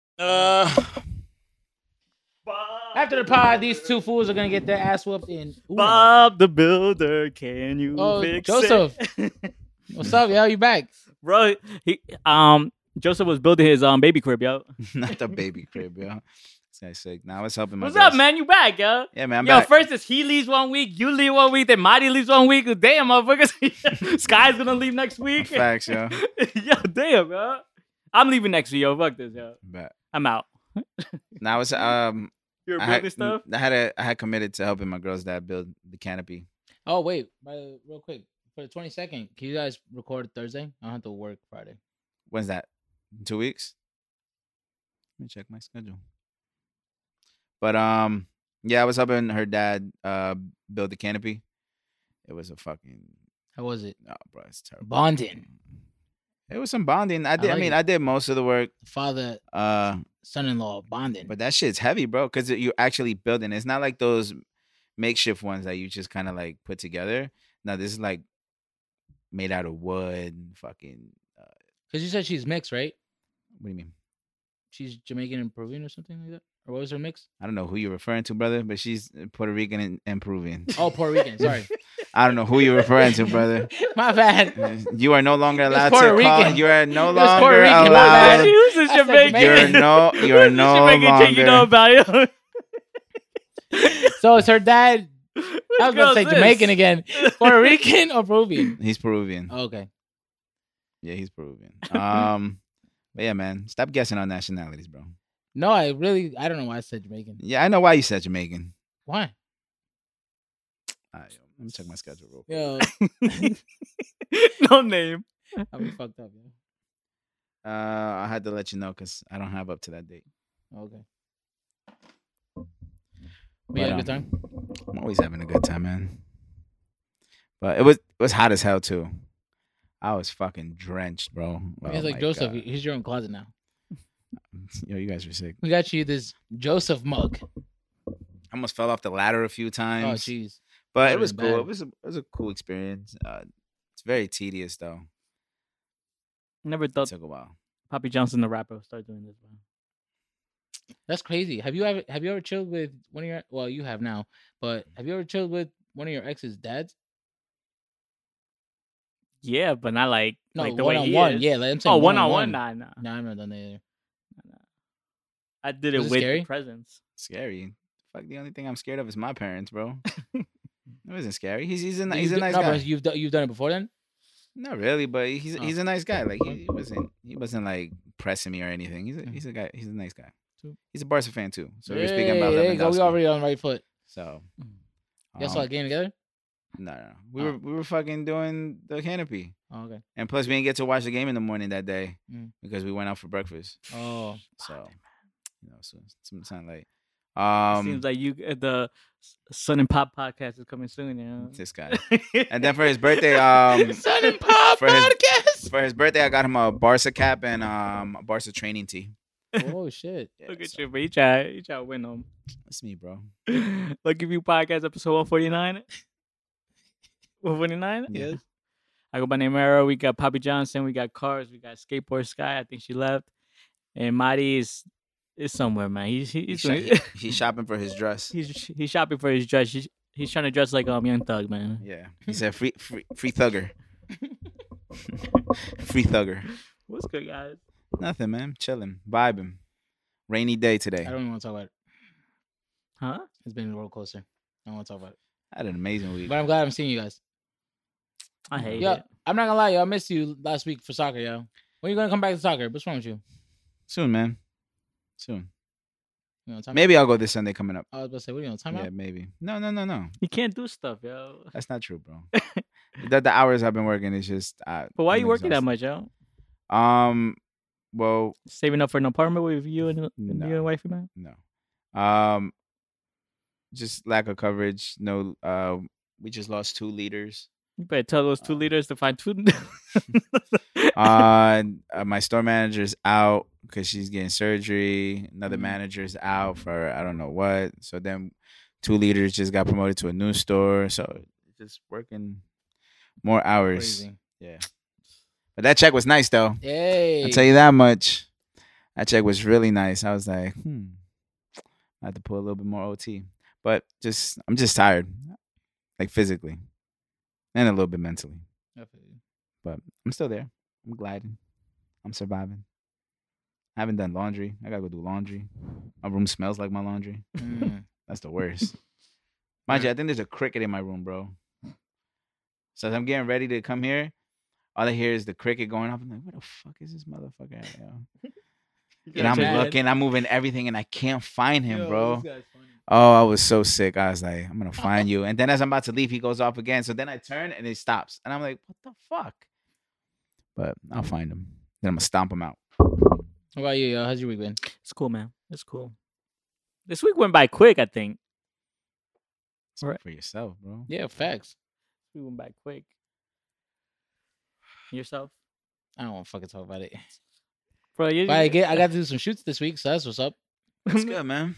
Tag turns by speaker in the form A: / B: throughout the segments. A: Uh,
B: After the pod, these two fools are gonna get their ass whooped in. Ooh.
C: Bob the Builder, can you
B: Oh,
C: fix
B: Joseph.
C: it?
B: What's up, yo? You back?
C: Bro, he um Joseph was building his um baby crib, yo.
A: not the baby crib, yo. This guy's sick. Now nah, it's helping my.
C: What's up,
A: guys.
C: man? You back, yo?
A: Yeah, man. I'm
C: yo,
A: back.
C: first is he leaves one week, you leave one week, then Marty leaves one week. Damn, motherfuckers. Sky's gonna leave next week.
A: Facts, yo.
C: yo, damn, yo. I'm leaving next week, yo. Fuck this, yo.
A: But
C: I'm out.
A: now it's um.
C: You're
A: I
C: building
A: had,
C: stuff?
A: I had a, I had committed to helping my girl's dad build the canopy.
B: Oh wait, by the, real quick for the twenty second, can you guys record Thursday? I don't have to work Friday.
A: When's that? In two weeks. Let me check my schedule. But um, yeah, I was helping her dad uh build the canopy. It was a fucking
B: How was it?
A: no, bro. It's terrible.
B: Bonding.
A: It was some bonding. I did. I,
B: like
A: mean,
B: it.
A: I did most of the work.
B: Father,
A: Uh,
B: son-in-law, bonding.
A: but that shit's heavy, bro. Because you're actually building. It's not like those makeshift ones that you just kind of like put together. No, this is like made out of wood. Fucking. Uh,
B: Because you said she's mixed, right?
A: what do you mean?
B: She's Jamaican and Peruvian or something like that. Or what was her mix?
A: I don't know who you're referring to, brother, but she's uh, Puerto Rican and, and Peruvian.
B: Oh, Puerto Rican. Sorry,
A: I don't know who you're referring to, brother.
B: my bad.
A: You are no longer
B: was
A: allowed to
B: Puerto
A: call.
B: Rican.
A: You are no
B: It was Puerto
A: longer
B: Rican, my
A: allowed.
B: bad.
C: Who's this
B: I said
C: Jamaican?
A: You're no.
C: Who's
A: You're
C: this
A: no
C: Jamaican chick you know
A: longer.
C: about, yo?
B: So it's her dad. I was gonna say Jamaican
C: again.
B: again. Puerto Rican or Peruvian?
A: He's Peruvian.
B: Okay.
A: Yeah, he's Peruvian. Um, but yeah, man, stop guessing on nationalities, bro.
B: No, I really I don't know why I said Jamaican.
A: Yeah, I know why you said Jamaican.
B: Why?
A: All right, let me check my schedule real quick.
B: Yo,
C: no name.
B: I'm fucked up. Yo.
A: Uh, I had to let you know because I don't have up to that date.
B: Okay. We had a good
A: But, um,
B: time.
A: I'm always having a good time, man. But it was it was hot as hell too. I was fucking drenched, bro. Oh
B: He's like
A: my
B: Joseph.
A: God.
B: Here's your own closet now.
A: Yo, you guys were sick.
B: We got you this Joseph mug.
A: I almost fell off the ladder a few
B: Oh,
A: times.
B: jeez.
A: But it
B: Would've
A: was
B: been
A: cool.
B: bad.
A: It was a, it was a cool experience. Uh, it's very tedious though.
C: Never
A: It
C: thought
A: took a while.
C: Poppy Johnson, the rapper, would start doing this. Man.
B: That's crazy. Have you ever have you ever chilled with one of your well you have now, but have you ever chilled with one of your ex's dads?
C: Yeah, but not like
B: No,
C: like the
B: one
C: way
B: on
C: he
B: one.
C: is.
B: Yeah, like I'm saying.
C: Oh,
B: one
C: one on one. Nah, nah.
B: No, I've never done that either.
C: I did it
B: Was it
C: with
B: scary?
C: the presence.
A: Scary. Fuck. The only thing I'm scared of is my parents, bro. it wasn't scary. He's he's a ni-
B: You've
A: he's a
B: do-
A: nice
B: no,
A: guy.
B: But you've do- you've done it before then.
A: Not really, but he's
B: Oh.
A: he's a nice guy. Like he, he wasn't he wasn't like pressing me or anything. He's a,
B: Mm.
A: he's a guy. He's a nice guy.
B: True.
A: He's a Barca fan too. So we're speaking
B: Hey,
A: about
B: there you go.
A: Lewandowski.
B: We already on the right foot.
A: So um,
B: Y'all
A: Oh.
B: saw a game together.
A: No, no, no. we
B: Oh.
A: were we were fucking doing the canopy,
B: Oh, okay.
A: and plus we didn't get to watch the game in the morning that day
B: Mm.
A: because we went out for breakfast.
B: Oh,
A: So you know, so it's not like
C: It
A: um
C: Seems like you uh, the S- Sun and Pop podcast is coming soon. You
B: uh,
A: this guy.
C: know?
A: And then for his birthday, um,
B: Son and Pop
A: for his-
B: podcast.
A: For his birthday, I got him a Barca cap and um, a Barca training tee.
B: oh shit!
A: Yeah,
C: Look at
A: so
C: you, but you try, you try to win them.
A: That's me, bro.
C: Look if you podcast episode one forty nine. One forty nine.
A: Yeah.
C: Yes. I go by name Arrow. We got Poppy Johnson. We got Cars. We got Skateboard Sky. I think she left. And Marty is is somewhere, man. He's he-
A: He's,
C: he's
A: sho-
C: doing-
A: he- he's shopping for his dress.
C: he's he's shopping for his dress. He's, he's trying to dress like um Young Thug, man.
A: Yeah, he said free, free, free thugger, free thugger.
C: What's good, guys?
A: Nothing, man. Chilling, vibing. Rainy day today.
B: I don't even want to talk about it.
C: Huh?
B: It's been a roller coaster. I don't want to talk about it.
A: I had an amazing week.
B: But I'm glad I'm seeing you guys.
C: I hate
B: Yeah,
C: it.
B: I'm not gonna lie, yo. I missed you last week for soccer, yo. When you gonna come back to soccer? What's wrong with you?
A: Soon, man. Soon.
B: You know, time
A: Maybe I'll go this Sunday coming up.
B: I was about to say, what are you on time
A: Yeah,
B: out?
A: maybe. No, no, no, no.
C: You can't do stuff, yo.
A: That's not true, bro. the, the hours I've been working is just. Uh,
C: But why
A: I'm
C: you working that
A: exhausted.
C: much, yo?
A: Um. Well,
C: Saving up for an apartment with you and, and
A: No.
C: you and wifey, man.
A: No. Um just lack of coverage. No uh we just lost two leaders.
C: You better tell those two
A: Um,
C: leaders to find two.
A: Uh, uh, my store manager's out because she's getting surgery. Another
B: Mm.
A: manager's out for I don't know what. So then two leaders just got promoted to a new store. So just working more hours.
B: Crazy.
A: But that check was nice though.
B: Yay!
A: I'll tell you that much. That check was really nice. I was like, hmm, I have to pull a little bit more OT, but just I'm just tired, like physically, and a little bit mentally.
B: I feel you.
A: But I'm still there. I'm gliding. I'm surviving. I haven't done laundry. I gotta go do laundry. My room smells like my laundry.
B: Mm.
A: That's the worst. Mind you, I think there's a cricket in my room, bro. So as I'm getting ready to come here, all I hear is the cricket going off. I'm like, where the fuck is this motherfucker at, yo? And I'm
B: Chad.
A: looking, I'm moving everything, and I can't find him,
B: Yo,
A: bro.
B: this guy's funny.
A: Oh, I was so sick. I was like, I'm gonna find you. And then as I'm about to leave, he goes off again. So then I turn and it stops. And I'm like, what the fuck? But I'll find him. Then I'm gonna stomp him out.
B: What about you, yo? How's your week been?
C: It's cool, man. It's cool. This week went by quick, I think.
A: Speak
C: Right.
A: for yourself, bro.
B: Yeah, facts.
C: We went by quick. Yourself?
B: I don't want to fucking talk about it.
C: Bro, you
B: But I get, I got to do some shoots this week, so that's what's up.
A: That's good, man.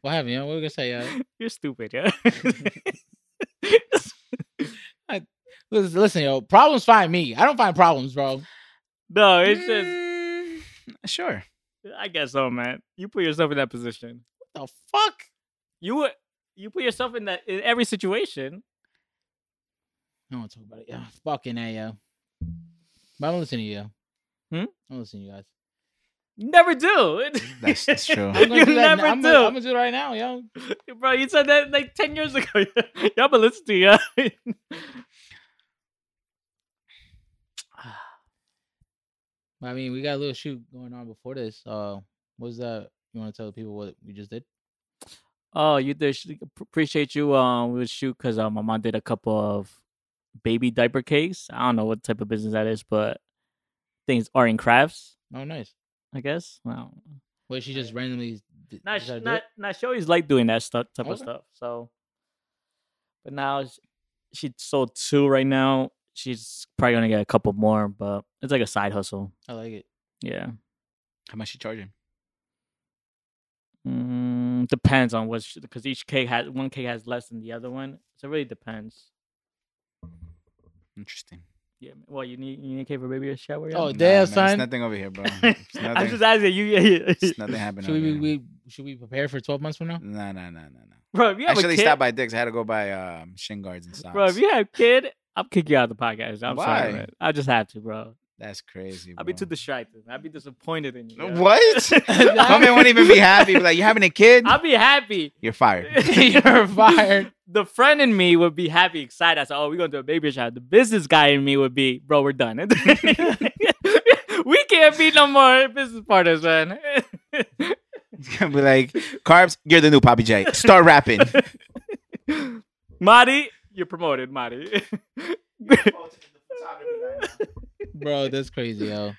B: What happened, yo? What were we gonna say, yo?
C: You're stupid, yeah.
B: Listen, listen, yo. Problems find me. I don't find problems, bro.
C: no, it's just
A: Mm, sure.
C: I guess so, man. You put yourself in that position.
B: What the fuck?
C: You would you put yourself in that in every situation.
B: I don't want to talk about it. Yeah, fucking a, yo. But I'm gonna listen to you. yo.
C: Hmm?
B: I'm gonna listen to you guys.
C: You never do.
A: That's- that's true.
B: I'm gonna
C: you
B: do that.
C: never
B: now. I'm
C: do.
B: Gonna, I'm gonna do it right now, yo.
C: Bro, you said that like 10 years ago. Y'all been listening to you.
B: I mean, we got a little shoot going on before this. Uh, what was that? You want to tell the people what we just did?
C: oh, you did. sh- pr- Appreciate you. Um, we would shoot because um, my mom did a couple of baby diaper cakes. I don't know what type of business that is, but things art and crafts,
B: Oh, nice.
C: I guess. Wow.
B: Well, she just randomly. d-
C: Not, sh-
B: decided to do
C: not,
B: it?
C: not she always liked doing that stuff, type of
B: Okay.
C: stuff. So, but now sh- she sold two right now. She's probably gonna get a couple more, but it's like a side hustle.
B: I like it.
C: Yeah.
A: How much you charging?
C: Mm, depends on what, because each cake has one cake has less than the other one, so it really depends.
A: Interesting.
C: Yeah. Well, you need you need a cake for baby shower.
B: Oh,
C: y'all?
B: damn,
A: man, it's
B: son.
A: nothing over here, bro. It's
C: I'm just
A: nothing.
C: asking you, yeah, yeah.
A: It's nothing happening.
B: Should we,
A: over
B: we
A: here.
B: we should we prepare for 12 months from now?
A: Nah, nah, nah, nah, nah.
C: bro. If you have
A: Actually,
C: a kid,
A: stopped by Dick's. I had to go buy um, shin guards and socks.
C: bro. If you have a kid, I'm kicking you out of the podcast. I'm sorry,
A: Why?
C: man. I just have to, bro.
A: That's crazy. Bro.
C: I'll be too distracted. I'll be disappointed in you. yo.
A: What? Women won't even be happy. Be like, you having a kid?
C: I'll be happy.
A: You're fired.
B: You're fired.
C: The friend in me would be happy, excited. I said, "Oh, we're gonna do a baby shower." The business guy in me would be, "Bro, we're done. we can't be no more business partners, man."
A: I'll be like, Carbs, you're the new Poppy J. Start rapping.
C: Marty, you're promoted, Marty.
B: Bro, that's crazy, yo.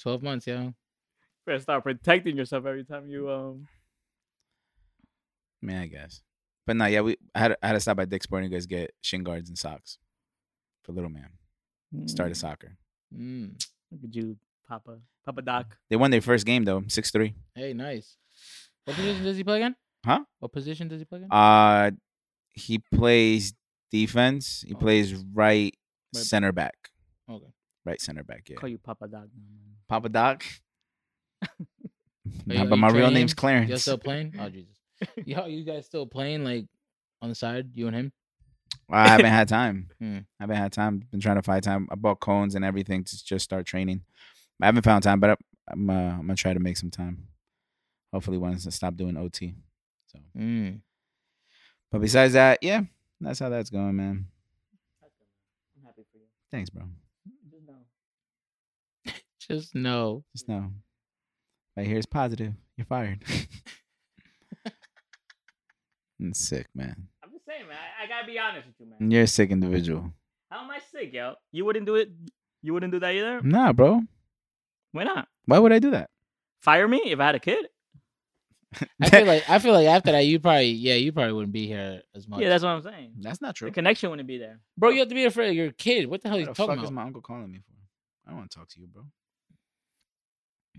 B: 12 months, yo.
C: Better start protecting yourself every time you um.
A: Man, I guess. But nah, yeah, we I had, I had to stop by Dick's Sporting Goods get shin guards and socks for little man. Started soccer.
B: Mm.
C: Look at you, Papa, Papa Doc.
A: They won their first game though, six three.
B: Hey, nice. What position does he play again?
A: Huh?
B: What position does he play again?
A: Uh he plays defense. He
B: Oh.
A: plays right
B: Right.
A: center back.
B: okay.
A: Right center back. Yeah.
C: Call you Papa Doc. now, man.
A: Papa Doc.
B: Are
A: Nah,
B: you-
A: but
B: are
A: my
B: you
A: real
B: training
A: name's
B: him?
A: Clarence.
B: Y'all still playing? Oh, Jesus. Y'all, you guys still playing, like, on the side, you and him?
A: Well, I haven't had time.
B: Mm.
A: I haven't had time. Been trying to find time. I bought cones and everything to just start training. I haven't found time, but I- I'm uh, I'm gonna try to make some time. Hopefully, once I stop doing OT. So,
B: Mm.
A: but besides that, yeah, that's how that's going, man.
C: I'm happy for you.
A: Thanks, bro.
C: Just know.
A: Just
B: Just no.
A: know, right here is positive. You're fired. That's sick, man.
C: I'm just saying, man. I, I gotta be honest with you, man.
A: You're a sick individual.
C: How am I sick, yo? You wouldn't do it. You wouldn't do that either.
A: Nah, bro.
C: Why not?
A: Why would I do that?
C: Fire me if I had a kid.
B: I feel like I feel like after that, you probably yeah, you probably wouldn't be here as much.
C: Yeah, that's what I'm saying.
A: That's not true.
C: The connection wouldn't be there.
B: bro. You have to be afraid of your kid. What the hell
A: What
B: are you
A: the
B: talking
A: fuck
B: about?
A: is my uncle calling me for? I don't want to talk to you, bro.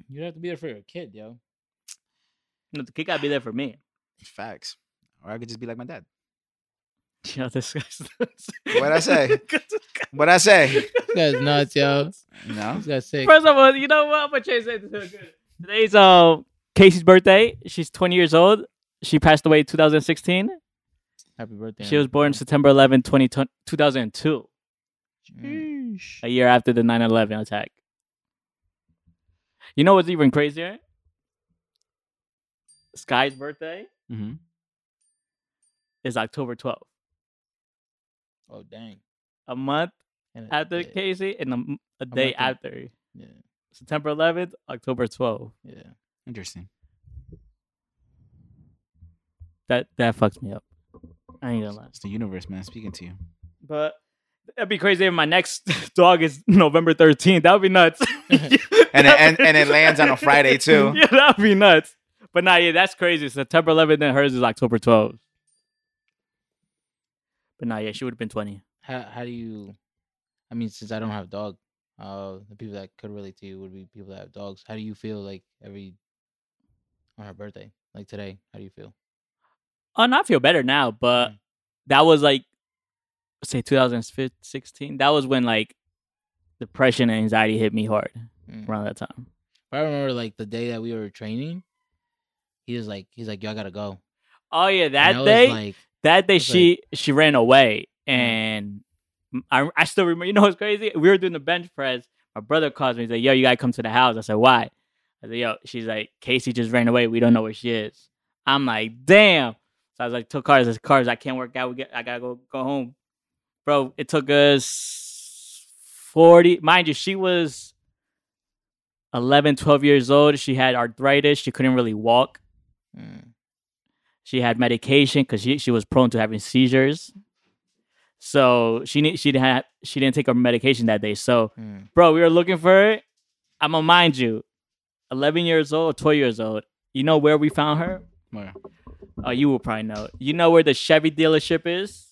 B: You'd have to be afraid of your kid, yo.
C: No, the kid gotta be there for me.
A: Facts. Or I could just be like my dad.
C: Yeah, this guy's.
A: What'd I say? What I say?
B: This guy's nuts, yo.
A: No.
B: This guy's sick.
C: First of all, you know what? I'm gonna change that to a good. Today's um Casey's birthday. She's 20 years old. She passed away in 2016.
B: Happy birthday.
C: She was born September 11, 20, 2002,
B: Mm.
C: a year after the 9/11 attack. You know what's even crazier? Sky's birthday
A: Mm-hmm.
C: is October 12th,
B: Oh dang.
C: a month
B: And a-
C: after
B: yeah,
C: Casey and a, m- a day
B: month and-
C: after.
B: Yeah.
C: September 11th, October 12th.
B: Yeah.
A: Interesting.
C: That that fucks me up. I ain't gonna lie.
A: It's the universe, man, speaking to you.
C: But that'd be crazy if my next dog is November 13th. That would be nuts.
A: And it- and- and it lands on a Friday, too.
C: yeah, that would be nuts. But nah, yeah, that's crazy. September 11th and hers is October 12th. But nah, yeah, she would have been 20.
B: How how do you? I mean, since I don't have a dog, uh, the people that could relate to you would be people that have dogs. How do you feel like every on her birthday, like today? How do you feel?
C: Oh, no, I feel better now, but
B: Mm.
C: that was like, say 2016. That was when like depression and anxiety hit me hard
B: Mm.
C: around that time.
B: But I remember like the day that we were training, he was like, he's like, yo, I gotta go.
C: Oh yeah,
B: And
C: that
B: I was
C: day.
B: like,
C: that day
B: was like- Mm-hmm.
C: she she ran away and I, I still remember you know what's crazy we were doing the bench press my brother calls me he's like yo you gotta come to the house i said why i said yo she's like casey just ran away we don't know where she is i'm like damn so i was like took cars as cars i can't work out we get, i gotta go go home bro it took us 40 mind you she was 11 12 years old she had arthritis she couldn't really walk
B: mm,
C: she had medication because she, she was prone to having seizures. So she need, she didn't have, she didn't take her medication that day. So
B: mm,
C: bro, we were looking for her. I'm gonna mind you, 11 years old, 12 years old. You know where we found her?
A: Where?
C: Oh, you will probably know. You know where the Chevy dealership is?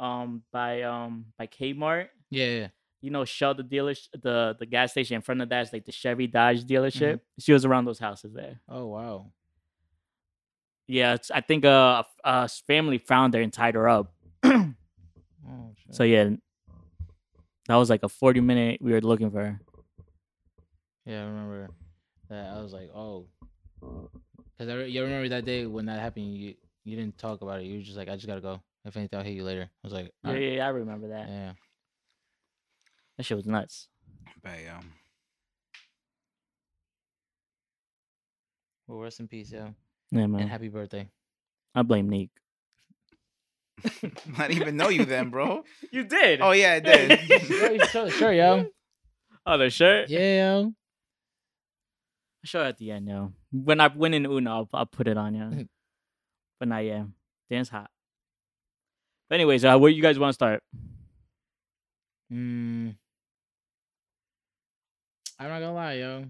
C: Um, by um by Kmart.
B: yeah, yeah,
C: You know Shell the dealership, the the gas station in front of that is like the Chevy Dodge dealership. She was around those houses there.
B: oh wow,
C: Yeah, it's, I think uh, a, a family found her and tied her up.
B: oh, shit.
C: So yeah, that was like a forty minute. We were looking for her.
B: yeah, I remember that. I was like, oh, because I re- you remember that day when that happened, you you didn't talk about it. You were just like, I just gotta go. If anything, I'll hit you later. I was like,
C: Yeah,
B: "Alright."
C: yeah, yeah, I remember that.
B: yeah.
C: That shit was nuts.
A: But um,
B: Well, rest in peace, yo,
C: Yeah,
B: and
C: man.
B: happy birthday.
C: I blame Neek.
A: um, I didn't even know you then, bro.
C: You did.
A: Oh yeah, I did.
B: Yo, sure, sure, yo,
C: Oh, the shirt.
B: yeah, yo.
C: Sure, at the end, yo. When I win in Uno, I'll, I'll put it on, yeah. but not yeah. Dance hot. But anyways, uh, where you guys want to start?
B: Mm. I'm not gonna lie, yo.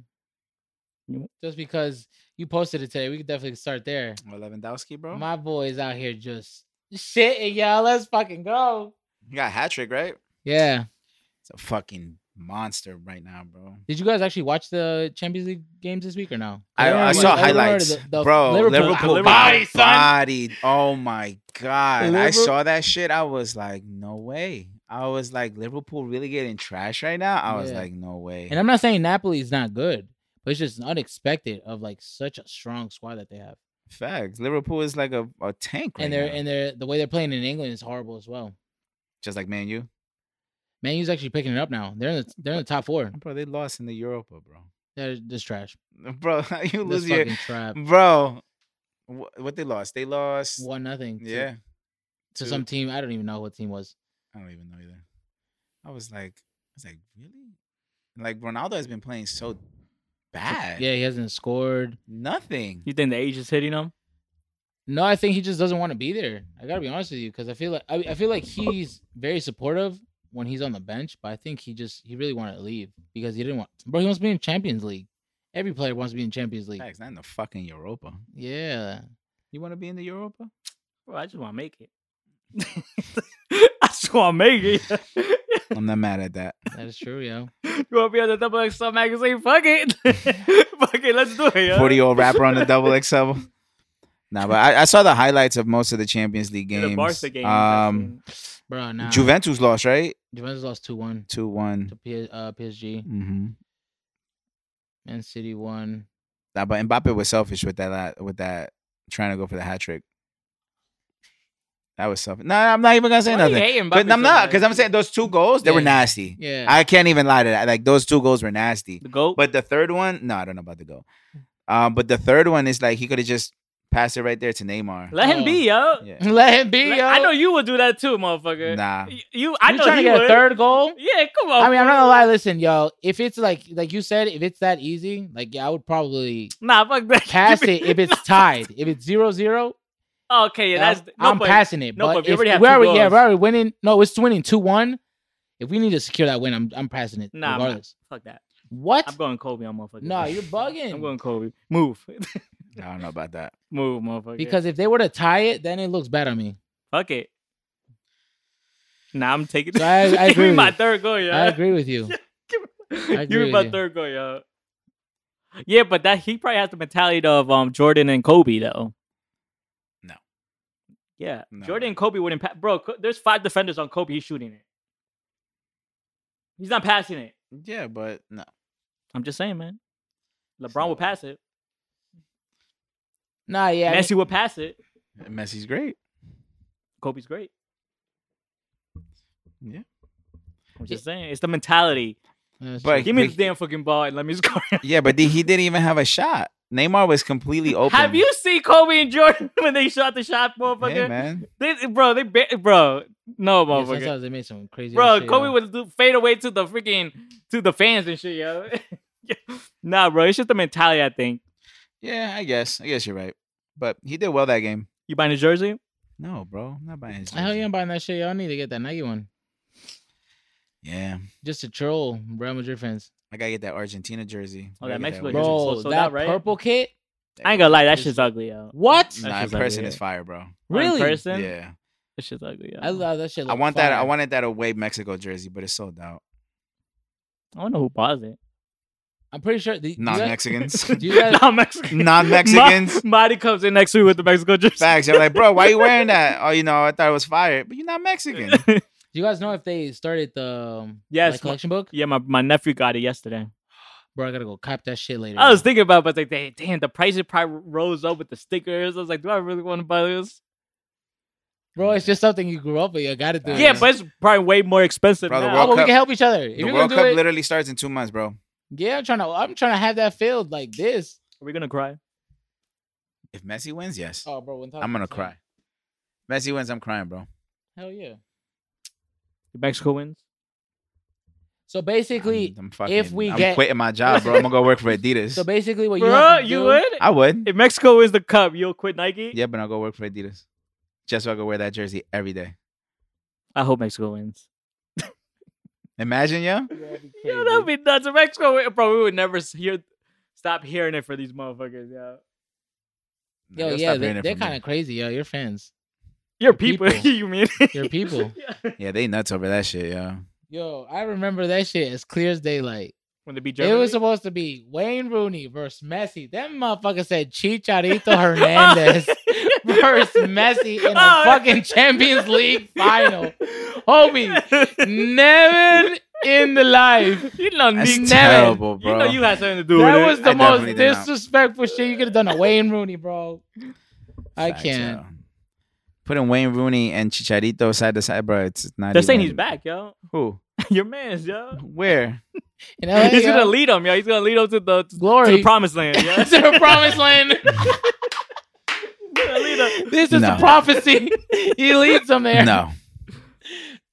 C: You-
B: Just because you posted it today, we could definitely start there.
A: Well, Lewandowski, bro.
B: My boys out here just shitting, y'all. Let's fucking go.
A: you got a hat trick, right?
B: Yeah.
A: It's a fucking monster right now, bro.
B: Did you guys actually watch the Champions League games this week or no?
A: I, I
B: remember-
A: saw
B: remember
A: highlights,
B: the- the
A: bro. Liverpool,
C: Liverpool
A: body,
C: body,
A: body. Oh my god! I
B: Liver-
A: saw that shit. I was like, no way. I was like, Liverpool really getting trash right now. I was
B: Yeah.
A: like, no way.
B: And I'm not saying Napoli is not good, but it's just unexpected of like such a strong squad that they have.
A: Facts. Liverpool is like a, a tank right
B: and they're
A: now.
B: and they're the way they're playing in England is horrible as well.
A: just like Man U,
B: Man U's actually picking it up now. They're in the they're in the top four.
A: bro. They lost in the Europa, bro.
B: They're just trash.
A: Bro, you
B: This
A: lose your
B: fucking trap.
A: bro. Wh- What they lost? They lost.
B: One nothing. to-
A: Yeah,
B: To,
A: to-
B: some team. I don't even know what team was.
A: I don't even know either. I was like, I was like, really? Like Ronaldo has been playing so bad.
B: Yeah, he hasn't scored.
A: Nothing.
C: You think the age is hitting them?
B: No, I think he just doesn't want to be there. I gotta be honest with you, because I feel like I, I feel like he's very supportive when he's on the bench, but I think he just he really wanted to leave because he didn't want. Bro, he wants to be in Champions League. Every player wants to be in Champions League.
A: Facts, not in the fucking Europa.
B: Yeah,
A: You want to be in the Europa?
C: Bro, I just want to make it. I just want to make it.
A: I'm not mad at that.
B: that is true, yo.
C: you want to be on the Double XL magazine? Fuck it. Fuck it. Let's do it. yo.
A: 40 year old rapper on the double XL. Nah, but I, I saw the highlights of most of the Champions League
C: Yeah,
A: games.
C: The Barca game.
A: Um,
B: Bro, nah.
A: Juventus lost, right?
B: Juventus lost two one
A: 2 1.
B: to P- uh, PSG.
A: Mm-hmm.
B: Man City won.
A: Nah, but Mbappe was selfish with that la- with that trying to go for the hat trick. That was selfish. Nah, I'm not even gonna say
C: Why you
A: nothing.
C: hating
A: But
C: Mbappe
A: I'm
C: so
A: not
C: much?
A: because I'm saying those two goals they were
B: Yeah.
A: nasty.
B: Yeah.
A: I can't even lie to that. Like those two goals were nasty.
C: the goat.
A: But the third one, no, I don't know about the goal. Um, but the third one is like he could have just passed it right there to Neymar.
C: let him
B: Oh.
C: be, yo.
A: Yeah.
B: Let him be,
C: Let-
B: yo.
C: I know you would do that too, motherfucker.
A: Nah.
C: Y- You, I
B: you
C: know
B: trying
C: he
B: to get
C: would.
B: a third goal?
C: Yeah, come on.
B: I mean, I'm not
C: fool.
B: gonna lie. Listen, yo, if it's like like you said, if it's that easy, like yeah, I would probably
C: Nah, fuck that.
B: pass
C: Give me-
B: it if it's tied. If it's zero zero,
C: Okay, yeah, that's no,
B: I'm
C: but
B: passing it.
C: no,
B: but
C: but we
B: if
C: already have
B: we're
C: two
B: already, yeah,
C: goals.
B: we're already winning. No, it's winning two one. If we need to secure that win, I'm I'm passing it
C: Nah, I'm not.
B: regardless.
C: Fuck that. I'm
B: What?
C: going Kobe on motherfucker.
B: No, you're bugging.
C: I'm going Kobe. Move,
A: I don't know about that.
C: move, motherfucker.
B: Because if they were to tie it, then it looks bad on me.
C: fuck it. Nah, I'm taking.
B: So I- I
C: Give
B: agree
C: me
B: with
C: my
B: you.
C: third goal, yo.
B: I agree with you.
C: Give
B: agree
C: me
B: with
C: my
B: you.
C: third goal, yo. Yeah, but that he probably has the mentality of um Jordan and Kobe though.
A: No.
C: Yeah,
A: No.
C: Jordan and Kobe wouldn't. Pa- Bro, Co- there's five defenders on Kobe. He's shooting it. He's not passing it.
A: Yeah, but no.
C: I'm just saying, man. LeBron
A: So-
C: will pass it.
B: Nah, yeah. I mean-
C: Messi will pass it.
A: Messi's great.
C: Kobe's great.
A: Yeah.
C: I'm just saying, it's the mentality.
B: Yeah, that's
A: But
B: true.
C: Give me
A: Like-
C: the damn fucking ball and let me score.
A: Yeah, but the- he didn't even have a shot. Neymar was completely open.
C: Have you seen Kobe and Jordan when they shot the shot, motherfucker?
A: Hey man,
C: They- bro, they ba- bro, no,
B: Yeah,
C: motherfucker,
B: sometimes they made some crazy.
C: bro.
B: shit,
C: Kobe
B: yo.
C: would do, fade away to the freaking to the fans and shit, yo. nah, bro, it's just the mentality. I think
A: yeah, I guess, I guess you're right. But he did well that game.
C: you buying a jersey.
A: No, bro, I'm not buying his.
B: Hell
A: jersey.
B: yeah, I'm buying that shit. Y'all need to get that Nike one
A: Yeah,
B: just to troll Real Madrid fans.
A: I gotta get that Argentina jersey.
C: Oh,
A: I gotta
C: that
A: get
C: Mexico
A: one.
C: jersey.
B: Bro,
C: sold
B: that
C: out, right?
B: purple kit.
C: I ain't gonna lie, that
B: Jersey.
C: shit's ugly, yo.
B: What?
A: Nah,
C: That
A: in
C: shit's
A: person
C: ugly,
A: is
C: yeah.
A: fire, bro.
C: On
B: Really?
C: person,
A: Yeah,
C: that shit's ugly, yo.
B: I love that shit.
A: I
B: look
A: want that. I
B: fire.
A: wanted that away Mexico jersey, but it's sold out.
C: I don't know who bought it.
B: I'm pretty sure. The,
A: Non
B: you guys,
A: Mexicans.
B: Do you guys-
C: Non Mexican.
A: Non-Mexicans?
C: Marty comes in next week with the Mexico jersey.
A: Facts. I'm like, bro, why you wearing that? Oh, you know, I thought it was fire, but you're not Mexican.
B: do you guys know if they started the um,
C: Yes,
B: like,
C: my-
B: collection book?
C: yeah, my, my nephew got it yesterday.
B: Bro, I gotta go cop that shit later.
C: I was
B: yo.
C: thinking about, it, but I was like, "Dang, damn, the prices probably rose up with the stickers. I was like, do I really want to buy this?
B: Bro, it's just something you grew up with. You gotta do.
A: Yeah,
B: it.
C: Yeah, but it's probably way more expensive.
A: Bro, the
C: now.
B: Oh,
A: World
B: but we
A: Cup-
B: can help each other. If
A: the
B: you're
A: World
B: gonna
A: Cup
B: do it,
A: literally starts in two months, bro.
B: yeah, I'm trying to. I'm trying to have that field like this.
C: Are we gonna cry?
A: If Messi wins, yes,
B: Oh, bro, when
A: I'm gonna cry. Messi wins, I'm crying, bro.
B: Hell yeah.
C: If Mexico wins.
B: So basically,
A: I'm, I'm fucking-
B: if we
A: I'm
B: get-
A: quitting my job, bro. I'm gonna go work for Adidas.
B: so basically, what you
C: Bro,
B: have to
C: you
B: do-
C: would?
A: I would.
C: If Mexico wins the cup, you'll quit Nike?
A: Yeah, but I'll go work for Adidas. Just so I can wear that jersey every day.
C: I hope Mexico wins.
A: Imagine, yo.
C: Yo, that'd be nuts. If Mexico win, bro, we would never s- hear stop hearing it for these motherfuckers, yo.
B: Yo,
A: You'll
B: yeah,
A: stop hearing
B: they,
A: it
B: they're
A: from me.
B: kind of crazy. Yo, your fans.
C: Your people,
B: people.
C: you mean?
B: Your people.
C: Yeah.
A: Yeah, they nuts over that shit, yo.
B: Yo, I remember that shit as clear as daylight.
C: When they beat Germany.
B: It was supposed to be Wayne Rooney versus Messi. Them motherfuckers said Chicharito Hernandez versus Messi in a
C: Oh.
B: fucking Champions League final. Homie, Never in the life.
C: You know,
A: That's
C: Nick,
A: terrible, bro.
C: you know you had something to do with
B: That
C: it.
B: was the
A: I
B: most
A: definitely did not.
B: disrespectful shit you could have done. A Wayne Rooney, bro. I
A: Facts,
B: can't.
A: yo. Putting Wayne Rooney and Chicharito side to side, bro. It's not.
C: They're saying
A: even-
C: he's back, yo.
A: Who?
C: Your man's, yo.
A: Where?
B: In LA,
C: He's gonna
B: yo.
C: lead him, yo. He's gonna lead him to the to,
B: glory
C: the promised land. Yo.
B: to the promised land.
C: He's gonna lead 'em.
B: This is
A: No.
B: a prophecy. he leads them there
A: No,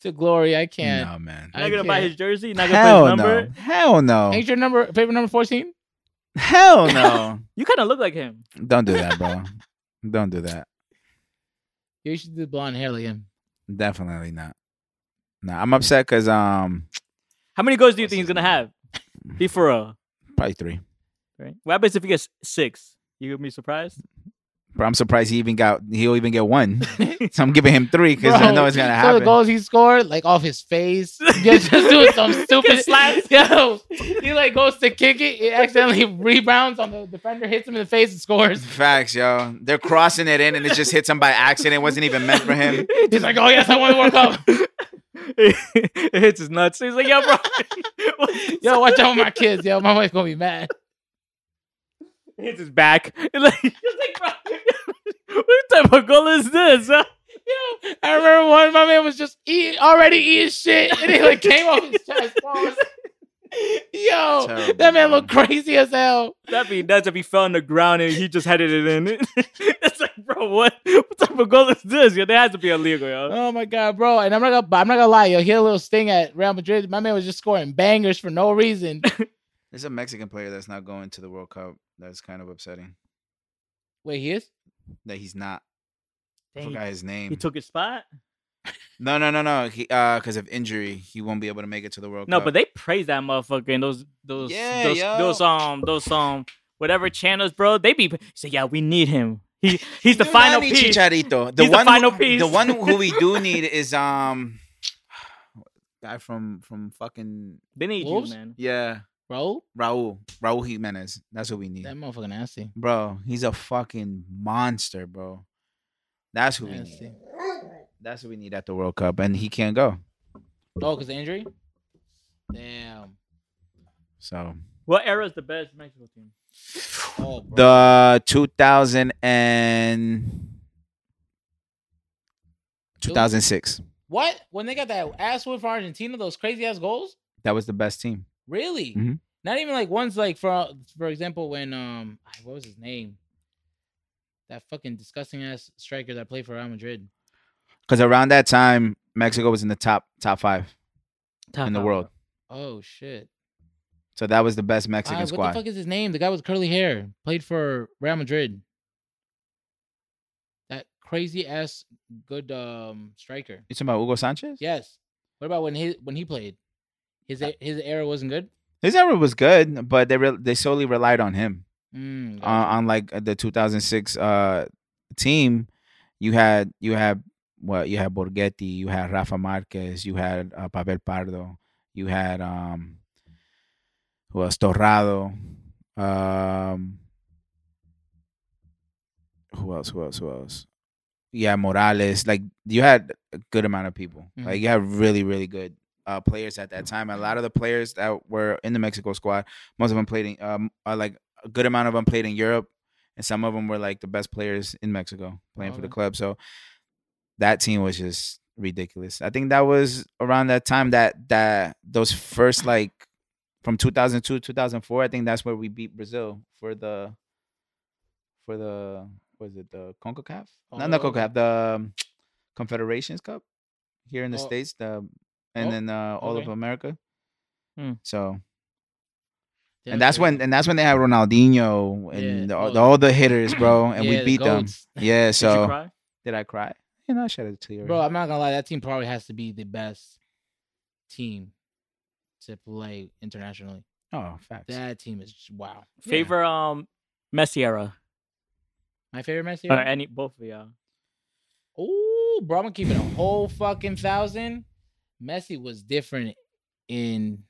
B: to glory. I can't.
A: no, man.
B: I
C: Not gonna buy
B: can't.
C: his jersey. Not gonna play
A: Hell
C: his number.
A: no. Hell no.
B: Ain't your number favorite number fourteen?
A: Hell no.
C: You kind of look like him.
A: Don't do that, bro. Don't do that.
B: You should do blonde hair like him.
A: Definitely not. Nah, I'm upset because um
C: How many goals do you think he's
A: What's
C: gonna
A: his
C: have? Be for real,
A: probably three.
C: right? What happens if he gets six? You gonna be surprised?
A: But I'm surprised he even got he'll even get one. so I'm giving him three because I
B: Bro,
A: know it's gonna
B: so
A: happen.
B: the goals he scored, like off his face, yeah, just doing some stupid
C: Just slaps.
B: Yo, he like goes to kick it, it accidentally rebounds on the defender, hits him in the face, and scores.
A: Facts, yo. They're crossing it in and it just hits him by accident. It wasn't even meant for him.
B: He's like, "Oh yes, I won the World Cup."
C: it hits his nuts. He's like, yo, bro.
B: Yo, watch out with my kids. Yo, my wife's gonna be mad.
C: hits his back. And like, he's like, bro, what type of goal is this? huh?
B: Yo, I remember one. My man was just eating, already eating shit, and he like came off his chest. I was- Yo,
A: Terrible,
B: that man
A: bro.
B: looked crazy as hell.
C: That'd be nuts if he fell on the ground and he just headed it in. it's like, bro, what? What type of goal is this? Yo, that has to be illegal, yo.
B: Oh my god, bro! And I'm not gonna, I'm not gonna lie, yo. He had a little sting at Real Madrid. My man was just scoring bangers for no reason.
A: There's a Mexican player that's not going to the World Cup. That's kind of upsetting
B: Wait, he is?
A: that he's not. I
C: Dang,
A: forgot his name.
C: He took his spot.
A: no, no, no, no. He uh, because of injury, he won't be able to make it to the World
C: No,
A: Cup.
C: but they praise that motherfucker and those those
A: Yeah,
C: those,
A: yo.
C: those um those um whatever channels, bro. They be say, yeah, we need him. He he's the
A: do not
C: final
A: need
C: piece.
A: Chicharito. The
C: He's the
A: one
C: final
A: who,
C: piece.
A: The one who we do need is um, guy from from fucking
C: They need
B: Wolves?
C: you, man.
A: yeah,
B: Bro,
A: Raul Raul Jimenez. That's what we need,
B: that motherfucker nasty.
A: bro. He's a fucking monster, bro. That's who we need.
B: Nasty.
A: That's what we need at the World Cup, and he can't go.
B: Oh, cause the injury. Damn.
A: So
C: What era is the best Mexico team?
B: Oh, bro.
A: the 2000 and 2006.
B: what? When they got that ass whoop for Argentina, those crazy ass goals?
A: That was the best team.
B: Really?
A: Mhm.
B: Not even like ones like for for example when um what was his name? That fucking disgusting ass striker that played for Real Madrid.
A: Because around that time, Mexico was in the top top five
C: Top
A: in the
C: five.
A: world.
B: Oh shit!
A: So that was the best
B: Ah,
A: Mexican
B: what
A: squad.
B: the fuck is his name? The guy with curly hair played for Real Madrid. That crazy ass good um striker.
A: You talking about Hugo Sanchez?
B: Yes. What about when he when he played? His
A: Uh
B: e- his era wasn't good.
A: His era was good, but they re- they solely relied on him.
B: Mm,
A: Uh, on like the 2006 uh, team, you had you had well you had Borghetti, you had Rafa Marquez, you had uh, Pavel Pardo, you had um who else Torrado, um who else who else who else yeah Morales like you had a good amount of people
B: Mhm.
A: like you had really really good uh, players at that time a lot of the players that were in the Mexico squad most of them played in um uh, like a good amount of them played in Europe and some of them were like the best players in Mexico playing for the
B: Okay.
A: club so that team was just ridiculous I think that was around that time that that those first like from 2002 2004 I think that's where we beat Brazil for the for the was it the CONCACAF? Not the
B: Oh.
A: CONCACAF, the um, Confederations Cup here in the
B: Oh.
A: states. The and
B: Oh,
A: then uh, all of
B: okay.
A: America.
C: Hmm.
A: So and that's when and that's when they had Ronaldinho and
B: Yeah.
A: the, all-
B: Oh.
A: the, all the hitters, bro, and we beat them. Yeah.
C: Did you
A: So
C: cry?
A: did I cry? You know, I shed a tear.
B: Bro, I'm not gonna lie. That team probably has to be the best team to play internationally.
A: oh, facts.
B: That team is j- wow.
C: Favor um Messi era
B: My favorite Messi.
C: or any both of y'all.
B: Oh, bro, I'm gonna keep it a whole fucking thousand. Messi was different in.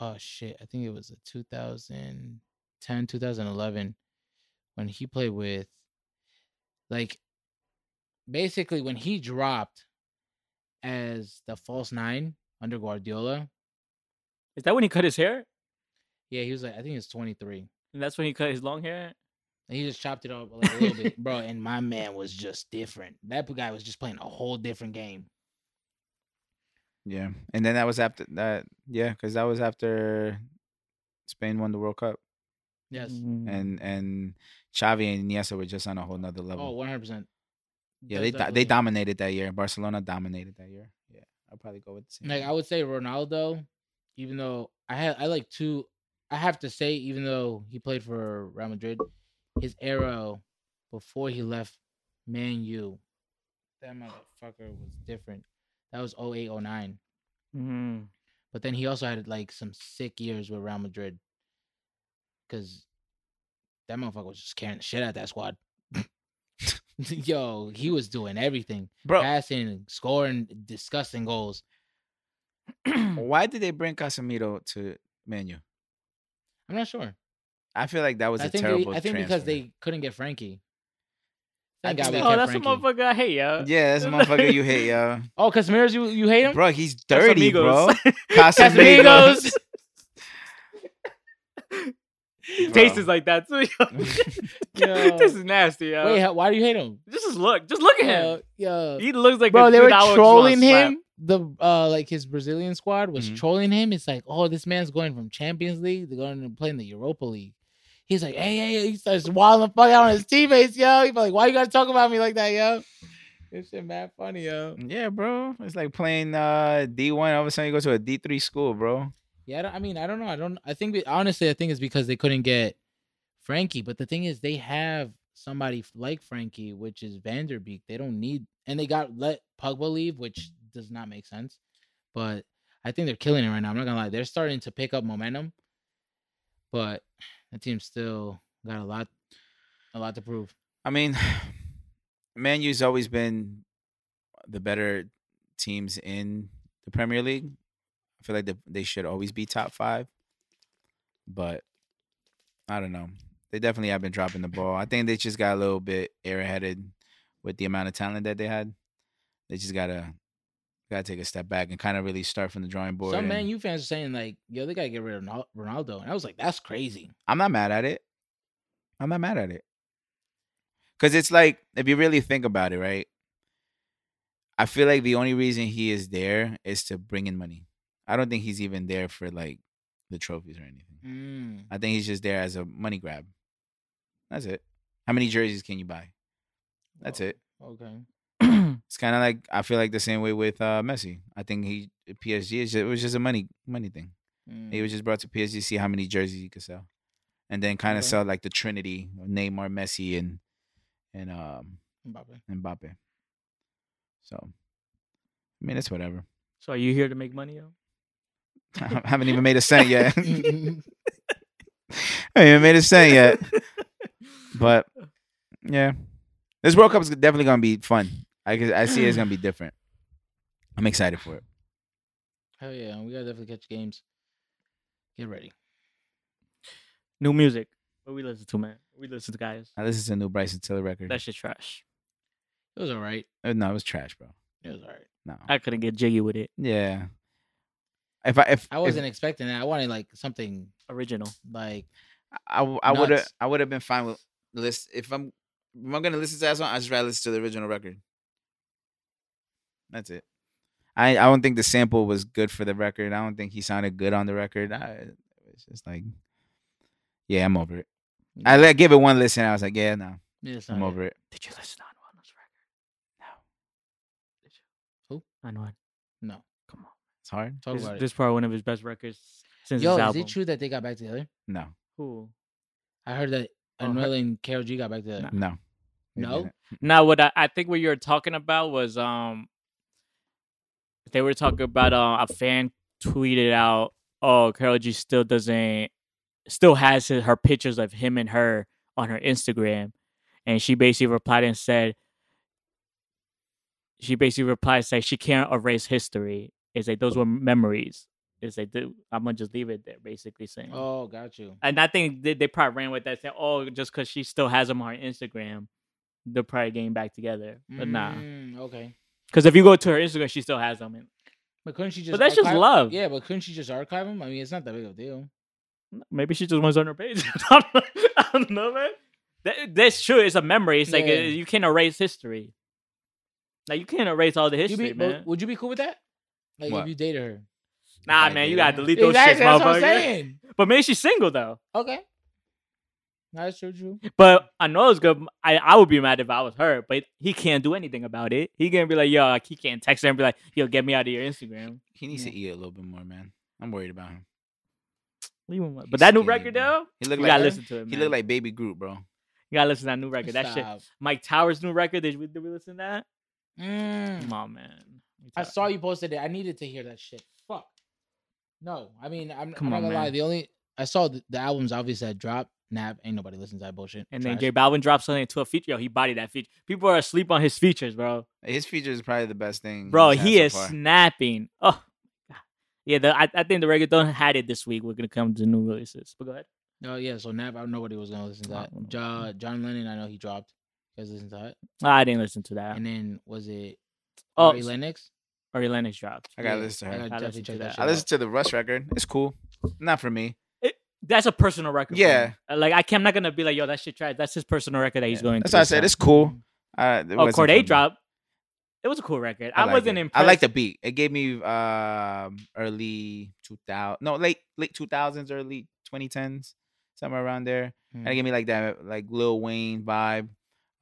B: Oh shit! I think it was a 2010, 2011, when he played with, like, basically when he dropped as the false nine under Guardiola.
C: Is that when he cut his hair?
B: Yeah, he was like, I think he was 23.
C: And that's when he cut his long hair.
B: And he just chopped it up like a little bit, bro. And my man was just different. That guy was just playing a whole different game.
A: Yeah. And then that was after that. Yeah, because that was after Spain won the World Cup,
B: Yes.
C: Mm.
A: and and Xavi and Iniesta were just on a whole nother level.
B: Mm-hmm. Oh, 100 percent.
A: Yeah, they do- they dominated that year. Barcelona dominated that year. Yeah, I'll probably go with the same.
B: Like I would say Ronaldo, even though I had I like two, I have to say even though he played for Real Madrid, his arrow before he left Man U, that motherfucker was different. That was 08, 09.
C: Mhm.
B: But then he also had like some sick years with Real Madrid, because that motherfucker was just carrying the shit out of that squad. Yo, he was doing everything.
A: bro.
B: passing, scoring, disgusting goals.
C: I
A: Why did they bring Casemiro to Manu?
B: I'm not sure.
A: I feel like that was a
B: I think
A: terrible.
B: they, I think because
A: transfer.
B: they couldn't get Frankie. Thank
A: I
B: God
A: think
B: we
A: they-
C: oh,
B: kept
C: that's
B: Frankie.
C: a motherfucker I hate, yo.
A: Yeah, that's a motherfucker you hate, yo.
B: Oh, Casemiro's you you hate him?
A: Bro, he's dirty, bro. Casemiro.
C: Casamigos.
B: Casemigos.
C: Taste is like that too.
B: Yo.
C: Yo. this is nasty, yo.
B: Wait, how, why do you hate him?
C: just just look, just look at him.
B: Yo, yo.
C: He looks like
B: bro,
C: a
B: they were
C: dude I would just wanna
B: trolling
C: slap.
B: him. The uh, like his Brazilian squad was
A: Mhm.
B: trolling him. It's like, oh, this man's going from Champions League to going to play in the Europa League. He's like, hey, hey, hey. he starts wilding the fuck out on his teammates, yo. He's like, why you gotta talk about me like that, yo? This shit mad funny, yo.
A: yeah, bro. It's like playing uh D one. All of a sudden, you go to a D three school, bro.
B: Yeah, I, don't, I mean, I don't know. I don't. I think we, honestly, I think it's because they couldn't get Frankie. But the thing is, they have somebody f- like Frankie, which is Vanderbeek. They don't need, and they got let Pugba leave, which does not make sense. But I think they're killing it right now. I'm not gonna lie, they're starting to pick up momentum. But the team still got a lot, a lot to prove.
A: I mean, Man U's always been the better teams in the Premier League. I feel like the, they should always be top five, but I don't know. They definitely have been dropping the ball. I think they just got a little bit airheaded with the amount of talent that they had. They just gotta gotta take a step back and kind of really start from the drawing board.
B: Some
A: and
B: Man U fans are saying like, "Yo, they gotta get rid of Ronal- Ronaldo," and I was like, "That's crazy."
A: I'm not mad at it. I'm not mad at it. Cause it's like, if you really think about it, right? I feel like the only reason he is there is to bring in money. I don't think he's even there for like the trophies or anything.
B: Mm.
A: I think he's just there as a money grab. That's it. How many jerseys can you buy? That's
B: Oh,
A: it.
B: Okay.
A: It's kind of like I feel like the same way with uh, Messi. I think he PSG is ju- it was just a money money thing. He
B: Mm.
A: was just brought to PSG to see how many jerseys he could sell, and then kind of
B: Okay.
A: sell like the Trinity: of Neymar, Messi, and and um
B: Mbappe.
A: Mbappe. So, I mean, it's whatever.
C: So are you here to make money, yo?
A: I haven't even made a cent yet. I
B: Mm.
A: haven't even made a cent yet. But yeah, this World Cup is definitely gonna be fun. I can- I see it's gonna be different. I'm excited for it.
B: Hell yeah, we gotta definitely catch games. Get ready.
C: New music. What we listen to, man? We listen to guys.
A: Now this is a new Bryson Tiller record.
C: That shit trash.
B: It was all right.
A: Uh, no, it was trash, bro.
B: It was all right.
A: No.
C: I couldn't get jiggy with it.
A: yeah. If I if
B: I wasn't expecting that. I wanted like something
C: Original.
B: like
A: I would have
B: Nuts.
A: I would have been fine with list if I'm if I'm gonna listen to that song, I just rather listen to the original record. That's it. I I don't think the sample was good for the record. I don't think he sounded good on the record. I, it's just like, yeah, I'm over it. I let give it one listen. I was like, yeah, no,
B: yeah, it's
A: I'm
B: not it.
A: over it.
C: Did you listen to Anwan's record? Did you?
B: Who?
C: Anwan.
B: No,
C: Come on.
A: It's hard.
B: talk
C: This,
B: about
C: this probably one of his best records
B: it.
C: since
B: Yo,
C: his
B: is
C: album.
B: it true that they got back together?
A: No,
C: Who?
B: I heard that
C: Oh, her-
B: Anuel and Carol G got back together.
A: no, They
B: No?
A: didn't.
C: Now, what I, I think what you were talking about was um, they were talking about uh, a fan tweeted out, "Oh, Carol G still doesn't, still has his, her pictures of him and her on her Instagram," and she basically replied and said, "She basically replied saying she can't erase history. It's like those were memories. It's like dude, I'm gonna just leave it there, basically saying."
B: Oh, got you.
C: And I think they, they probably ran with that saying, "Oh, just because she still has him on her Instagram." They're probably getting back together, but nah.
B: Mm, okay.
C: Because if you go to her Instagram, she still has them. in-
B: But couldn't she just?
C: that's just
B: archive-
C: love.
B: Yeah, but couldn't she just archive them? I mean, it's not that big of a deal.
C: Maybe she just wants on her page. I don't know- I don't know, man. That, that's true. It's a memory. It's like uh,
B: Yeah.
C: you can't erase history. Like you can't erase all the
B: You
C: history,
B: be, but
C: man.
B: would you be cool with that? Like
A: What?
B: if you dated her?
C: nah,
A: I
C: Ah, man,
A: did
C: you gotta
A: it.
C: delete those shits,
B: that's what I'm
C: motherfucker.
B: saying.
C: But maybe she's single though.
B: Okay. That's true. True.
C: But I know it's good. I, I would be mad if I was her, but he can't do anything about it. He gonna be like, yo, like, he can't text her and be like, yo, get me out of your Instagram.
A: He needs
B: Yeah.
A: to eat a little bit more, man. I'm worried about him.
C: Leave him. alone.
A: He's
C: But that new
A: skinny,
C: record
A: bro.
C: though,
A: He
C: you
A: looked
C: gotta
A: like
C: listen to it.
A: he
C: man.
A: looked like Baby Groot, bro.
C: you gotta listen to that new record. That shit. Mike Towers' new record. Did we, did we listen to that?
B: Mm.
C: Come on, man. Mike
B: I
C: Towers.
B: saw you posted it. I needed to hear that shit. Fuck. No, I mean, I'm,
C: Come
B: I'm not
C: on,
B: gonna lie.
C: man.
B: The only I saw the, the albums obviously that dropped. Nap ain't nobody listens to that bullshit.
C: And then
B: Trash.
C: J Balvin dropped something into a feature. Yo, he bodied that feature. People are asleep on his features, bro.
A: His feature is probably the best thing.
C: Bro,
A: Mm, he's had
C: he
A: so
C: is
A: far.
C: snapping. Oh, God. yeah. The, I, I think the reggaeton had it this week. We're gonna come to new releases. But go ahead.
B: Oh yeah, so Nap, I don't know what he was gonna listen to.
C: I
B: That.
C: don't
B: Ja, John Lennon, I know he dropped. You guys listen to that.
C: I didn't listen to that.
B: And then was it
C: Oh,
B: Ari Lennox?
C: Ari Lennox dropped.
A: I gotta
B: Yeah,
A: listen to
B: I
A: her.
B: gotta
C: I
B: definitely
C: listened to
B: check
C: that.
B: that. shit
A: I
B: out.
A: listened to the Rush record. It's cool. Not for me.
C: that's a personal record. for
A: Yeah.
C: him. Uh, Like I can, I'm not gonna be like, yo, that shit trash. That's his personal record that he's going.
A: That's
C: through,
A: why I said
C: so.
A: it's cool. Uh, it
C: Oh,
A: wasn't for
C: Corday
A: me.
C: drop. It was a cool record. I,
A: like
C: wasn't
A: it.
C: impressed.
A: I like the beat. It gave me um early 2000 no late late 2000s early 2010s somewhere around there.
B: Hmm.
A: And it gave me like that like Lil Wayne vibe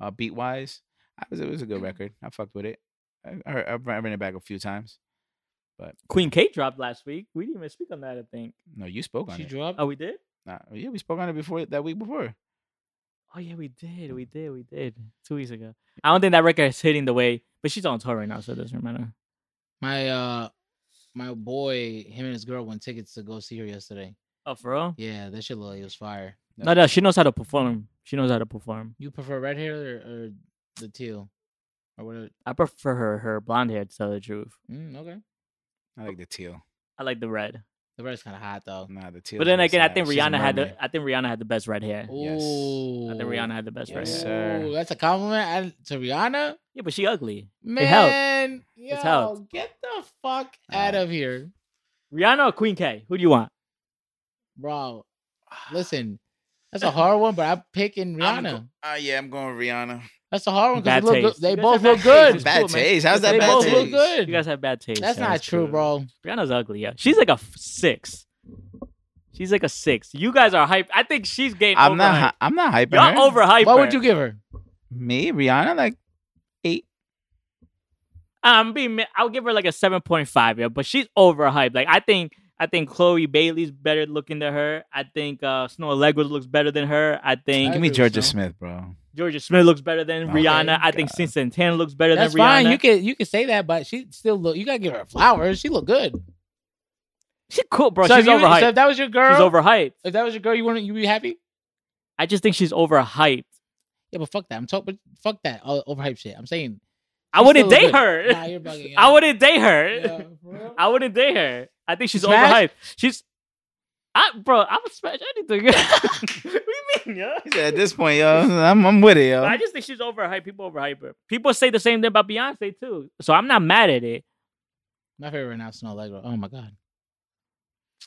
A: uh beat wise. I was it was a good record. I fucked with it. I I, heard- I ran it back a few times.
C: Queen Kate dropped last week. We didn't even speak on that. I think.
A: No, you spoke on
B: She
A: it.
B: dropped.
C: Oh, we did.
A: Nah, yeah, we spoke on it before that week before.
C: Oh yeah, we did. We did. We did. Two weeks ago. I don't think that record is hitting the way, but she's on tour right now, so it doesn't matter.
B: My uh, my boy, him and his girl won tickets to go see her yesterday.
C: Oh, for real?
B: Yeah, that shit looked like it was fire.
A: Yeah.
C: No, no, she knows how to perform. She knows how to perform.
B: You prefer red hair or, or the teal, or whatever?
C: I prefer her her blonde hair to tell the truth.
B: Mm, okay,
A: I like the teal.
C: I like the red.
B: the red's kind of hot though.
A: Nah, the teal.
C: But then
A: is
C: again, I
A: sad.
C: think
A: She's a
C: Rihanna had
A: mermaid.
C: the I think Rihanna had the best red hair.
A: Yes.
B: Ooh,
C: I think Rihanna had the best red
A: Yes,
C: hair.
A: sir.
B: Ooh, that's a compliment I, to Rihanna.
C: Yeah, but she ugly. helped.
B: Man, yo,
C: helped.
B: get the fuck out
A: Nah.
B: of here,
C: Rihanna or Queen K? Who do you want?
B: bro. Listen, that's a hard one, but I'm picking
A: I'm
B: Rihanna.
A: go- Ah, yeah, I'm going Rihanna.
B: that's a hard one
C: Bad
B: because
C: taste.
B: they
C: You guys
B: both
C: have bad
B: look good.
C: taste. It's
A: Bad
C: cool, man.
A: taste. How's
C: They
A: that
B: They
A: bad
B: both
A: taste?
B: look good.
C: You guys have bad taste.
B: That's
C: so
B: not
C: it's
B: true,
C: cool.
B: bro.
C: Rihanna's ugly, yeah. She's like a f- six. She's like a six. You guys are hype. I think she's getting
A: I'm not.
C: overhyped.
A: hy- I'm not hyping her.
C: Y'all overhyped.
B: What
C: her.
B: would you give her?
A: Me, Rihanna, like eight.
C: I'm being. mi- I'll give her like a seven point five, yeah. But she's overhyped. Like I think. I think Chloe Bailey's better looking than her. I think uh, Snow Allegra looks better than her. I think
B: I
A: Give me
B: agree with
A: Georgia
B: Sean.
A: Smith, bro.
C: Georgia Smith looks better than
A: Oh,
C: Rihanna.
A: thank
C: I think Sin Santana looks better
B: That's
C: than Rihanna.
B: fine. You can you can say that, but she still look. You gotta give her flowers. She look good,
C: She's cool, bro.
B: So
C: she's
B: if you-
C: overhyped.
B: So if that was your girl,
C: she's overhyped.
B: if that was your girl, you wouldn't you be happy?
C: I just think she's overhyped.
B: Yeah, but fuck that. I'm talking. Fuck that. All overhype shit. I'm saying.
C: I
B: she's
C: wouldn't
B: still
C: date
B: good.
C: her.
B: Nah, you're bugging.
C: I
B: out.
C: wouldn't date her.
B: Yeah, for real?
C: I wouldn't date her. I think she's
B: Smash?
C: overhyped. She's, I bro, I would smash anything. what do you mean, yo?
A: He said, At this point, yo, I'm, I'm with it, yo.
C: I just think she's overhyped. People overhype her. People say the same thing about Beyonce too. So I'm not mad at it.
B: My favorite right now, is Snow Allegra. Oh my god.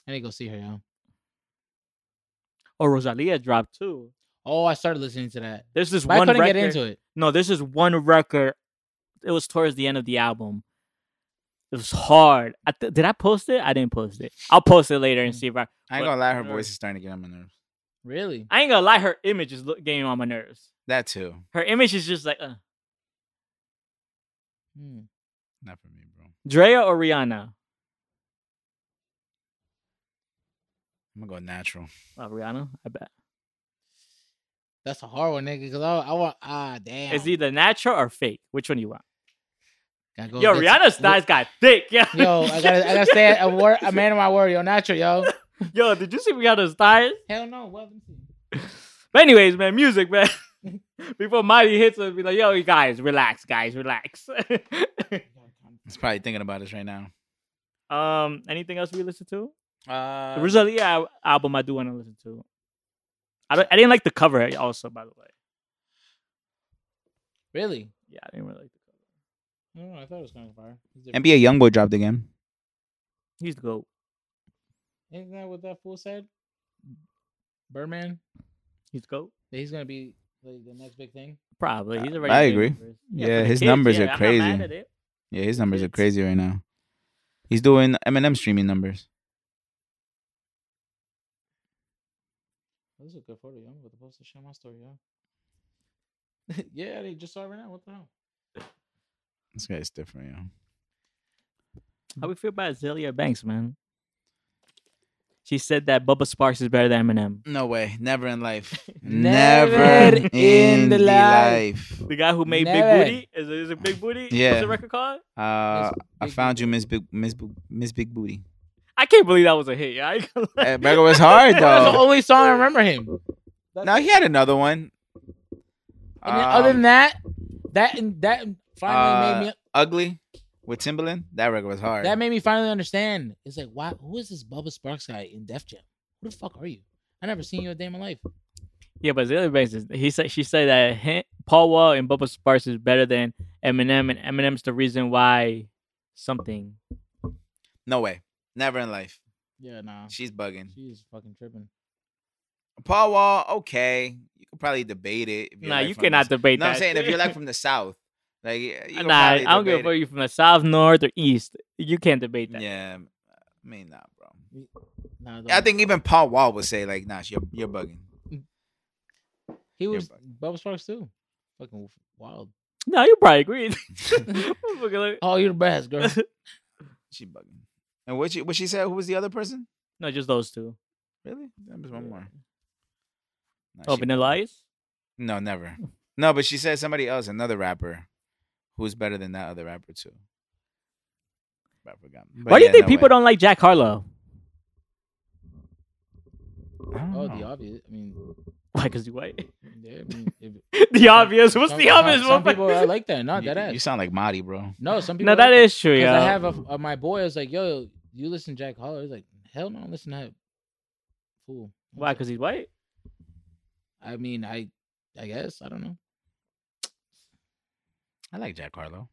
B: I need to go see her, yo.
C: Or Rosalia dropped too.
B: Oh, I started listening to that.
C: There's this
B: But I
C: one
B: couldn't
C: record.
B: get into it.
C: No, this is one record. It was towards the end of the album. It was hard. I th- did I post it? I didn't post it. I'll post it later and
A: Mm.
C: see if I.
A: I ain't
C: But-
A: gonna lie, her voice is starting to get on my nerves.
B: Really?
C: I ain't gonna lie. Her image is lo- getting on my nerves.
A: That too,
C: Her image is just like uh,
B: Hmm.
A: not for me, bro.
C: Drea or Rihanna.
A: I'm gonna go natural.
C: Oh, Rihanna. I bet.
B: That's a hard one, nigga. Cause I, I want ah damn.
C: It's either natural or fake. Which one do you want?
B: Gotta go
C: Yo,
B: get
C: Rihanna's
B: some-
C: thighs got thick. Yeah.
B: Yo, I gotta, I gotta say a word, a man of my word, yo, natural, yo.
C: Yo, did you see Rihanna's thighs?
B: Hell no, well, let me see.
C: But anyways, man, music, man. Before Marty hits us, be like, yo, you guys, relax, guys, relax.
A: He's probably thinking about us right now.
C: um, anything else we listen to? The
A: Uh,
C: Rosalia al- album I do want to listen to. I don't, I didn't like the cover also, by the way.
B: Really?
C: Yeah, I didn't really like the cover.
B: I don't know. I thought it was kind of fire. It's different.
A: NBA YoungBoy dropped again.
C: He's the goat.
B: Isn't that what that fool said? Birdman,
C: He's the goat.
B: that he's gonna be like the next big thing.
C: Probably. He's already.
A: I
C: big
A: agree.
C: numbers.
A: Yeah,
C: for the
A: his numbers are
C: I'm not mad
A: crazy.
C: at it.
A: Yeah, his numbers are
C: It's-
A: crazy right now. He's doing Eminem streaming numbers.
B: Oh, this is a good photo, yo. I'm about to post this shit on my story, yo. yeah, they just saw it right now. What the hell?
A: This guy's different, yo.
C: How we feel about Azalea Banks, man? She said that Bubba Sparks is better than Eminem.
A: No way, never in life,
B: Never in the life.
C: The guy who made Big
B: Never.
C: Booty is it, is it Big Booty?
A: Yeah.
C: What's the record called?
A: Uh, I
B: Big
A: found you,
B: Booty.
A: Miss Big Miss Bo- Miss Big Booty.
C: I can't believe that was a hit. Yeah, I ain't gonna lie.
A: That record was hard
B: That's the
A: though.
B: only song I remember him.
A: Now he had another one.
B: And then other
A: Um,
B: than that, that and that finally
A: uh,
B: made me
A: Ugly with Timbaland. That record was hard.
B: that made me finally understand. It's like, why? Who is this Bubba Sparks guy in Def Jam? Who the fuck are you? I never seen you a day in my life.
C: yeah, but Azalea Banks is he said she said that him, Paul Wall and Bubba Sparks is better than Eminem, and Eminem's the reason why something.
A: no way. Never in life.
B: Yeah, nah. Oh.
A: She's bugging.
B: She's fucking tripping.
A: Paul Wall, okay, you could probably debate it. if you're,
C: nah,
A: like,
C: you
A: from the
C: cannot
A: s-
C: debate
A: No,
C: that.
A: I'm saying if you're like from the south, like you could
C: nah,
A: probably
C: I don't give a
A: debate
C: fuck.
A: it.
C: You from the south, north, or east? You can't debate that.
A: Yeah, I mean, nah, bro.
B: Nah,
A: I
B: dog.
A: think even Paul Wall would say like, nah, you're you're bugging.
B: he
A: you're
B: was
A: bugging.
B: Bubba Sparks too. Fucking wild.
C: No, you probably agree. Motherfucker, like-
B: Oh, you're the best, girl.
A: She bugging. And what she what she said? Who was the other person?
C: no, just those two.
A: Really? There was one more. Nah,
C: Oh,
A: she-
C: Vanilla Ice.
A: No, never. No, but she said somebody else, another rapper, who's better than that other rapper too. But I forgot. But
C: Why do you
A: yeah,
C: think
A: no
C: people
A: way.
C: don't like Jack Harlow?
A: I don't
B: Oh,
A: know.
B: the obvious. I mean,
C: Why? Because he's white.
B: yeah, I mean if,
C: the obvious. What's
B: some,
C: the obvious?
B: Some, some
C: motherfucker?
B: people are like that. Not
A: you,
B: that ass.
A: you sound like Marty, bro.
B: no, some people.
C: no, that
B: like
C: is true.
B: 'Cause
C: Yeah.
B: I have a, uh, my boy. I was like, "Yo, you listen to Jack Holler?" He's like, "Hell no, I don't listen to that."
C: Why?
B: Fool. I was like,
C: Because he's white.
B: I mean, I, I guess I don't know.
A: I like Jack Harlow.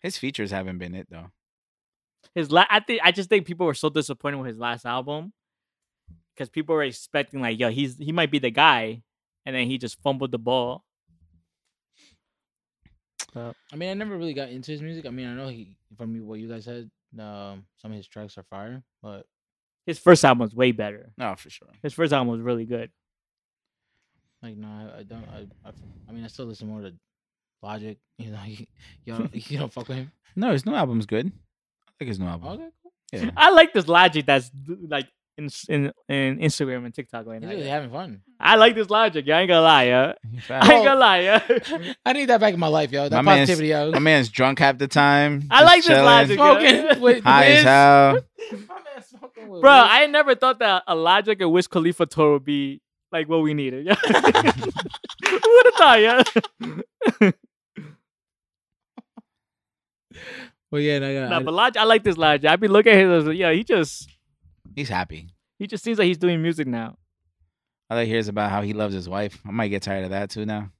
A: His features haven't been it though.
C: His la- I think I just think people were so disappointed with his last album because people were expecting like, yo, he's he might be the guy, and then he just fumbled the ball.
B: I mean, I never really got into his music. I mean, I know he from you- what you guys said. Um, some of his tracks are fire, but
C: His first album was way better.
A: No, for sure.
C: His first album was really good.
B: like, no, I, I don't. I, I, I mean, I still listen more to Logic. You know, you, you don't, you don't fuck with him.
A: No, his new album's good. I like his new album.
B: Okay, cool.
A: Yeah.
C: I like this logic that's like in in, in Instagram and TikTok right
B: He's
C: now.
B: really
C: yeah.
B: having fun.
C: I like this logic. Yeah, I ain't gonna lie. Yeah,
A: He
C: I
A: fast.
C: ain't gonna lie. Yeah.
B: I need that back in my life, yo. That
A: My man's-
B: positivity, yo.
A: My man's drunk half the time.
C: I
A: just
C: like this
A: chilling,
C: logic.
B: Smoking with
A: High as
B: Wiz.
A: hell.
B: My man's smoking with
C: Bro,
B: Wiz.
C: I never thought that a Logic and Wiz Khalifa tour would be like what we needed. Yeah. Who would have thought, yeah?
B: Well, yeah, no, yeah,
C: Nah,
B: I-
C: but Logic, I like this Logic. I be looking at him as like, yeah, he just
A: He's happy.
C: he just seems like he's doing music now.
A: All I hear is about how he loves his wife. I might get tired of that too now.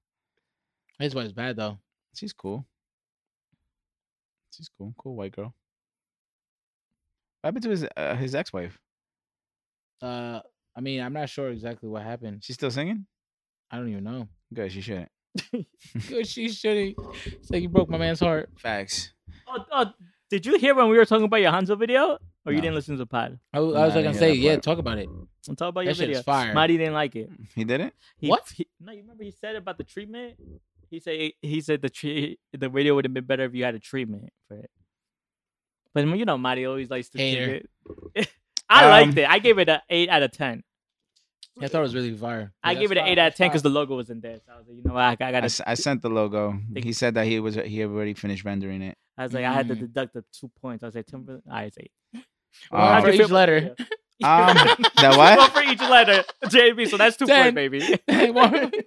B: his wife's bad though.
A: She's cool. She's cool. Cool white girl. What happened to his uh, his ex wife?
B: Uh, I mean, I'm not sure exactly what happened.
A: She's still singing?
B: I don't even know.
A: Good, she shouldn't.
B: Good, she shouldn't. It's like you broke my man's heart.
A: Facts.
C: Oh, oh, did you hear when we were talking about your Hanzo video? Or you
A: No.
C: didn't listen to the pod?
B: I, was- I
A: Nah, I
B: was
A: didn't
B: like, gonna
A: hear
B: say,
A: that
B: yeah,
A: part.
B: talk about it.
C: I'm talking about
B: That
C: your
B: shit
C: video.
B: is fire.
C: Marty didn't like it.
A: He didn't?
C: He,
B: What?
C: he- no, you remember he said about the treatment? He said he said the tre- the video would have been better if you had a treatment for it. But you know, Marty always likes to
B: Hater.
C: take it. I liked
A: Um,
C: it. I gave it an eight out of ten.
B: I thought it was really fire.
C: I gave it an eight out of ten because the logo was in there. So I was like, you know what? I, I
A: I,
C: got.
A: s- I sent the logo.
C: They-
A: He said that he was he had already finished rendering it.
C: I was like, I had to
B: Mm.
C: deduct the two points. I was like, Timberland. I say.
B: Well, One
A: Um,
B: Uh, for each letter.
A: Um, that what?
C: One for each letter, JB. So that's two
B: Ten.
C: points, baby.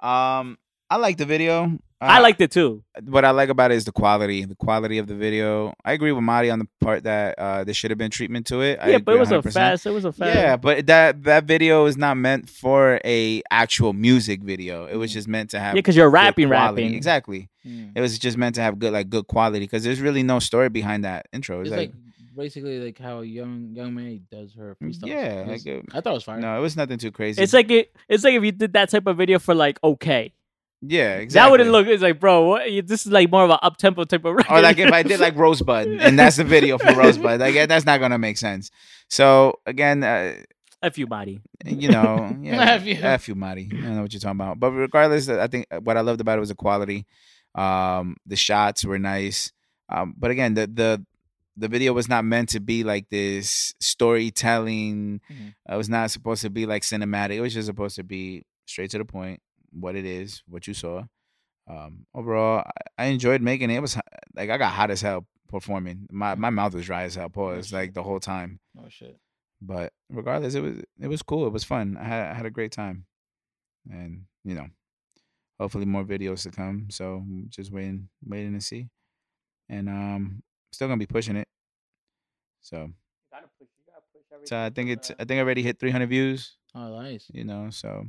A: Um, I like the video. Uh,
C: I liked it too.
A: what I like about it is the quality, the quality of the video. I agree with Marty on the part that uh, there should have been treatment to it. I
C: yeah,
A: agree
C: but it was a
A: 100%.
C: fast. It was a fast.
A: Yeah, but that that video is not meant for a actual music video. It was
B: Mhm.
A: just meant to
C: Mm. yeah,
A: have
C: because you're
A: good
C: rapping,
A: quality.
C: rapping.
A: Exactly. It was just meant to have good like good quality because there's really no story behind that intro. It's
B: It's
A: like,
B: like basically like how young young May does her freestyles.
A: yeah,
B: It's-
A: like uh,
B: I thought it was fire.
A: no, it was nothing too crazy.
C: It's like it, it's like if you did that type of video for like okay,
A: yeah, exactly.
C: that wouldn't look. It's like bro, what, you- this is like more of an up tempo type of record.
A: or like if I did like Rosebud and that's the video for Rosebud, like that's not gonna make sense. So again, uh,
C: F you, body.
A: you know, yeah,
B: F
A: F
B: you.
A: you, Marty. I don't know what you're talking about, but regardless, I think what I loved about it was the quality. Um, the shots were nice, um, but again, the the the video was not meant to be like this storytelling. Uh,
B: Mhm.
A: It was not supposed to be like cinematic. It was just supposed to be straight to the point, what it is, what you saw. Um, overall, I, I enjoyed making it. It was h- like I got hot as hell performing. My my mouth was dry as hell. Pause like the whole time
B: Oh shit.
A: but regardless it was it was cool it was fun i had, I had a great time and you know hopefully more videos to come so I'm just waiting waiting to see and um still gonna be pushing it so, so i think it's uh, i think i already hit 300 views
B: Oh nice.
A: you know so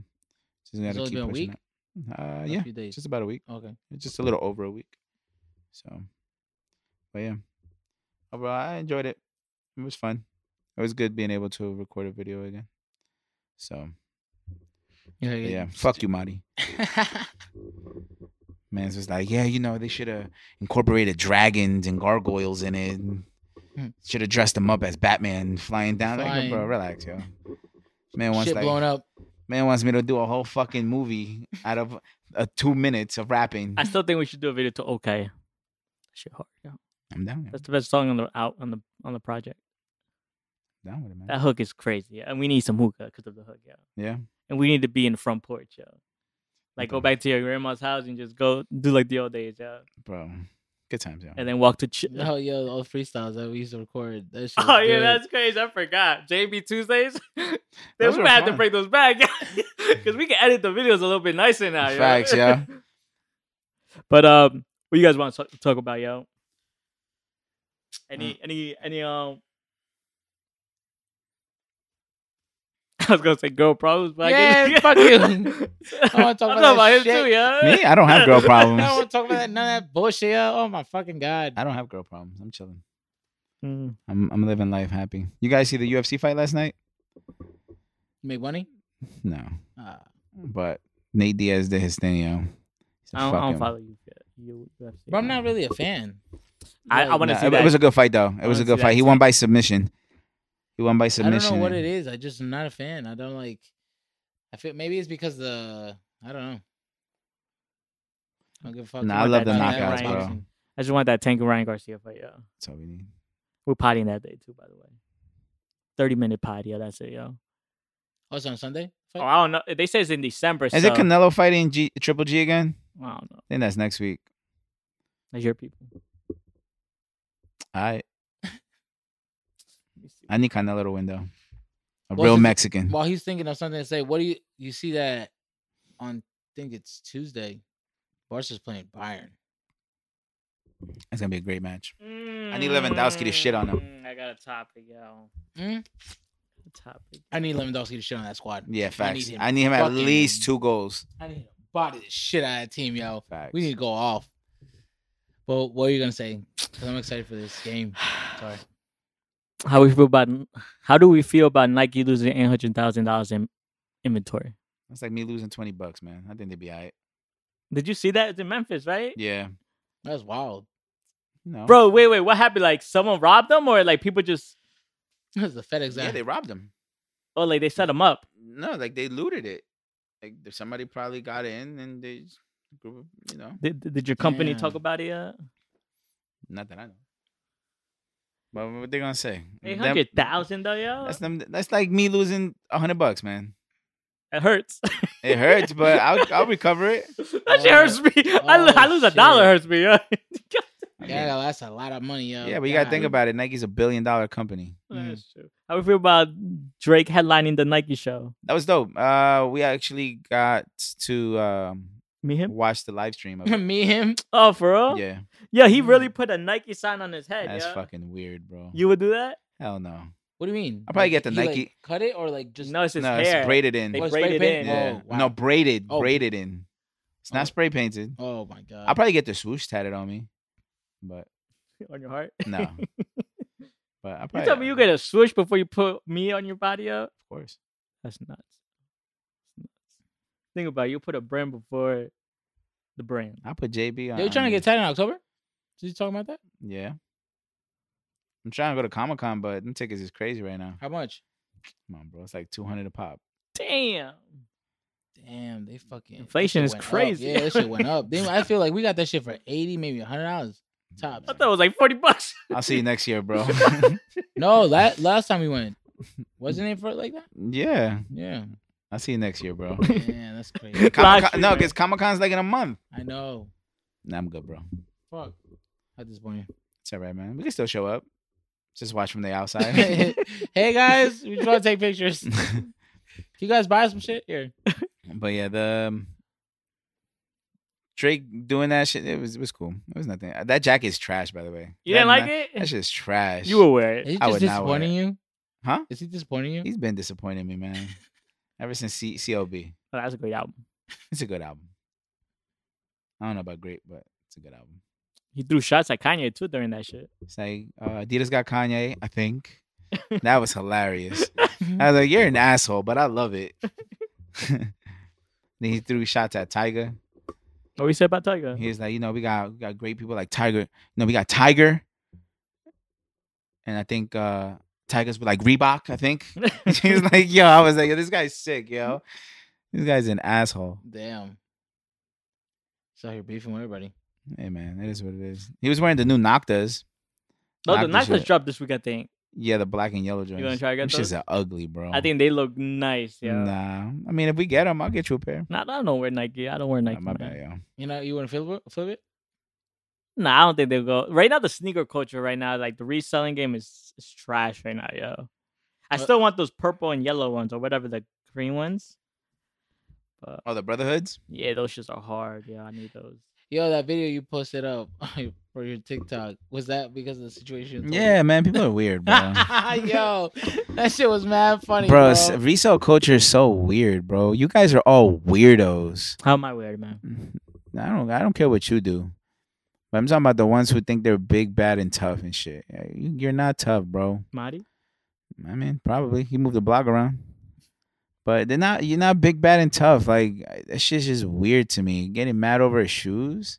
A: just
B: It's
A: gotta
B: only
A: keep
B: been a
A: pushing
B: week?
A: it. uh
B: A
A: yeah
B: few days.
A: just about a week
B: Okay.
A: just a little over a week so but yeah overall i enjoyed it it was fun it was good being able to record a video again so
B: Yeah,
A: Yeah, fuck you, Marty. Man's just like, yeah, you know, they should have incorporated dragons and gargoyles in it.
B: Hmm.
A: Should have dressed them up as Batman flying down. Like, yo, bro,
B: Flying.
A: relax, yo. Man wants
B: Shit
A: like,
B: blowing up.
A: man wants me to do a whole fucking movie out of uh, two minutes of rapping.
C: I still think we should do a video to okay. That Shit hard. yo.
A: I'm down. with it.
C: That's the best song on the out on the on the project.
A: Down with it, man.
C: That hook is crazy. yeah, And we need some hookah because of the hook, yeah.
A: yeah.
C: And we need to be in the front porch, yo. Like go
A: Okay.
C: back to your grandma's house and just go do like the old days, yeah.
A: bro. Good times, yo.
C: And then walk to ch-
B: Oh yeah, all the freestyles that we used to record. That shit
C: Oh
B: was
C: yeah,
B: good.
C: that's crazy. I forgot. JB Tuesdays. then
A: Those
C: we
A: were
C: might have to
A: fun.
C: break those back because we can edit the videos a little bit nicer now. yo.
A: Facts, yeah.
C: but um, what you guys want to talk about, yo?
B: Mm.
C: Any, any, any um. I was gonna say girl problems, but I
B: Yeah,
C: guess-
B: fuck you. I don't wanna
C: I'm
B: talk about
C: talking
B: that
C: about him
B: shit.
C: too, yeah.
A: Me, I don't have girl
B: I
A: problems.
B: don't want to talk about that, none of that bullshit. yo. Oh my fucking god.
A: I don't have girl problems. I'm chilling.
C: Mm.
A: I'm I'm living life happy. You guys see the UFC fight last night?
B: You make money?
A: No,
B: Uh,
A: but Nate Diaz did his thing, yo. So
C: I don't,
A: fuck
C: I don't
A: him.
C: follow you. you UFC.
B: but I'm not really a fan.
C: I- I
B: Like,
C: wanna
A: Nah,
C: see
A: it, it
C: that.
A: was a good fight though. It was
C: wanna
A: a
C: see
A: good
C: that
A: fight. He won by submission. He won by
B: I don't
A: submission.
B: know what it
A: and-
B: is. I just am not a fan. I don't like. I feel maybe it's because the I don't know. I don't give a fuck.
A: Nah, I
B: about
A: love the
B: that
C: knockouts,
B: boxing.
A: bro.
C: I just want that Tank and Ryan Garcia fight, yeah.
A: That's all we need.
C: We're potting that day too, by the way. Thirty minute pot, yeah, that's it, yo.
B: Oh, it's on Sunday.
C: Oh,
B: Fuck.
C: I don't know. They say it's in December.
A: Is
C: so,
A: it Canelo fighting G- Triple G again?
C: I don't know.
A: I think that's next week.
C: That's your people.
A: All right.
C: Let me see.
A: I need Canelo to win though. A
B: Well,
A: real
B: since-
A: Mexican.
B: While he's thinking of something to say, what do you you see that on? I think it's Tuesday. Barca's playing Bayern.
A: It's gonna be a great match. need Lewandowski to shit on him.
C: Mm-hmm.
A: Hmm?
C: Mm, I got a topic, yo.
B: Mm?
C: A topic.
B: I need Lewandowski to shit on that squad.
A: Yeah, facts. I
B: him
A: need him, at
B: fucking-
A: least two goals.
B: I need to body the shit out of that team, yo.
A: Facts.
B: We need to go off. But what are you gonna say? 'Cause I'm excited for this game. Sorry.
C: How we feel about how do we feel about Nike losing eight hundred thousand dollars in inventory?
A: That's like me losing twenty bucks, man. I think they'd be all right.
C: Did you see that? It's in Memphis, right?
A: Yeah.
B: That's wild.
A: No.
C: Bro, wait, wait, what happened? Like someone robbed them or like people just
B: That's the FedEx.
A: Yeah,
B: Act.
A: they robbed him.
C: oh like they set them up.
A: No, like they looted it. Like th- somebody probably got in and they just group of- you know,
C: Did, did- did your company talk
B: Damn.
C: about it yet?
A: not that I know. But what they gonna say?
C: Eight
A: Them-
C: hundred thousand though, yo.
A: That's them that's like me losing a hundred bucks, man.
C: It hurts.
A: It hurts, but I'll I'll recover it.
C: That shit hurts me. I, lo- I
B: oh,
C: lose a dollar
B: shit.
C: hurts me. Yeah.
A: I mean,
B: Yeah, that's a lot of money, yo.
A: yeah, but you gotta think
B: God.
A: about it. Nike's a billion dollar company.
C: That's true. How we feel about Drake headlining the Nike show?
A: That was dope. Uh we actually got to um
C: Me him?
A: watch the live stream of it.
B: me him.
C: Oh, for real?
A: Yeah.
C: Yeah, he
B: Mm.
C: really put a Nike sign on his head.
A: That's
C: yeah.
A: fucking weird, bro.
C: You would do that?
A: Hell no.
B: What do you mean?
A: I'll probably
B: Like,
A: get the
B: he, like,
A: Nike-
B: cut it or like just
C: no, it's his
A: no,
C: hair.
A: it's braided in.
C: They
B: Oh, it's
C: braided
B: spray
C: in.
B: paint?
A: Yeah.
B: Oh, wow.
A: No, braided,
B: Oh.
A: braided in. It's
B: Oh.
A: not spray painted.
B: Oh my god.
A: I'll probably get the swoosh tatted on me, but
C: on your heart.
A: no. but I
C: You
A: probably.
C: tell me you get a swoosh before you put me on your body up?
A: of course.
C: That's nuts. Nuts. Think about it. You put a brand before the brand.
A: I put JB on.
B: Yo, you trying to get tatted in October? Did you talk about that?
A: Yeah. I'm trying to go to Comic Con, but them tickets is crazy right now.
B: How much?
A: Come on, bro. It's like 200 a pop.
C: Damn.
B: Damn, they fucking that
C: Inflation
B: shit
C: is
B: went up.
C: crazy.
B: Yeah, that shit went up. Then I feel like we got that shit for eighty, maybe hundred dollars tops.
C: I thought it was like 40 bucks.
A: I'll see you next year, bro.
B: No, la- last time we went, wasn't it for like that?
A: yeah.
B: Yeah.
A: I'll see you next year, bro.
B: Man, that's crazy.
A: Comic Con,
C: you,
A: no,
C: man.
A: because Comic Con's like in a month.
B: I know.
A: Nah, I'm good, bro.
B: Fuck. At this point.
A: It's all right, man. We can still show up. Just watch from the outside.
B: hey guys, we just want to take pictures. Can you guys buy some shit here?
A: But yeah, the um, Drake doing that shit, it was it was cool. It was nothing. Uh, That jacket's trash, by the way.
C: You
A: That
C: didn't like
A: na- That
C: it?
A: shit's trash.
C: You will wear
B: Is
C: it.
B: he
A: I
B: just
A: would not wear
B: disappointing you?
A: huh?
B: Is he disappointing you?
A: He's been disappointing me, man. Ever since C- CLB,
C: Oh, that's a great album.
A: it's a good album. I don't know about great, but it's a good album.
C: He threw shots at Kanye too during that shit.
A: It's like uh, Adidas got Kanye, I think. That was hilarious. I was like, "You're an asshole," but I love it. Then he threw shots at Tiger.
C: What we said about Tiger?
A: He was like, you know, we got we got great people like Tiger. You know, we got Tiger. And I think uh Tigers with like Reebok, I think. he was like, yo, I was like, yo, this guy's sick, yo. This guy's an asshole.
B: Damn. He's out here beefing with everybody.
A: Hey man, it is what it is. He was wearing the new Noctas.
C: No, Oh, the
A: Nocta
C: Noctas
A: shit.
C: dropped this week, I think.
A: Yeah, the black and yellow joints.
C: gonna try to get
A: Them shits
C: those?
A: are ugly, bro.
C: I think they look nice, yeah. Nah.
A: Oh. Nah, I mean, if we get them, I'll get you a pair.
C: Nah, I don't wear Nike. I don't wear
A: Nah,
C: Nike.
A: my
C: man.
A: bad, yo.
B: You know, you want to flip it? Flip it?
C: Nah, I don't think they'll go. Right now, the sneaker culture right now, like the reselling game is, is trash right now, yo. I
B: But-
C: still want those purple and yellow ones or whatever the green ones.
A: Oh, the Brotherhoods.
C: Yeah, those shits are hard. Yeah, I need those.
B: Yo, that video you posted up for your TikTok was that because of the situation?
A: Yeah, man, people are weird, bro.
B: Yo, that shit was mad funny,
A: bro,
B: bro.
A: s- resale culture is so weird, bro. You guys are all weirdos.
C: How am I weird, man?
A: I don't, I don't care what you do. But I'm talking about the ones who think they're big, bad, and tough and shit. Yeah, you- You're not tough, bro.
C: Marty?
A: I mean, probably you moved the block around, but they're not. You're not big, bad, and tough. Like I- that shit's just weird to me. Getting mad over shoes?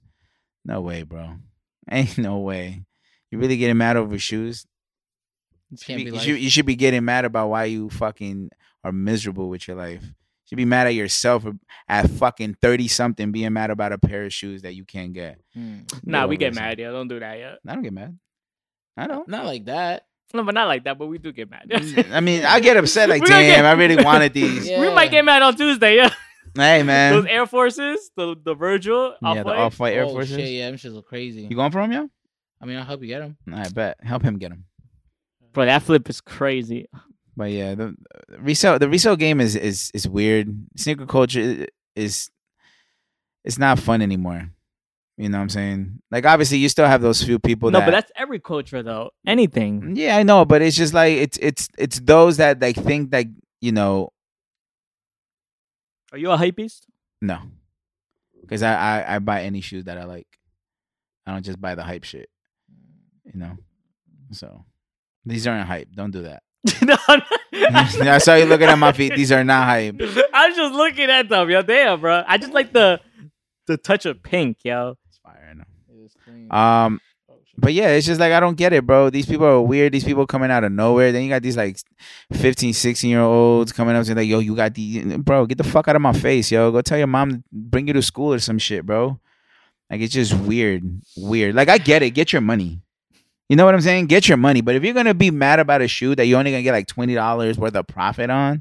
A: No way, bro. Ain't no way. You really getting mad over shoes?
B: This
A: You
B: can't
A: be-
B: be
A: you,
B: like
A: should, you should be getting mad about why you fucking are miserable with your life. You should be mad at yourself at fucking thirty something being mad about a pair of shoes that you can't get.
B: hmm.
C: Nah, we
A: over
C: get
A: it.
C: mad, yeah. Don't do that, yeah.
A: I don't get mad. I don't.
B: not like that.
C: No, but not like that, but we do get mad.
A: I mean, I get upset. Like,
C: We don't
A: damn,
C: get-
A: I really wanted these.
B: Yeah.
C: We might get mad on Tuesday, yeah.
A: Hey, man.
C: Those Air Forces, the the Virgil,
A: yeah, the
C: Off-White.
A: off-white Air
B: oh,
A: Forces.
B: Shit, yeah, them shits look crazy.
A: You going for them, yo?
B: I mean, I hope you get them.
A: I bet. Help him get him.
C: Bro, that flip is crazy.
A: But yeah, the the resale the resale game is is is weird. Sneaker culture i- is it's not fun anymore. You know what I'm saying? Like obviously you still have those few people
C: no,
A: that Mm-hmm.
C: but that's every culture though. Anything.
A: Mm. Yeah, I know, but it's just like it's it's it's those that like think like, you know,
C: Are you a hypebeast?
A: no. Cuz I, I I buy any shoes that I like. I don't just buy the hype shit. You know. So these aren't hype. Don't do that.
C: no, I'm not-
A: Mm-hmm. I saw you looking at my feet. These are not hype.
C: I was just looking at them, yo. Damn, bro. I just like the the touch of pink, yo.
A: It's fire. I know.
B: It is clean.
C: Uh,
A: Um,
B: Oh, shit.
A: But yeah, it's just like I don't get it, bro. These people are weird. These people coming out of nowhere. Then you got these like 15, 16 year olds coming up saying like, "Yo, you got the bro, get the fuck out of my face, yo. Go tell your mom to bring you to school or some shit, bro." Like it's just weird, weird. Like I get it, get your money. You know what I'm saying? Get your money. But if you're gonna be mad about a shoe that you're only gonna get like twenty dollars worth of profit on,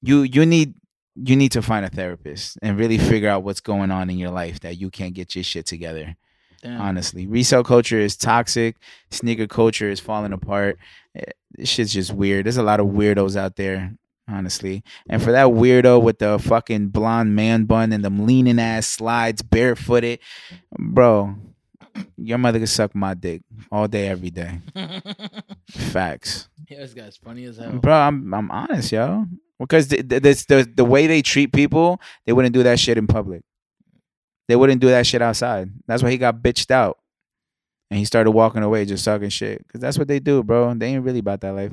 A: you you need you need to find a therapist and really figure out what's going on in your life that you can't get your shit together
B: Damn.
A: honestly. Resale culture is toxic. Sneaker culture is falling apart. Eh, This shit's just weird. There's a lot of weirdos out there, honestly. And for that weirdo with the fucking blonde man bun and them leaning ass slides, barefooted, bro, your mother could suck my dick all day, every day.
B: yeah,
A: Facts,
B: this guy's funny as hell.
A: bro. I'm I'm honest, yo. Because the, the, this- the the way they treat people, they wouldn't do that shit in public. They wouldn't do that shit outside. That's why he got bitched out. And he started walking away just talking shit. Cause that's what they do, bro. They ain't really about that life.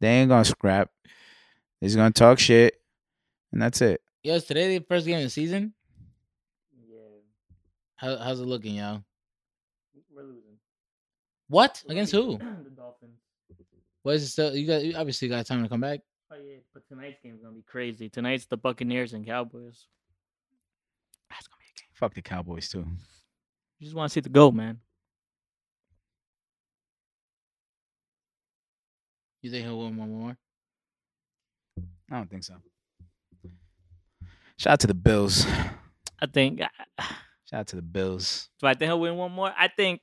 A: They ain't gonna scrap. They just gonna talk shit. And that's it.
B: Yo, is today the first game of the season? How, how's it looking, yo? What against who?
C: The Dolphins.
B: What is it still? You got you obviously got time to come back.
C: Oh yeah, but tonight's game's gonna be crazy. Tonight's the Buccaneers and Cowboys. That's gonna be a game.
A: Fuck the Cowboys too.
C: You just want to see the goat, man.
B: You think he'll win one more?
A: I don't think so. Shout out to the Bills.
C: I think. I-
A: Shout out to the Bills.
C: Do I think he'll win one more? I think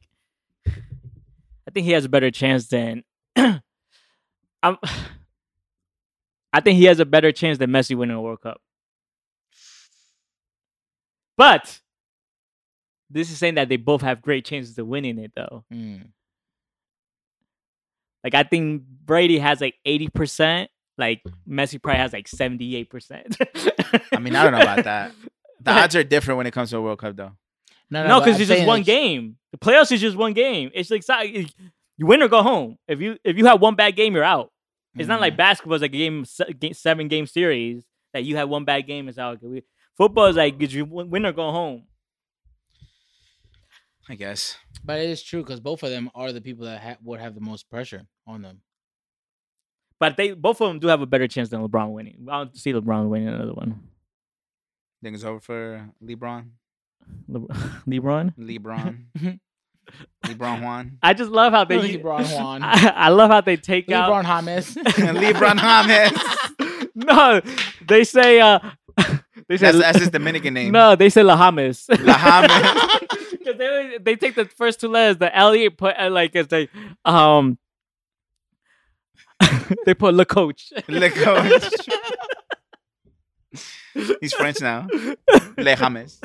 C: I think he has a better chance than I'm I think he has a better chance than Messi winning a World Cup. But this is saying that they both have great chances of winning it though.
B: Mm.
C: Like I think Brady has like 80%, like Messi probably has like 78%.
A: I mean, I don't know about that. The odds are different when it comes to a World Cup though.
C: No,
B: but
C: because
B: I'm
C: it's just
B: saying
C: one
B: it's-
C: game. The playoffs is just one game. It's like so- it- you win or go home. If
B: Hmm. Mm-hmm.
C: you if you have one bad game, you're out. It's not like basketball is like a game, se- ga- seven game series. that you had one bad game is how it could be. Football is like did you win win or go home.
A: I guess.
B: But it is true because both of them are the people that ha- would have the most pressure on them.
C: But they both of them do have a better chance than LeBron winning. I don't see LeBron winning another one.
A: Think it's over for LeBron.
C: Le- LeBron.
A: LeBron. LeBron Juan.
C: I just love how they.
B: LeBron Juan.
C: I, I love how they take
B: LeBron
C: out
B: James.
A: LeBron James.
C: no, they say. uh They say
A: That's, that's his Dominican name.
C: no. They say La James.
A: La James.
C: Because they always- they take the first two letters, the Elliot put uh, like it's like um they put Le Coach.
A: Le Coach. He's French now. Le James.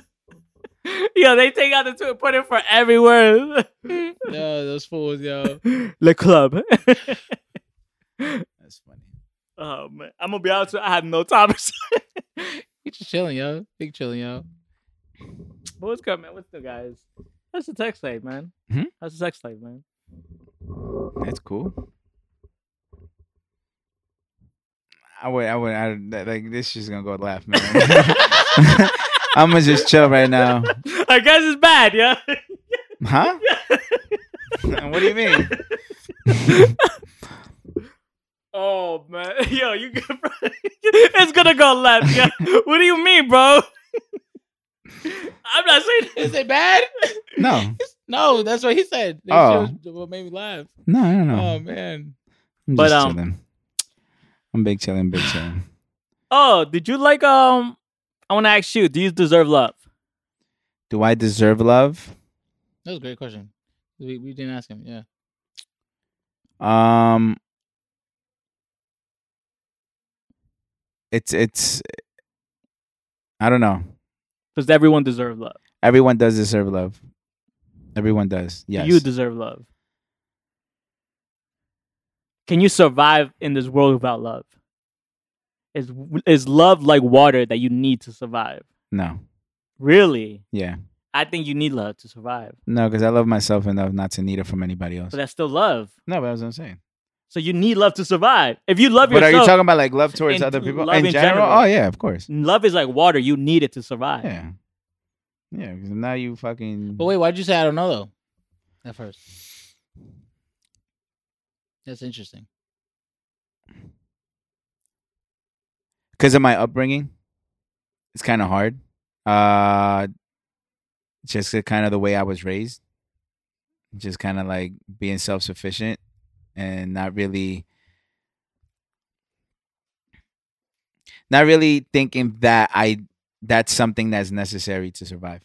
C: yeah, they take out the two and put it for every word.
B: yo, those fools, yo.
C: Le Club.
A: That's funny.
C: oh man. I'm gonna be honest, with you, I have no topics.
B: You just chilling, yo. Big chilling, yo.
C: but what's good, man? What's good, guys? That's the sex life, man.
A: Hmm?
C: That's the sex life, man.
A: That's cool. I would, I would, I that- like this. She's gonna go laugh, man. I'm gonna just chill right now,
C: I guess it's bad, yeah.
A: huh? what do you mean?
C: Oh man, yo, you good, bro? it's gonna go left. Yeah, what do you mean, bro? I'm not saying
B: Is it bad?
A: No,
B: No, that's what he said. That
A: Oh.
B: shit was what made me laugh.
A: no, I don't know.
B: Oh man.
A: I'm
C: Um, But,
A: just
C: um,
A: chilling. I'm big chilling, big chilling.
C: Oh, did you like um? I want to ask you. Do you deserve love?
A: Do I deserve love?
B: That was a great question. We, we didn't ask him.
A: Mm.
B: Yeah.
A: Um, it's it's. I don't know.
C: Does everyone deserve love?
A: Everyone does deserve love. Everyone does.
C: Do
A: Yes.
C: You deserve love. Can you survive in this world without love? Is is love like water that you need to survive?
A: no.
C: Really?
A: Yeah.
C: I think you need love to survive.
A: No, because I love myself enough not to need it from anybody else.
C: But that's still love.
A: No, but that's what I'm saying.
C: So you need love to survive. If you love
A: But are
C: yourself,
A: you talking about like love towards
C: in
A: other people
C: love
A: in,
C: in
A: general?
C: general.
A: Oh yeah, of course.
C: love is like water. You need it to survive.
A: Yeah. Yeah, because now you fucking.
B: But wait, why did you say I don't know though? At first. That's interesting.
A: because of my upbringing, it's kind of hard. Uh, just kind of the way I was raised, just kind of like being self sufficient and not really, not really thinking that I that's something that's necessary to survive.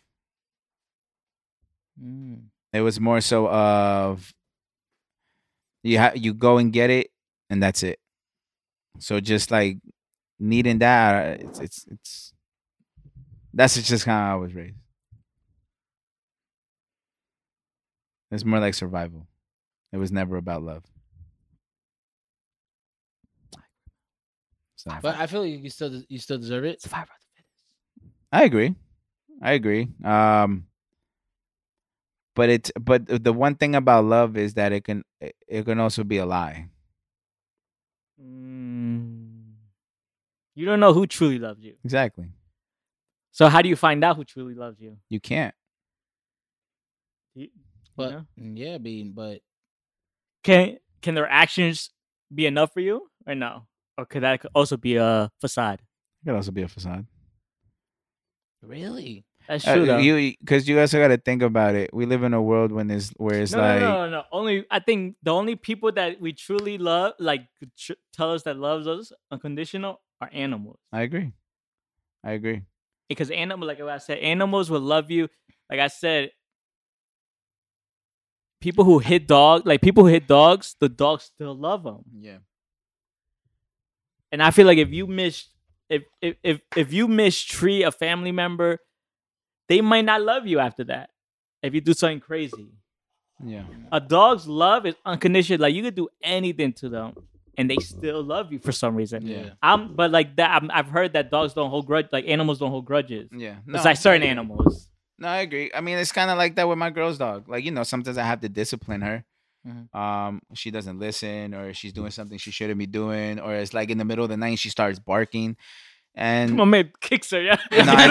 B: Mm.
A: It was more so of you ha- you go and get it, and that's it. So just like needing that, uh, it's it's it's that's just how I was raised. It's more like survival. It was never about love. So
B: But I feel like you still des- you still deserve it.
C: Survivor of the fittest.
A: I agree, I agree. Um, but it's but the one thing about love is that it can it- it can also be a lie.
C: Mm. You don't know who truly loves you.
A: Exactly.
C: So how do you find out who truly loves you?
A: You can't.
C: You- you
B: But
C: know?
B: mm, yeah, being but
C: can can their actions be enough for you or no? Or could that also be a facade?
A: It could also be a facade.
B: really,
C: That's
A: Uh,
C: true. though.
A: you because you also got to think about it. We live in a world when it's where it's
C: no,
A: like
C: no, no, no, no. Only I think the only people that we truly love, like could tr- tell us that loves us unconditional, are animals.
A: I agree, I agree.
C: because animal like I said, animals will love you. Like I said, people who hit dog, like people who hit dogs, the dogs still love them.
A: Yeah,
C: And I feel like if you miss, if if if, if you mistreat a family member, they might not love you after that. If you do something crazy,
A: yeah.
C: a dog's love is unconditional. Like you could do anything to them, and they still love you for some reason.
B: Yeah.
C: I'm, but like that, I'm, I've heard that dogs don't hold grudge. Like animals don't hold grudges.
A: Yeah,
C: It's like certain animals.
A: No, I agree. I mean, it's kind of like that with my girl's dog. Like you know, sometimes I have to discipline her.
C: Mm-hmm.
B: Mhm.
A: Um, she doesn't listen, or she's doing something she shouldn't be doing, or it's like in the middle of the night she starts barking, And
C: My man kicks her. Yeah.
A: No, I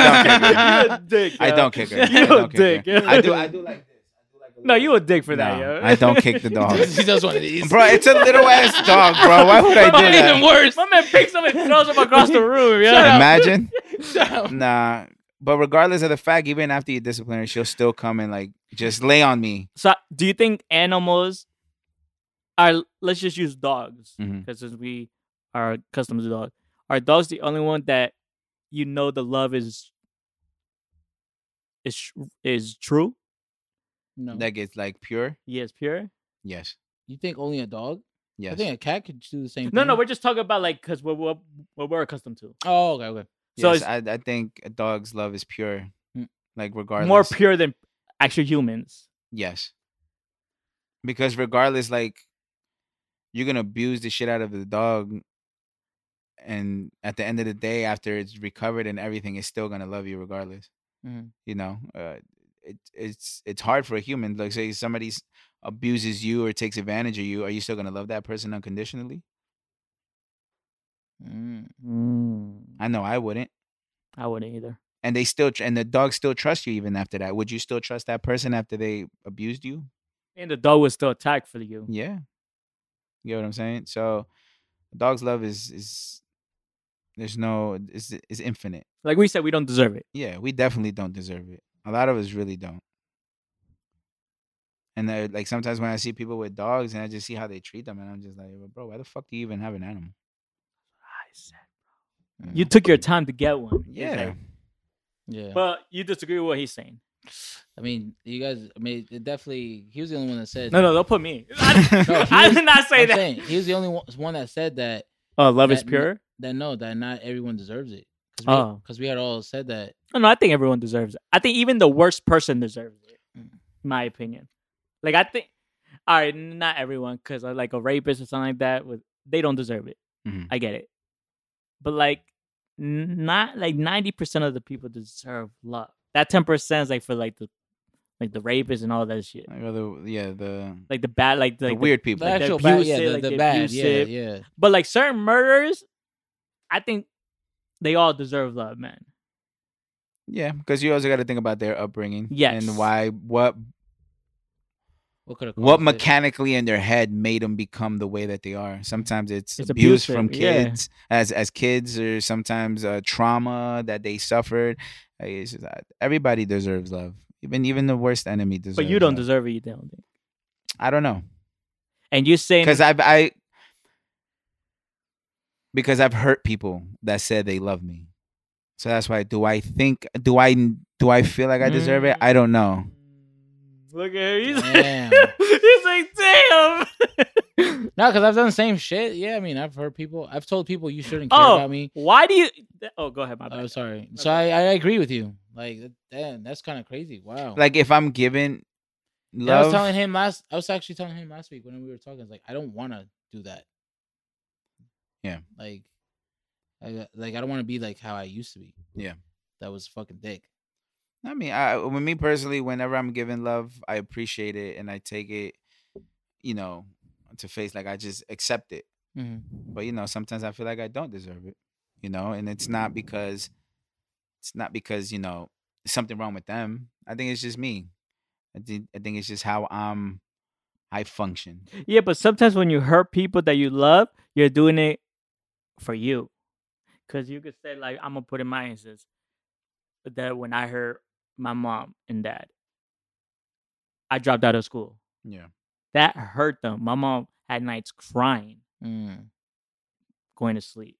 C: you a dick.
A: I
C: yo.
A: don't kick her. I
C: You a
A: don't
C: dick.
A: kick her.
C: yo.
A: I do. I do like this. I do like a
C: No,
A: little-
C: you a dick for that,
A: No,
C: yo.
A: I don't kick the dog.
B: he does one of these.
A: bro. It's a little ass dog, bro. Why would I do
B: Probably even
A: that?
B: worse.
C: My man picks him and throws him across the room.
B: Shut
C: Yeah.
B: up.
A: Imagine,
B: Shut up.
A: nah. But regardless of the fact, even after you discipline her, she'll still come and like just lay on me.
C: So, do you think animals are? Let's just use dogs
A: Mhm.
C: because since we are accustomed to dogs, are dogs the only one that you know the love is is is true?
B: No.
A: That gets like pure.
C: Yes, pure.
A: Yes.
B: You think only a dog? I
A: Yes.
B: think a cat could do the same thing.
C: No, no, we're just talking about like because what what what we're accustomed to.
B: Oh, okay, okay.
C: so
A: yes,
C: it's-
A: I, I think a dog's love is pure.
B: Mm.
A: Like regardless.
C: More pure than actual humans.
A: Yes. Because regardless, like you're gonna abuse the shit out of the dog, and at the end of the day, after it's recovered and everything, it's still gonna love you regardless.
B: Mhm.
A: You know, uh, it, it's it's hard for a human. Like say somebody s- abuses you or takes advantage of you, are you still gonna love that person unconditionally?
B: Mm.
A: I know I wouldn't.
C: I wouldn't either.
A: And they still tr- and the dog still trusts you even after that. Would you still trust that person after they abused you?
C: And the dog would still attack for you.
A: Yeah. You get what I'm saying? So dog's love is is there's no it's it's infinite.
C: Like we said, we don't deserve it.
A: Yeah, we definitely don't deserve it. A lot of us really don't. And I, like sometimes when I see people with dogs and I just see how they treat them and I'm just like, well, bro, why the fuck do you even have an animal?
C: You took your time to get one. It's
A: Yeah.
C: like-
B: Yeah.
C: but you disagree with what he's saying.
B: I mean, you guys. I mean, it definitely. He was the only one that said.
C: No, no, don't put me. I,
B: No,
C: I
B: he
C: did not say
B: I'm
C: that.
B: saying, he was the only one, one that said that.
C: Oh, love is
B: That-
C: pure.
B: That no, that not everyone deserves it. Cause we,
A: Uh.
C: Oh.
B: 'cause we had all said that.
C: No, no, I think everyone deserves it. I think even the worst person deserves it.
B: Mm.
C: My opinion. Like I think, all right, not everyone, because like a rapist or something like that, was they don't deserve it.
A: Mhm.
C: I get it, but like, n- not like ninety percent of the people deserve love. That ten percent is like for like the, like the rapists and all that shit.
A: Like, or the, yeah, the,
C: Like the bad, like the,
A: the
C: like the-
A: weird
B: The
A: people.
C: Like,
B: actual
C: the
B: bad,
C: abuse
B: yeah,
C: it,
B: the,
C: like,
B: the
C: the
B: bad,
C: abuse
B: yeah,
C: it.
B: yeah.
C: But like certain murders, I think they all deserve love, man.
A: yeah, because you also got to think about their upbringing.
C: Yes.
A: And why, what,
B: What could have?
A: what mechanically in their head made them become the way that they are. Sometimes it's,
C: It's
A: abuse
C: abusive,
A: from
C: yeah.
A: kids as as kids, or sometimes uh, trauma that they suffered. Like, it's just, uh, everybody deserves love. Even even the worst enemy deserves.
C: But you don't
A: love.
C: deserve it, you don't think.
A: I don't know
C: And you're saying
A: because I've I because I've hurt people that said they love me. So that's why. Do I think? Do I do I feel like I deserve
C: Mm.
A: it? I don't know.
C: Look at her. He's
B: Damn.
C: like, he's like, damn.
B: No, because I've done the same shit. Yeah, I mean, I've heard people. I've told people you shouldn't care
C: Oh.
B: about me.
C: Why do you? th- Oh, go ahead, my
B: Oh,
C: bad.
B: sorry. So I, I agree with you. Like, that- damn, that's kind of crazy. Wow.
A: Like if I'm given
B: And I was
A: love,
B: telling him last. I was actually telling him last week when we were talking. I was like, I don't want to do that.
A: Yeah.
B: Like, I, like I don't want to be like how I used to be.
A: Yeah.
B: That was fucking dick.
A: I mean, I uh, with me personally, whenever I'm given love, I appreciate it and I take it, you know, to face. Like I just accept it. But you know, sometimes I feel like I don't deserve it. You know, and it's not because it's not because, you know, something wrong with them. I think it's just me. I think I think it's just how I'm I function.
C: Yeah, but sometimes when you hurt people that you love, you're doing it for you. Because you could say, like, I'm going to put in my instance that when I hurt my mom and dad, I dropped out of school.
A: Yeah.
C: That hurt them. My mom had nights crying,
B: Mm.
C: going to sleep.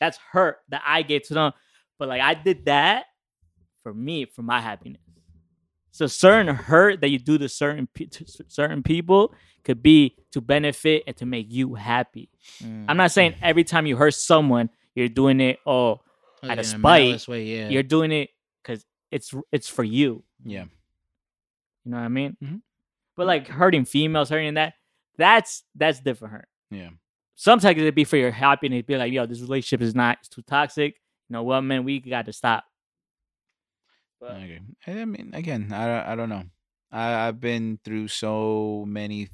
C: That's hurt that I gave to them. But, like, I did that for me, for my happiness. So certain hurt that you do to certain pe- to cer- certain people could be to benefit and to make you happy.
B: Mm.
C: I'm not saying every time you hurt someone, you're doing it. Oh,
B: Oh,
C: out of
B: yeah, in a
C: spite,
B: malice way, yeah.
C: you're doing it because it's it's for you.
A: Yeah.
C: You know what I mean?
A: Mhm.
C: But like hurting females, hurting that, that's that's different hurt.
A: Yeah.
C: Sometimes it'd be for your happiness. Be like, yo, this relationship is not it's too toxic. You know what, man? We got to stop.
A: I
C: But
A: agree. And I mean, again, I don't- I don't know. I I've been through so many,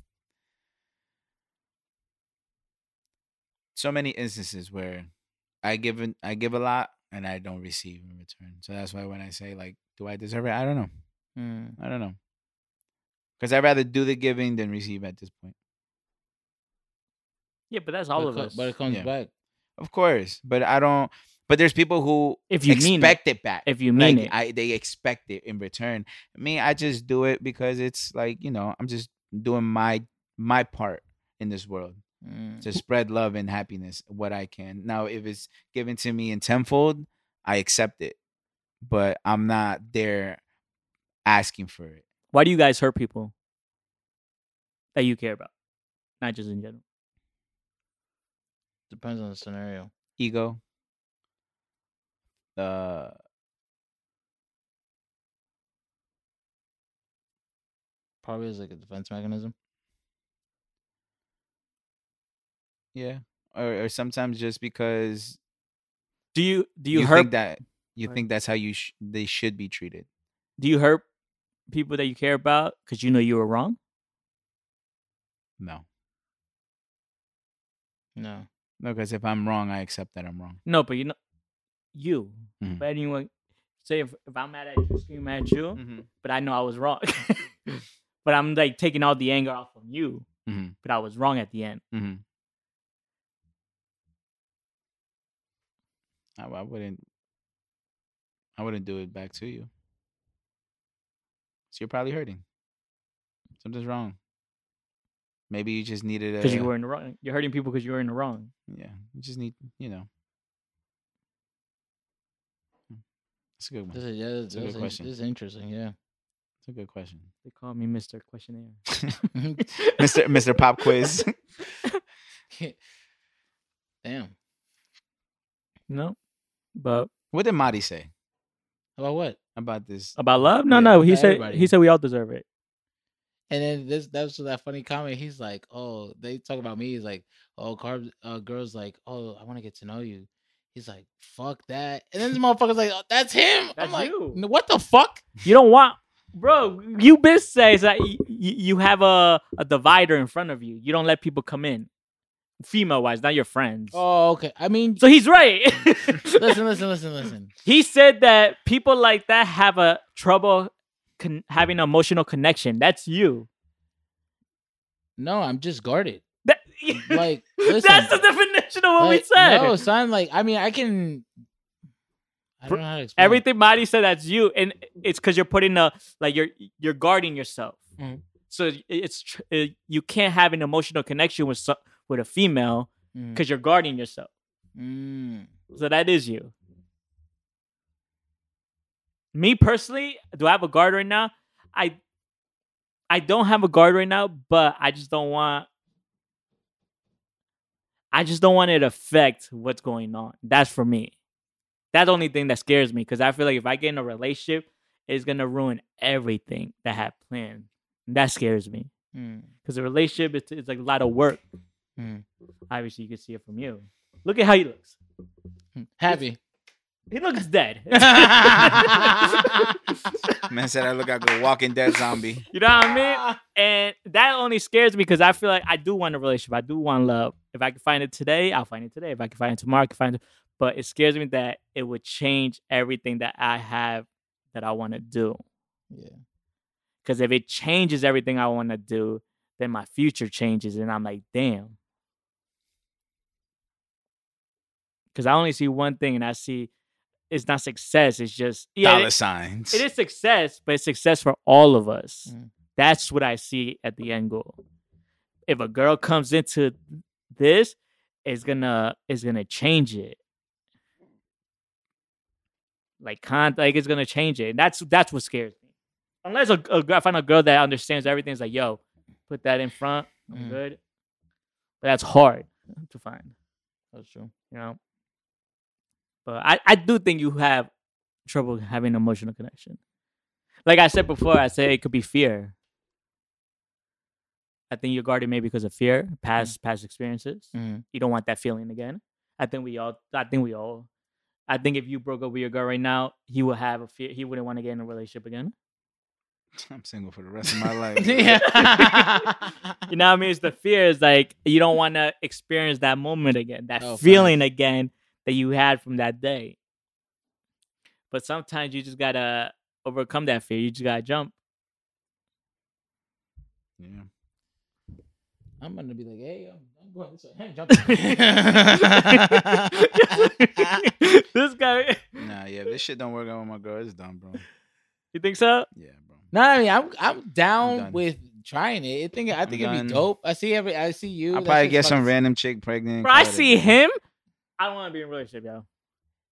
A: so many instances where I give an, I give a lot, and I don't receive in return. So that's why when I say like, do I deserve it? I don't know.
B: Mm.
A: I don't know. Because I'd rather do the giving than receive at this point.
C: Yeah, but that's all
B: but
C: of
B: it co-
C: us.
B: But it comes
A: Yeah.
B: back.
A: Of course, but I don't. But there's people who
C: if you mean it,
A: expect it. back.
C: if you mean
A: Like,
C: it,
A: I they expect it in return. Me, I just do it because it's like you know I'm just doing my my part in this world
B: Mm.
A: to spread love and happiness what I can. Now, if it's given to me in tenfold, I accept it, but I'm not there asking for it.
C: why do you guys hurt people that you care about, not just in general?
B: Depends on the scenario.
A: Ego. Uh,
B: Probably as like a defense mechanism.
A: yeah, or, or sometimes just because
C: Do you do
A: you,
C: you, hurt
A: think that you
C: Right.
A: think that's how you sh- they should be treated.
C: do you hurt people that you care about because you know you were wrong?
A: No,
B: No.
A: no, because if I'm wrong, I accept that I'm wrong.
C: No, but you know you.
A: Mhm.
C: But anyone say if, if I'm mad at you, scream at you,
A: Mm-hmm.
C: but I know I was wrong. but I'm like taking all the anger off on you,
A: Mhm.
C: but I was wrong at the end.
A: Mm-hmm.
C: Mm-hmm.
A: I, I wouldn't. I wouldn't do it back to you. So you're probably hurting. Something's wrong. Maybe you just needed a.
C: Because you were in the wrong. You're hurting people because you were in the wrong.
A: Yeah, you just need. You know. Mm. That's a good one.
B: This is, yeah, this,
A: That's a good
B: this is-
A: question.
B: this is interesting. Yeah.
A: That's a good question.
C: They call me Mr. Questionnaire.
A: Mr. Mr. Pop Quiz.
B: Damn.
C: no. But
A: What did Marty say
B: About what?
A: about this?
C: about love? No,
A: Yeah,
C: no. He
B: about
C: said
B: everybody.
C: he said we all deserve it.
B: And then this that was that funny comment. He's like, "Oh, they talk about me." He's like, "Oh, carbs, uh, girls like, oh, I want to get to know you." He's like, "Fuck that!" And then this motherfucker's like, oh, "That's him."
C: That's
B: I'm like,
C: you.
B: "N- "What the fuck?"
C: You don't want Bro, you bitch says that you, you have a, a divider in front of you. You don't let people come in, female wise, not your friends.
B: Oh, okay. I mean,
C: So he's right.
B: listen, listen, listen, listen.
C: he said that people like that have a trouble con- having an emotional connection. That's you.
B: No, I'm just guarded.
C: That-
B: Like, listen.
C: That's the definition of what
B: like,
C: we said.
B: No, son. Like, I mean, I can. I
C: Br-
B: don't know how to explain. it.
C: Everything Marty said that's you, and it's because you're putting a like you're you're guarding yourself.
B: Mhm.
C: So it- it's tr- it, you can't have an emotional connection with so- with a female
B: Mm,
C: because you're guarding yourself.
B: mm,
C: So that is you. Me personally, do I have a guard right now? I I don't have a guard right now, but I just don't want I just don't want it to affect what's going on. That's for me. That's the only thing that scares me because I feel like if I get in a relationship, it's gonna ruin everything that I had planned. And that scares me.
B: mm,
C: Because a relationship is it's like a lot of work.
B: Mm.
C: Obviously, you can see it from you. Look at how he looks.
B: mm. Happy.
C: He looks dead. you know
B: That's
A: Man said I look like a Walking Dead zombie.
C: what I mean? And that only scares me because I feel like I do want a relationship. I do want love. If I can find it today, I'll find it today. If I can find it tomorrow, I can find it. But it scares me that it would change everything that I have that I want to do.
B: Yeah.
C: Because if it changes everything I want to do, then my future changes. And I'm like, damn. Because I only see one thing and I see it's not success. It's just, yeah, it-
A: Dollar signs.
C: it is success, but it's success for all of us.
B: Mm.
C: That's what I see at the end goal. If a girl comes into this, it's gonna it's gonna change it. Like con like it's gonna change it. And that's that's what scares me. Unless a, a girl, I find a girl that understands everything, it's like, yo, put that in front, I'm
B: Mm.
C: good. But that's hard to find,
B: true.
C: you know. But I, I do think you have trouble having emotional connection like I said before, I say it could be fear. I think you're guarded maybe because of fear, past past experiences.
B: Mm,
C: You don't want that feeling again. I think we all. I think we all. I think if you broke up with your girl right now, he would have a fear. He wouldn't want to get in a relationship again.
A: I'm single for the rest of my life.
B: yeah.
C: You know what I mean? It's the fear is like you don't want to experience that moment again, that
B: Oh,
C: feeling again that you had from that day. But sometimes you just gotta overcome that fear. You just gotta jump.
A: Yeah.
B: I'm gonna be like, hey, I'm, I'm going this way. Hey, jump. I
C: this guy,
A: Nah, yeah, if this shit don't work out with my girl, it's done, bro.
C: you think so?
A: Yeah, bro.
B: No, I mean, I'm I'm down
A: done.
B: with trying it. I think I think it'd
A: done.
B: be dope. I see every I see you.
A: I'll
B: That
A: probably
B: shit's
A: get some
B: fucking-
A: random chick pregnant. and
C: Bro, I
A: call it a
C: see
A: day.
C: him. I don't want to be in a relationship, yo.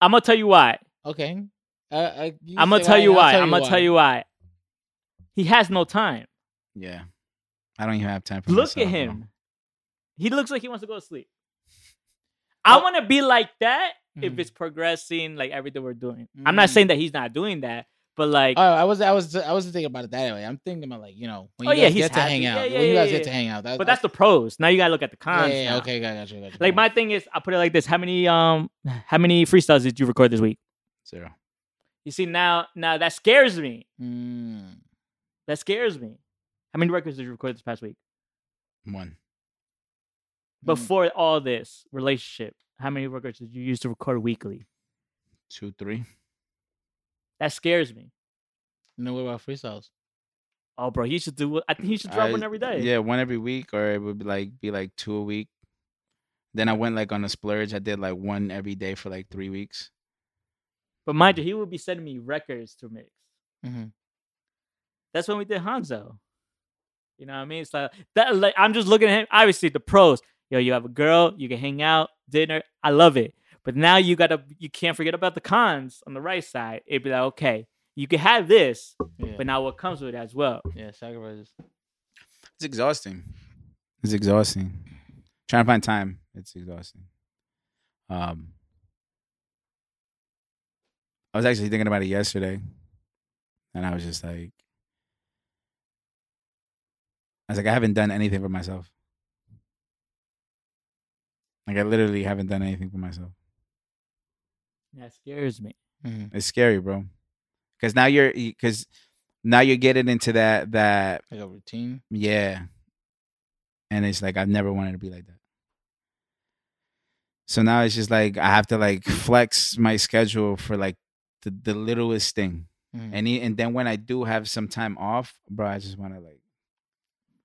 C: I'm gonna tell you why.
B: Okay. Uh, I, you
C: I'm gonna
B: say
C: tell you
B: and I'll
C: why. I'm gonna tell you why. He has no time.
A: Yeah. I don't even have time for
C: Look at
A: myself, bro.
C: him. He looks like he wants to go to sleep. I
B: Oh.
C: want to be like that if
B: Mhm.
C: it's progressing, like everything we're doing. I'm not
B: Mm.
C: saying that he's not doing that, but like,
B: Oh, I was I was I wasn't thinking about it that way. I'm thinking about like you know when
C: Oh,
B: you
C: yeah,
B: guys
C: he's
B: get to hang
C: happy.
B: out.
C: Yeah, yeah,
B: when you
C: yeah,
B: guys
C: yeah.
B: get to hang out. That,
C: but that's the pros. Now you gotta look at the
B: yeah,
C: cons.
B: yeah, yeah,
C: now.
B: okay, got you, got you.
C: Like my thing is, I put it like this: How many um, how many freestyles did you record this week?
A: Zero.
C: You see, now now that scares me.
B: Mm,
C: That scares me. How many records did you record this past week?
A: One.
B: mm,
C: Before all this relationship, how many records did you use to record weekly?
A: Two, three.
C: That scares me.
B: no, what about freestyles?
C: Oh, bro, he should do. I think he should drop
A: I-
C: one every day.
A: Yeah, one every week, or it would be like be like two a week. Then I went like on a splurge. I did like one every day for like three weeks.
C: But mind you, he would be sending me records to mix.
B: Mhm.
C: That's when we did Hanzo. You know what I mean? It's like that. Like I'm just looking at him. Obviously, the pros. Yo, you have a girl. You can hang out, dinner. I love it. But now you gotta. You can't forget about the cons on the right side. It'd be like, okay, you can have this,
B: Yeah,
C: but now what comes with it as well.
B: yeah, sacrifices.
A: It's exhausting. It's exhausting. Trying to find time. It's exhausting. Um, I was actually thinking about it yesterday, and I was just like, I was like, I haven't done anything for myself. Like I literally haven't done anything for myself.
C: That scares me.
B: Mhm.
A: It's scary, bro. Because now you're because now you're getting into that that
B: Like a routine.
A: yeah, and it's like I've never wanted to be like that. So now it's just like I have to like flex my schedule for like the, the littlest thing,
B: Mhm.
A: and e- and then when I do have some time off, bro, I just want to like.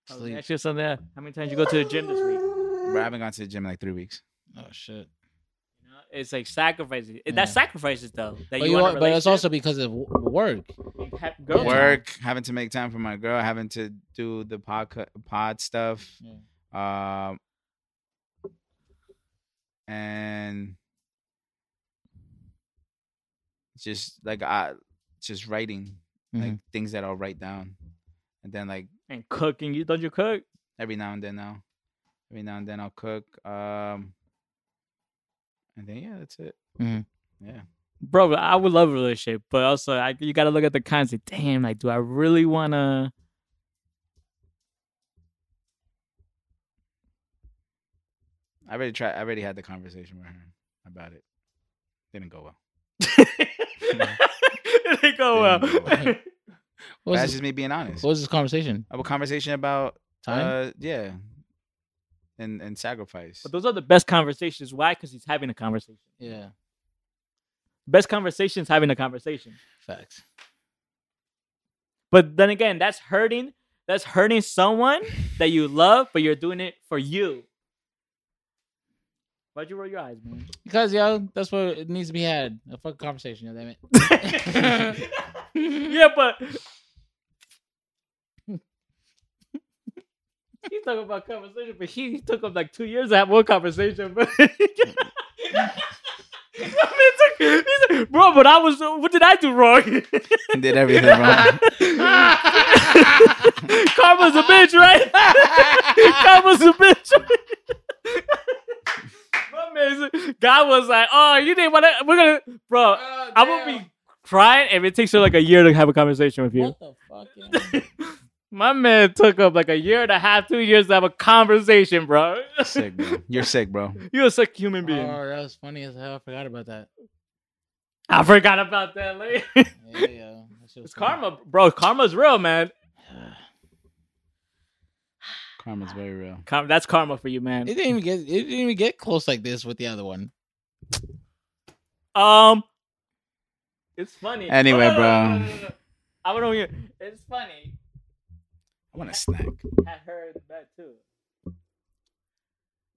C: I was
B: Sleep.
C: gonna ask you something. else. How many times you go to the gym this week?
A: Bro, I haven't gone to the gym in like three weeks.
B: Oh shit.
C: You know, it's like sacrifices. It-
B: Yeah.
C: That sacrifices though. That
B: But
C: you
B: you,
C: want
B: are-
C: a
B: but it's also
C: relationship,
B: because of w- work.
C: you have girl time.
A: Work, having to make time for my girl, having to do the pod pod stuff.
B: Yeah.
A: Um, and just like I just writing
B: Mm-hmm.
A: like things that I'll write down, and then like
C: and cooking. You don't you cook?
A: every now and then now, every now and then I'll cook. Um, and then yeah, that's it.
B: Mhm.
A: Yeah,
C: bro, I would love a relationship, but also I, you got to look at the cons. Like, damn, like, do I really want to?
A: I already tried. I already had the conversation with her about it. Didn't go well.
C: they go well.
A: Didn't go well.
B: What was,
A: that's
B: this,
A: just me being honest.
B: what was this conversation?
A: Have a conversation about
B: Time.
A: Uh, yeah, and and sacrifice.
C: but those are the best conversations. Why? Because he's having a conversation.
B: yeah.
C: Best conversations having a conversation.
B: Facts.
C: But then again, that's hurting. That's hurting someone that you love, but you're doing it for you. Why'd you roll your eyes, man?
B: Because yo, that's what it needs to be had. A fucking conversation. Yo, damn it.
C: yeah, but he talking about conversation, but he, he took up like two years to have one conversation, bro. I mean, it took- he said, bro, but I was. What did I do wrong?
A: Did everything wrong.
B: Uh,
C: Karma's a bitch, right? Karma's a bitch. My man said- God was like, "Oh, you didn't want to. We're gonna, bro. I will be crying if it takes you like a year to have a conversation with you.
B: What the fuck? yo?
C: My man took up like a year and a half, two years to have a conversation, bro.
A: Sick, bro. You're sick, bro.
C: You're a sick human being.
B: Oh, that was funny as hell. I forgot about that.
C: I forgot about that. Like,
B: Yeah, yeah. yeah. That shit was
C: it's
B: funny.
C: karma, bro. Karma's real, man.
A: Karma's very real.
C: Karma, that's karma for you,
B: It
C: man.
B: didn't even get. It didn't even get close like this with the other one.
C: Um, It's funny.
A: Anyway,
C: No, no, no,
A: bro.
C: no, no, no, no. I don't hear. It's funny.
A: I want a snack.
C: Had her in the bed too.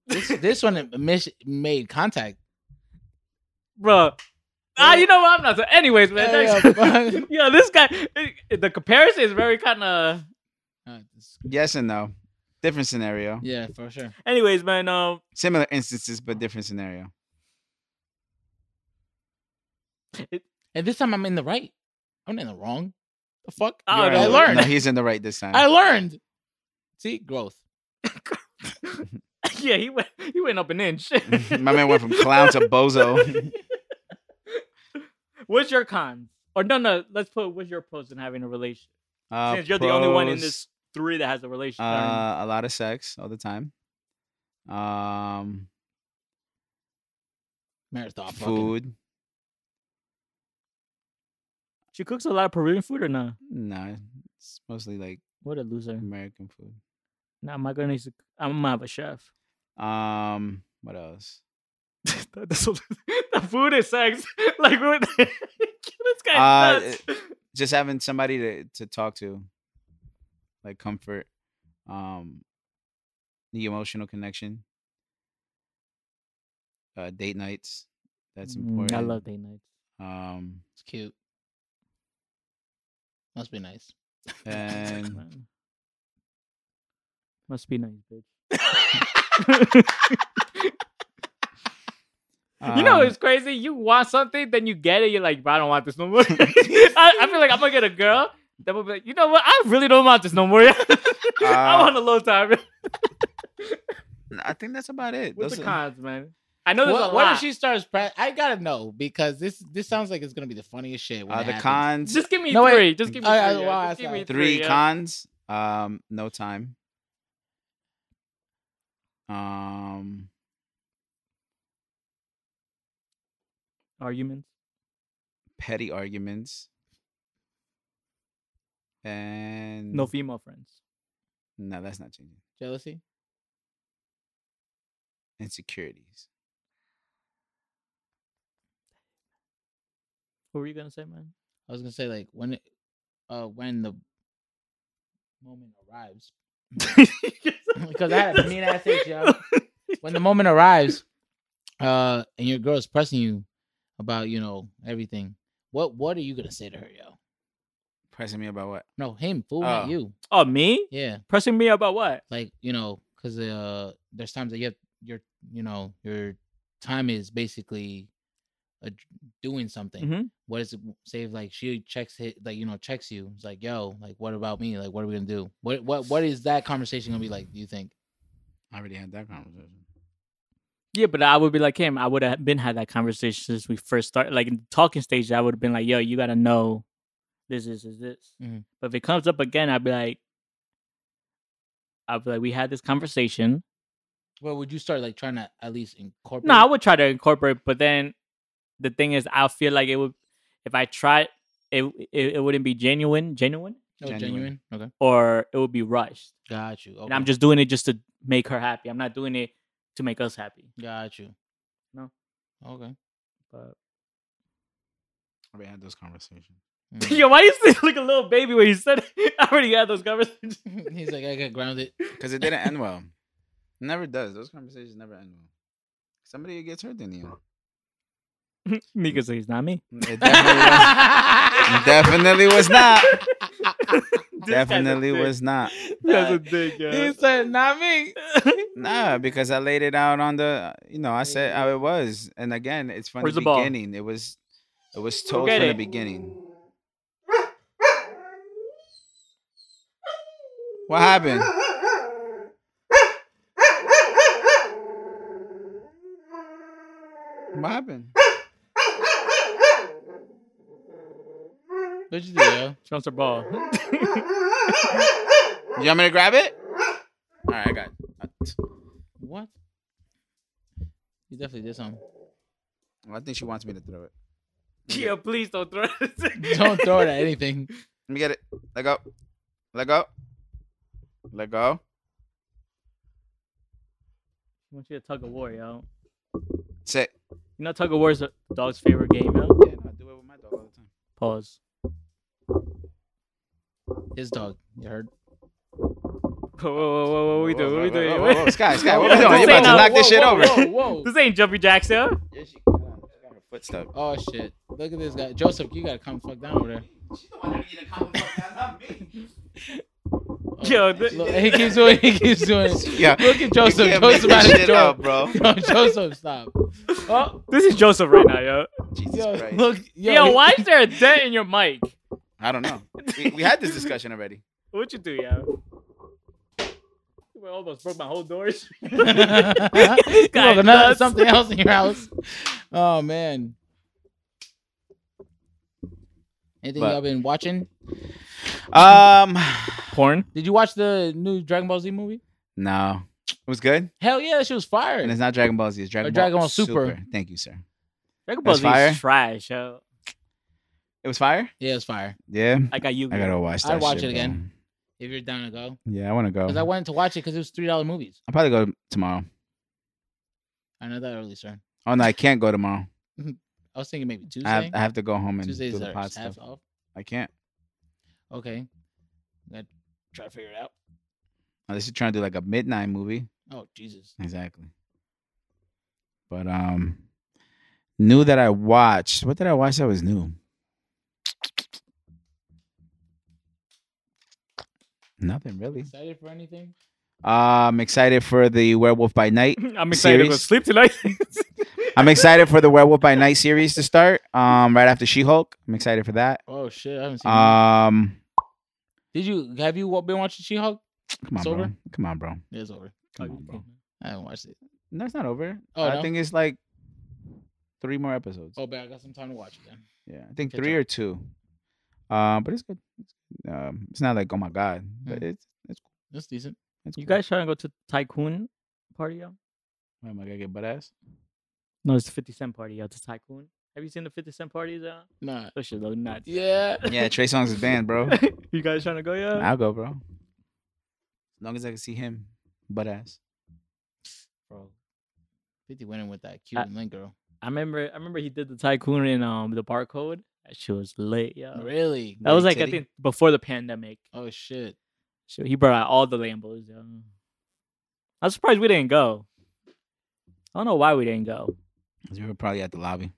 B: This this one mis- made contact.
C: bro. Ah, you know what? I'm not. So, anyways, man.
B: Yeah,
C: next-
B: yeah,
C: Yeah,
B: fuck.
C: this guy. it- the comparison is very kind of.
B: Uh, it's-
A: Yes and no. Different scenario.
B: yeah, for sure.
C: Anyways, man. Um,
A: Similar instances, but different scenario.
B: And this time I'm in the right. I'm not in the wrong. The fuck?
C: Oh,
A: You're in
C: no.
A: the-
B: I learned.
A: No, he's in the right this time.
B: I learned. See, growth.
C: yeah, he went. He went up an inch.
A: My man went from clown to bozo.
C: What's your cons? Or no, no. Let's put what's your pros in having a relationship?
A: Uh,
C: Since you're the only one in
A: pros,
C: this three that has a relationship. I
A: Uh, a lot of sex all the time. Um,
B: Marathon Ah, fucking.
A: food.
C: don't- She cooks a lot of Peruvian food or not?
A: No, it's mostly like
C: What a loser.
A: American food.
C: Nah, my gonna needs to. I'm gonna have a chef.
A: Um, what else?
C: That- that's what- the food is sex. like what? this
A: Uh,
C: guy's nuts.
A: Just having somebody to to talk to, like comfort, um, the emotional connection. Uh, date nights. That's
C: Mm,
A: important.
C: I love date nights.
A: Um,
B: It's cute. Must be nice.
A: and
C: Man. Must be nice, bitch. you know
A: um,
C: it's crazy. You want something, then you get it. You're like, "Bro, I don't want this no more. I, I feel like I'm gonna get a girl. Then we'll be like, you know what? I really don't want this no more. I
A: Uh,
C: want a low time.
A: I think that's about it.
C: What's
A: Those
C: the
A: are-
C: cons, man? I know there's a lot.
B: What, what if she starts? Pra- I gotta know because this this sounds like it's gonna be the funniest shit. When
A: uh,
B: it
A: the
B: happens.
A: cons.
C: Just give me
B: No, wait.
C: three. Just give me
B: I- I-
C: three. yeah.
B: wow,
C: Just give
B: that's
C: me
B: not-
A: three
C: yeah.
A: cons. Um, no time. Um,
C: arguments.
A: petty arguments. And
C: No female friends.
A: no, that's not changing.
B: Jealousy.
A: Insecurities.
C: What were you gonna say, man?
B: I was gonna say like when, it, uh, when the moment arrives, Because I had a mean ass itch, yo. when the moment arrives, uh, and your girl's pressing you about you know everything, what what are you gonna say to her, yo?
A: Pressing me about what?
B: No, him, fool, not
A: Oh.
B: you.
C: Oh, me?
B: Yeah,
C: Pressing me about what?
B: like you know, because uh, there's times that you have your you know your time is basically uh, doing something.
C: Mhm.
B: What is it? Say if, like she checks hit, like you know checks you. It's like yo, like what about me? Like what are we gonna do? What what what is that conversation gonna be like? Do you think?
A: I already had
C: Mm.
A: that conversation.
C: Yeah, but I would be like him. I would have been had that conversation since we first started. Like in the talking stage, I would have been like, "Yo, you gotta know this, this, is this."
B: Mhm.
C: But if it comes up again, I'd be like, "I'd be like, we had this conversation."
B: Well, would you start like trying to at least incorporate?
C: No, I would try to incorporate, but then the thing is, I feel like it would if I tried it, it, it wouldn't be genuine, genuine,
B: Oh,
A: Genuine.
B: genuine. Okay,
C: or it would be rushed.
B: got you. Okay.
C: And I'm just doing it just to make her happy. I'm not doing it to make us happy.
B: got you.
C: No.
B: Okay.
C: But
A: I already had those conversations.
B: Mm.
C: Yo, why you sound like a little baby when you said it? I already had those conversations.
B: He's like, I got grounded.
A: Because it didn't end well. It never does. Those conversations never end well. Somebody gets hurt in the end.
C: Mika says it's not me.
A: It definitely, was, definitely was not. definitely was not.
C: That's a dick, yeah.
B: he said, not me.
A: Nah, because I laid it out on the, you know, I said how it was, and again, it's from
C: Mm-hmm. Where's
A: the
C: the ball?
A: beginning. It was, it was told
C: Forget
A: from the
C: it.
A: beginning. What happened? What happened?
B: What'd you do, yo?
C: She wants her ball.
A: You want me to grab it? All right, I got. It.
B: What? You definitely did something.
A: I think she wants me to throw it.
C: Yo, please don't throw it.
B: Don't throw it at anything.
A: Let me get it. Let go. Let go. Let go.
C: I want you to tug of war, yo.
A: Sit.
C: You know, tug of war is a dog's favorite game, yo.
A: Yeah, no, I do it with my dog all the time.
C: Pause.
B: His dog. You heard?
C: Whoa, whoa, whoa, whoa, what we doing? What we doing?
A: Whoa, whoa, whoa, Sky, Sky, what
C: Yo,
A: we doing?
C: this
A: You about to
C: ain't no-
A: knock this shit
B: whoa,
A: over?
B: Whoa, whoa.
C: This ain't Jumpy Jacks, yo.
A: Yeah, she- come on, she got her foot stuck.
B: oh shit! Look at this guy, Joseph. You gotta come fuck down over there.
A: She's the one that needed to calm the fuck down, not me.
B: Oh,
C: Yo, th-
B: look, he keeps doing. He keeps doing. it.
A: Yeah.
B: Look at
A: You
B: Joseph.
A: can't make
B: Joseph out
A: this
B: of the
A: shit up,
B: door.
A: bro.
B: Yo, Joseph, stop. Oh,
C: This is Joseph right now, yo.
A: Jesus
B: yo,
A: Christ.
B: look.
C: Yo,
B: Yo,
C: why is there a dent in your mic?
A: I don't know. We, we had this discussion already.
C: What you do, yo? I almost broke my whole doors.
B: you
C: guy
B: have another-
C: nuts.
B: something else in your house. Oh man. Anything
A: But-
B: y'all been watching?
A: Um,
C: Porn?
B: Did you watch the new Dragon Ball Z movie?
A: no, it was good,
B: Hell yeah, she was fire.
A: and it's not Dragon Ball Z. It's Dragon,
B: Or Dragon Ball
A: Ball
B: Super.
A: Thank you, sir.
C: Dragon Ball
A: That's
C: Z is
A: fire.
C: trash, yo.
A: It was fire.
B: Yeah, it's fire.
A: Yeah,
C: I got you.
A: I gotta watch that.
B: I'd watch
A: shit,
B: it
A: bro.
B: again. If you're down to go,
A: Yeah, I want to go.
B: because I wanted to watch it because it was three dollar movies.
A: I'll probably go tomorrow.
B: I know that early, sir.
A: Oh no, I can't go tomorrow.
B: I was thinking maybe Tuesday.
A: I have, I have to go home and
B: Tuesdays
A: do the
B: are
A: pod
B: half
A: stuff.
B: off.
A: I can't.
B: Okay, Gotta try to figure it out.
A: Unless you're trying to do like a midnight movie.
B: Oh Jesus!
A: Exactly. But um, new that I watched. What did I watch that was new? Nothing really. Uh,
B: Excited for anything?
A: I'm excited for the Werewolf by Night.
C: I'm excited to go
A: Serious?
C: sleep tonight.
A: I'm excited for the Werewolf by Night series to start. Um, right after She Hulk. I'm excited for that.
B: Oh shit! I haven't seen. that.
A: Um,
B: Did you have you wa- been watching She Hulk?
A: come on,
B: It's
A: bro.
B: over?
A: Come on, bro.
B: It's over.
A: Come on, bro.
B: I haven't watched it.
A: No, it's not over.
B: Oh,
A: I
B: no?
A: think it's like three more episodes.
B: Oh, but I got some time to watch it then.
A: Yeah, I think
B: Catch
A: three
B: up.
A: or two. Um, but it's good. It's- Um, it's not like oh my god, but
B: Mm.
A: it's it's
B: That's decent.
A: it's.
C: you
A: cool.
C: guys trying to go to Tycoon party, yo?
A: Wait, am I gonna get butt ass?
C: No, it's the 50 Cent party, yo. It's Tycoon. Have you seen the 50 Cent parties, yo?
B: Nah.
C: Those shit look nuts.
B: Yeah.
A: Yeah, Trey Songz is banned, bro.
C: you guys trying to go, yo?
A: I'll go, bro. As long as I can see him, butt ass.
B: Bro. Fifty winning with that Cuban link girl.
C: I remember I remember he did the tycoon in um the barcode. That shit was lit, yo.
B: Really?
C: That was
A: Big
C: like I
A: titty.
C: think before the pandemic.
B: Oh shit.
C: So he brought out all the Lambos, yo. I'm surprised we didn't go. I don't know why we didn't go.
A: You were probably at the lobby.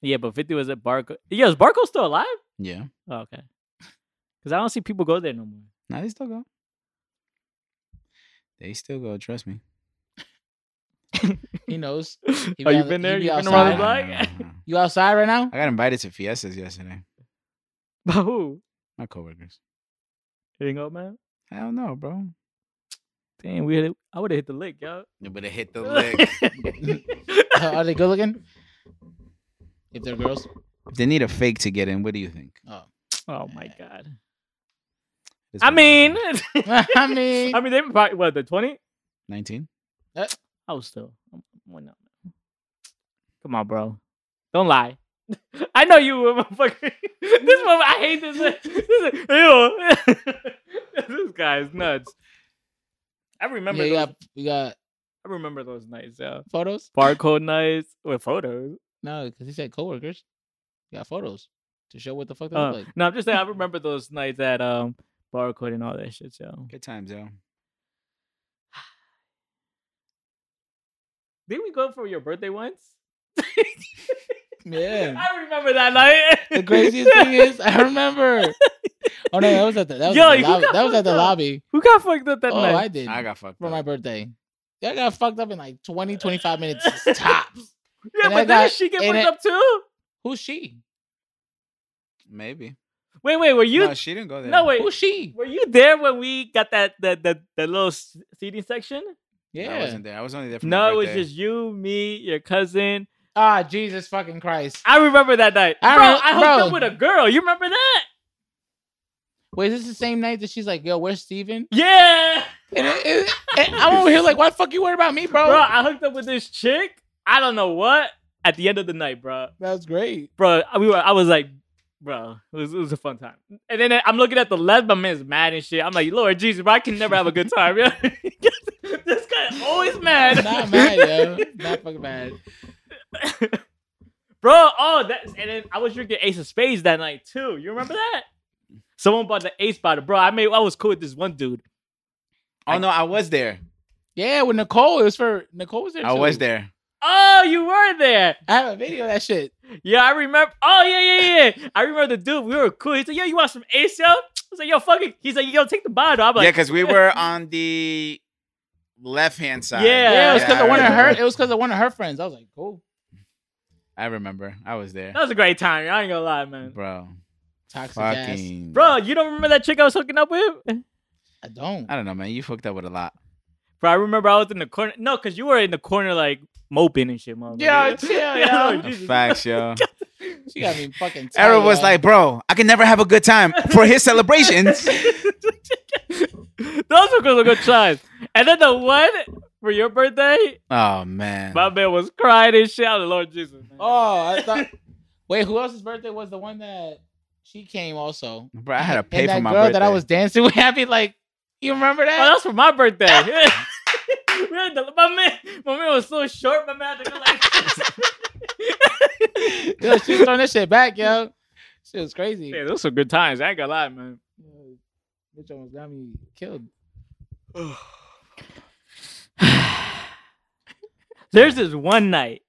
C: Yeah, but 50 was at Barco. Yeah, is Barco still alive?
A: Yeah.
C: Oh, okay. Because I don't see people go there no more.
A: Now they still go. They still go. Trust me.
B: He knows. He
C: oh,
B: be
C: you've
B: on the-
C: been
B: he
C: there?
B: be
C: You've been
B: outside.
C: around the
A: Nah,
C: block?
A: nah, nah, nah.
B: You outside right now?
A: I got invited to fiestas yesterday.
C: By who?
A: My coworkers.
C: You didn't go, man?
A: I don't know, bro.
C: Damn, we hit, I would have hit the lick, yo.
A: But it hit the
B: Uh, are they good looking? If they're girls.
A: If they need a fake to get in, what do you think?
B: Oh.
C: oh, my God.
A: This
C: I
A: one-
C: mean,
B: I mean.
C: I mean, they were probably, what, the 20?
A: 19?
C: I was still. um, I'm- I'm one up. Come on, bro. Don't lie. I know you were motherfucker. this one, I hate this. this, ew. this guy is nuts. I remember.
B: yeah, you
C: those,
B: got you got
C: I remember those nights. Yeah,
B: photos?
C: barcode nights with photos.
B: No, because he said coworkers. You got photos to show what the fuck they
C: Uh,
B: look like.
C: no, I'm just saying. I remember those nights at um barcode and all that shit. So
A: Good times, yo.
C: did we go for your birthday once?
B: Yeah.
C: I remember that night.
B: The craziest thing is, I remember. Oh no, that was at the that was
C: Yo,
B: at
C: you
B: the lobby.
C: got
B: That was at the
C: fucked up.
B: lobby.
C: who got fucked up that
B: Oh,
C: night.
B: I did
A: I got fucked
B: for
A: up.
B: my birthday. I got fucked up in like 20, 25 minutes tops.
C: Yeah,
B: And I
C: but
B: got-
C: didn't she get
B: and
C: fucked
B: it-
C: up too?
B: Who's she?
A: Maybe.
C: Wait, wait, were you?
A: no, she didn't go there.
C: No, wait,
B: Who's she?
C: were you there when we got that the the, the little s- seating section?
A: I
B: Yeah.
A: wasn't there. I was only there for my
C: No, it was
A: birthday.
C: just you, me, your cousin.
B: Ah, Jesus fucking Christ.
C: I remember that night.
B: I
C: bro,
B: remem-
C: I hooked
B: bro.
C: up with a girl. You remember that?
B: Wait, is this the same night that she's like, yo, where's Steven?
C: Yeah,
B: And, it- it- and I'm over here like, why the fuck you worry about me, bro?
C: bro. I hooked up with this chick. I don't know what. At the end of the night, bro,
B: That was great.
C: bro, we were. I was like, bro, it was, it was a fun time. And then I'm looking at the left. My man's mad and shit. I'm like, Lord Jesus, bro, I can never have a good time. Yeah, this guy always mad.
B: Not mad, yo. Not fucking mad.
C: Bro, oh, that, and then I was drinking Ace of Spades that night too. You remember that? Someone bought the Ace bottle, bro. I made, I was cool with this one dude.
A: Oh no, I was there.
B: Yeah, with Nicole. It was for Nicole was there.
A: I
B: too.
A: was there.
C: Oh, you were there.
B: I have a video of that shit.
C: Yeah, I remember. Oh, yeah, yeah, yeah. I remember the dude. We were cool. He's like, yo, you want some Ace, yo? I was like, yo, fuck it. He's like, yo, take the bottle. I'm
A: yeah,
C: like,
A: because we were on the left hand side.
C: Yeah,
B: Yeah, it was because
A: I
B: of one of her.
A: remember.
B: It was because of one of her friends. I was like, cool,
A: I remember. I was there,
C: that was a great time. I ain't gonna lie, man.
A: bro.
B: toxic ass.
A: Fucking
C: Bro, you don't remember that chick I was hooking up with?
B: I don't.
A: I don't know, man. You fucked up with a lot.
C: Bro, I remember I was in the corner. No, because you were in the corner like moping and shit, motherfucker.
B: Yo, chill, yo.
C: Jesus.
A: Facts, yo.
B: She got me fucking. tight,
A: Errol was
B: yo.
A: like, bro, I can never have a good time for his celebrations.
C: Those were good, good times. And then the one for your birthday,
A: oh man.
C: my man was crying and shit. I was like, Lord Jesus. Man.
B: "Oh, I thought." Wait, who else's birthday was the one that she came also?
A: Bro, I had to pay
B: And
A: for
B: that
A: my
B: girl
A: birthday.
B: that I was dancing with, happy like, you remember
C: Oh, that
B: that?
C: was for my birthday. We had the- my man, my man was so short. My man had to go like.
B: Yo, she was throwing that shit back, yo. Shit was crazy.
C: yeah, those were good times. I ain't gonna lie, man.
B: Yo, Bitch almost got me killed.
C: There's this one night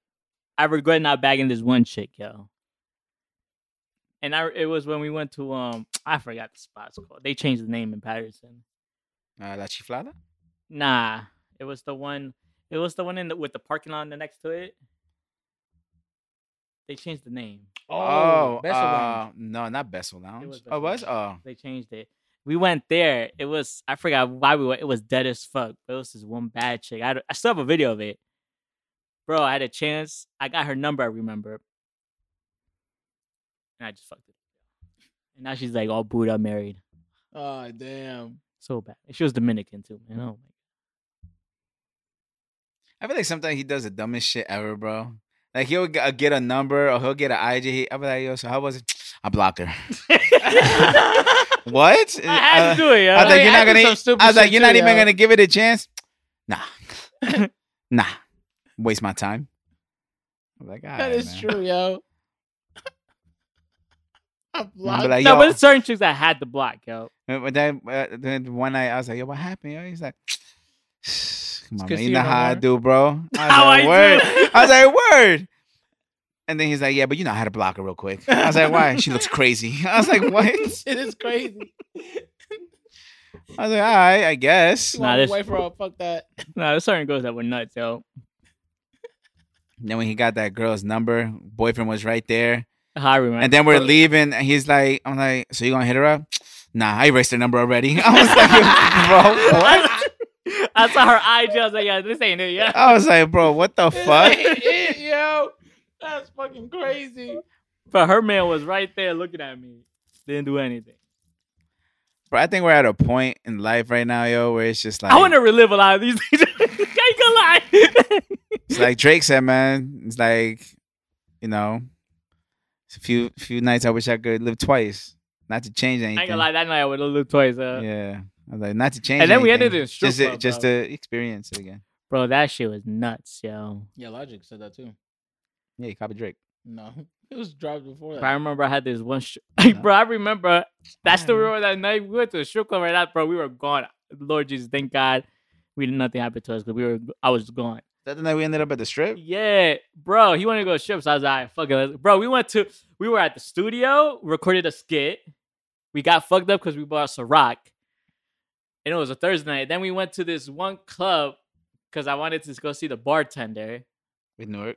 C: I regret not bagging this one chick, yo. And I it was when we went to um I forgot the spot's called. They changed the name in Patterson.
A: uh, La Chiflada?
C: Nah, it was the one. It was the one in the, with the parking lot the next to it. They changed the name.
B: Oh, best of all.
A: Oh, uh, no, not Bessel Lounge.
C: was
A: oh, was?
C: Bessel
A: Oh.
C: They changed it. We went there. It was I forgot why we went. It was dead as fuck. It was this one bad chick. I, don't- I still have a video of it, bro. I had a chance. I got her number. I remember, and I just fucked it. And now she's like all booed up, married,
B: Oh damn.
C: so bad. And she was Dominican too, man. Oh my.
A: I feel like sometimes he does the dumbest shit ever, bro. Like he'll g- uh, get a number or he'll get an IG. I'll be like, yo, so how was it? I blocked her. What?
C: I had
A: Uh,
C: to do it. Yo.
A: I was like,
B: yeah,
A: you're
B: I
A: not
B: do
A: gonna. e-"
B: some stupid
A: I was like,
B: shit
A: you're not
B: too,
A: even
B: yo."
A: gonna give it a chance. Nah, nah, waste my time. I'm like,
B: That is true, yo. I'm blocked.
A: like,
C: no,
A: yo-
C: but there's certain chicks I had to block, yo.
A: true. But then, uh, then one night I was like, yo, what happened? Yo? He's like, come on,
B: good
A: man,
B: to
A: you
B: you
A: know
B: no
A: how I
B: more."
A: do, bro. I was like,
C: How Oh, I do.
A: word. I was like, word. And then he's like, yeah, but you know how to block her real quick. I was like, why? She looks crazy. I was like, what? I was
B: Shit is crazy.
A: like, all right, I guess.
B: She
C: Nah,
B: nah,
C: this-
B: away for all. Fuck that.
C: No, there's certain girls that were nuts, yo.
A: And then when he got that girl's number, boyfriend was right there.
C: I remember.
A: And then we're
C: But-
A: leaving, and he's like, I'm like, so you gonna hit her up? Nah, I erased her number already. I was like, bro, what?
C: I saw her IG. I was like, yeah, this ain't it, yeah.
A: I was like, bro, what the
B: This
A: fuck?
B: ain't it, yo. That's fucking crazy.
C: But her man was right there looking at me. Didn't do anything.
A: Bro, I think we're at a point in life right now, yo, where it's just like,
C: I want to relive a lot of these things. I ain't gonna lie.
A: it's like Drake said, man. It's like, you know, it's a few few nights I wish I could live twice, not to change anything.
C: I ain't gonna lie. That night I would have looked twice. Uh,
A: Yeah, I was like, not to change.
C: And then we
A: anything,
C: ended in a strip
A: just to,
C: club,
A: just
C: bro.
A: to experience it again.
C: Bro, that shit was nuts, yo.
B: Yeah, Logic said that too.
A: Yeah, you copy Drake.
B: No, it was dropped before
C: But I
B: that.
C: remember I had this one. Sh- like, bro, I remember that story where that night we went to a strip club right after, bro. We were gone. Lord Jesus, thank God, we did nothing happen to us because we were. I was gone.
A: That night we ended up at the strip.
C: Yeah, bro. He wanted to go to strips. I was like, "All right, fuck it. let's-" Bro, we went to we were at the studio, recorded a skit. We got fucked up because we bought Ciroc. And it was a Thursday night. Then we went to this one club because I wanted to go see the bartender
A: With Newark.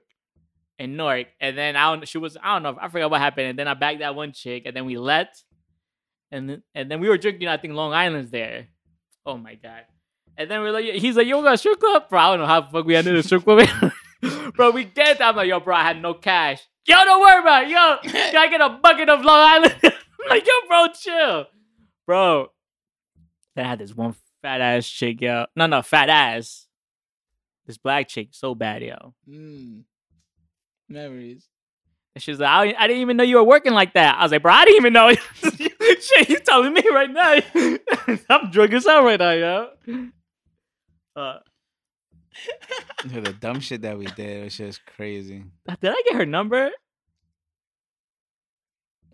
C: in Newark. And then I don't she was I don't know, I forgot what happened. And then I bagged that one chick and then we left. And then and then we were drinking, I think, Long Island's there. Oh my god. And then we are like, he's like, yo, we got a strip club? Bro, I don't know how the fuck we ended the strip club. bro, we get there. I'm like, yo, bro, I had no cash. Yo, don't worry about it. Yo, can I get a bucket of Long Island? I'm like, yo, bro, chill. Bro. Then I had this one fat ass chick, yo. No, no, fat ass. This black chick, so bad, yo.
B: Mm. Memories.
C: And she was like, I, I didn't even know you were working like that. I was like, bro, I didn't even know. Shit, you telling me right now. I'm drunk as hell right now, yo. Uh,
A: Yo, the dumb shit that we did, it's just crazy.
C: did I get her number?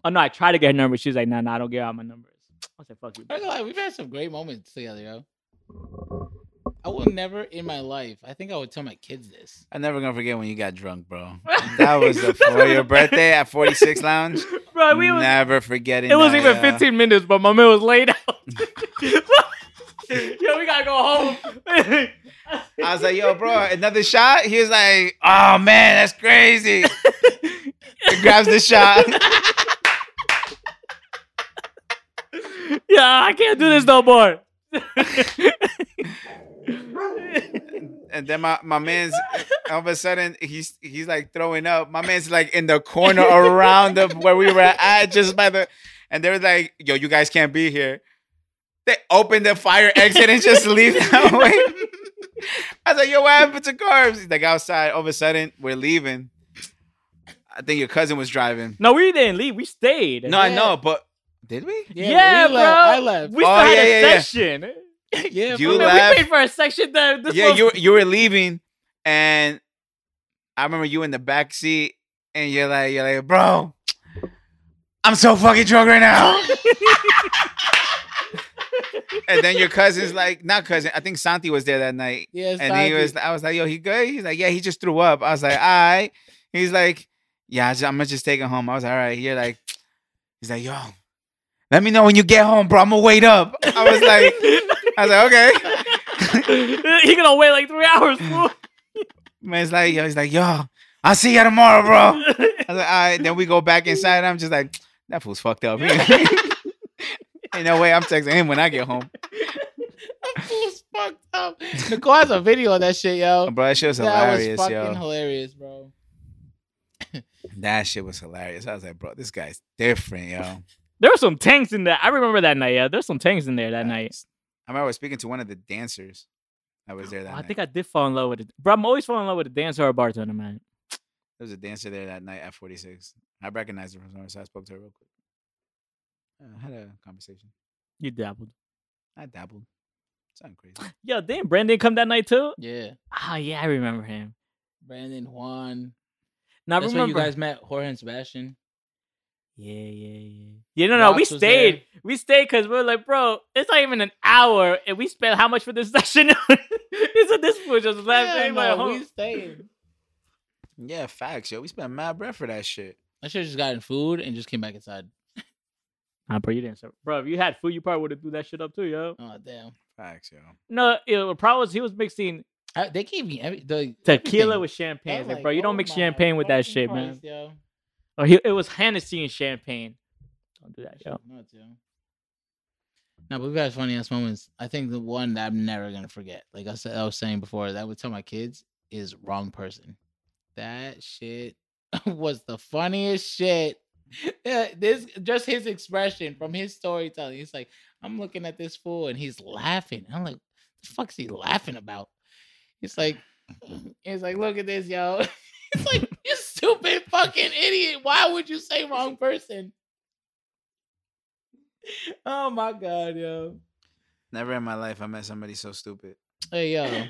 C: Oh no, I tried to get her number. She was like, no, no, I don't give out my numbers. I said, fuck you.
B: I ain't gonna lie, we've had some great moments together, yo. I will never in my life. I think I would tell my kids this.
A: I'm never gonna forget when you got drunk, bro. That was the, for your birthday at 46 Lounge.
C: Bro, we was,
A: never forgetting.
C: it was
A: that,
C: even
A: yeah.
C: 15 minutes, but my man was laid out. Yo, we gotta go home.
A: I was like, yo, bro, another shot? He was like, oh man, that's crazy. He grabs the shot.
C: yeah, I can't do this no more.
A: And then my, my man's all of a sudden he's he's like throwing up. My man's like in the corner around the where we were at just by the and they were like, yo, you guys can't be here. They open the fire exit and just leave that way. I was like, yo, what happened to carbs? He's like outside, all of a sudden, we're leaving. I think your cousin was driving.
C: no, we didn't leave. We stayed.
A: No, I
B: Yeah.
A: know, but did we?
C: Yeah,
B: we
C: bro.
B: left. I left.
C: We
A: Oh,
C: still had
A: yeah,
C: a
A: yeah, yeah.
C: section.
B: yeah,
A: You
B: bro.
C: Man,
A: left.
C: We paid for a section that this
A: yeah,
C: was-
A: you were- you were leaving, and I remember you in the back seat, and you're like, you're like, bro, I'm so fucking drunk right now. and then your cousin's like, not cousin, I think Santi was there that night,
B: Yes,
A: and
B: I
A: he
B: agree.
A: was, I was like, yo, he good? He's like, yeah, he just threw up. I was like, all right. He's like, yeah, I just, I'm gonna just take it home. I was like, all right. You're like, he's like, yo, let me know when you get home, bro. I'm gonna wait up. I was like, I was like, okay.
C: He gonna wait like three hours. fool.
A: Man's like, yo, he's like, yo, I'll see you tomorrow, bro. I was like, all right. Then we go back inside. And I'm just like, that fool's fucked up. Ain't no way I'm texting him when I get home.
B: That fool's fucked up. Nicole has a video of that shit, yo.
A: Oh, Bro, that shit was
B: that was
A: hilarious,
B: fucking
A: yo.
B: hilarious, bro.
A: that shit was hilarious. I was like, bro, this guy's different, yo. I
C: There were some tanks in there. I remember that night. Yeah, there's some tanks in there that night.
A: remember I was speaking to one of the dancers that was there that
C: Oh, I
A: night.
C: think I did fall in love with it, bro. I'm always falling in love with a dancer or a bartender, man.
A: there was a dancer there that night at 46. I recognized her from somewhere, so I spoke to her real quick. Uh, had a conversation.
C: You dabbled.
A: I dabbled. Something crazy.
C: Yo, didn't Brandon come that night too?
B: Yeah,
C: Oh yeah, I remember him.
B: Brandon Juan.
C: Now I
B: That's when you
C: remember.
B: guys met Jorge and Sebastian.
C: Yeah, yeah, yeah. Yeah, no, no, we
B: Rox was there.
C: stayed. We stayed because we were like, bro, it's not even an hour, and we spent how much for this session? so this fool just left.
B: Hell
C: everybody
B: no,
C: home.
B: we stayed.
A: yeah, facts, yo. We spent mad breath for that shit.
B: I should have just gotten food and just came back inside.
C: Nah, bro, you didn't. Serve. Bro, if you had food, you probably would have threw that shit up too, yo.
B: Oh damn!
A: Facts, yo.
C: No, it, the problem was he was mixing
B: I- they gave me every the
C: tequila
B: everything.
C: with champagne.
B: I
C: It's
B: was
C: Like, bro, you
B: oh
C: don't mix
B: my
C: champagne with that
B: fucking
C: shit, man.
B: Christ, Yo.
C: Or he, it was Hennessy and champagne. Don't do that, yo.
B: Nuts, yo. No, but we've had funny ass moments. I think the one that I'm never gonna forget, like I said, I was saying before, that I would tell my kids is wrong person. That shit was the funniest shit. Yeah, this just his expression from his storytelling. He's like, I'm looking at this fool and he's laughing. I'm like, the fuck's he laughing about? He's like, he's like, look at this, yo. It's like, you stupid fucking idiot. Why would you say wrong person? Oh my god, yo.
A: Never in my life I met somebody so stupid.
B: Hey yo.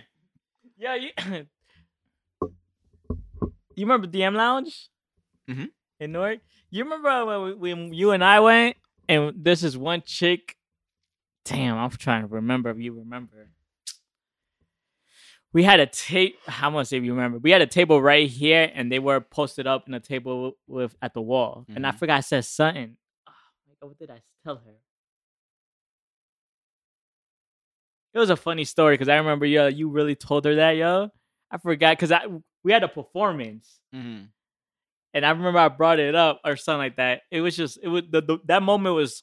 C: Yeah, you. you remember DM Lounge?
A: Mhm.
C: In Newark, you remember when, we, when you and I went, and there's this one chick. Damn, I'm trying to remember if you remember. We had a tape. How much if you remember? We had a table right here, and they were posted up in a table with at the wall. And I
A: Mhm.
C: forgot I said something. Oh, my God, what did I tell her? It was a funny story because I remember yo, you really told her that yo. I forgot because I we had a performance
A: Mm-hmm.
C: and I remember I brought it up or something like that. It was just it was the, the, that moment was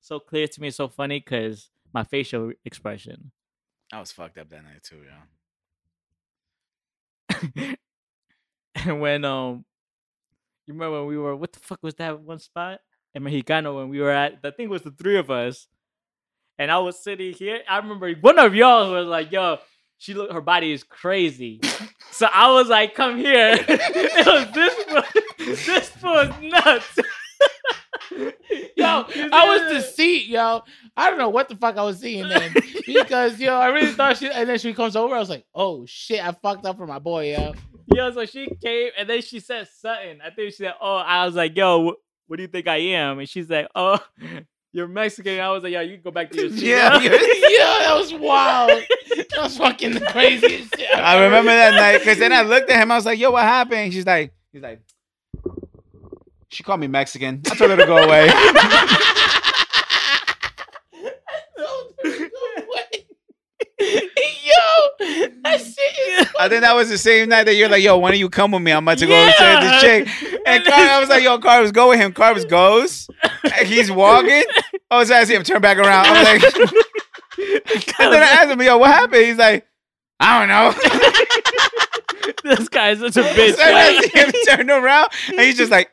C: so clear to me, so funny because my facial expression.
A: I was fucked up that night too, yo.
C: and when um, you remember when we were what the fuck was that one spot in Mexicano when we were at? I think it was the three of us, and I was sitting here. I remember one of y'all was like, "Yo." She look, her body is crazy. so I was like, "Come here." it was this, fool- this was nuts.
B: Yo,
C: You
B: I was
C: did it.
B: deceived, yo. I don't know what the fuck I was seeing then. because yo, I really thought she and then she comes over, I was like, oh shit, I fucked up for my boy, yo.
C: Yo, so she came and then she said something. I think she said, "Oh," I was like, "Yo, wh- what do you think I am? And she's like, oh, you're Mexican. I was like, yo, you can go back to your seat.
A: Yeah,
C: bro."
A: you're-
B: that was wild. That was fucking the craziest shit. I've
A: I
B: ever-
A: remember that night because then I looked at him. I was like, "Yo, what happened?" She's like, "He's like." She called me Mexican. I told her to go away.
B: Yo, that shit is
A: I think that was the same night that you're like, "Yo, when do you come with me? I'm about to go return this chick." And Carlos, I was like, yo, Carlos, go with him. Carlos goes. And he's walking. I was asking him, turn back around. I'm like, and then I asked him, yo, what happened? He's like, I don't know.
C: this guy's such
A: so
C: a
A: I see
C: bitch.
A: him turn around, and he's just like,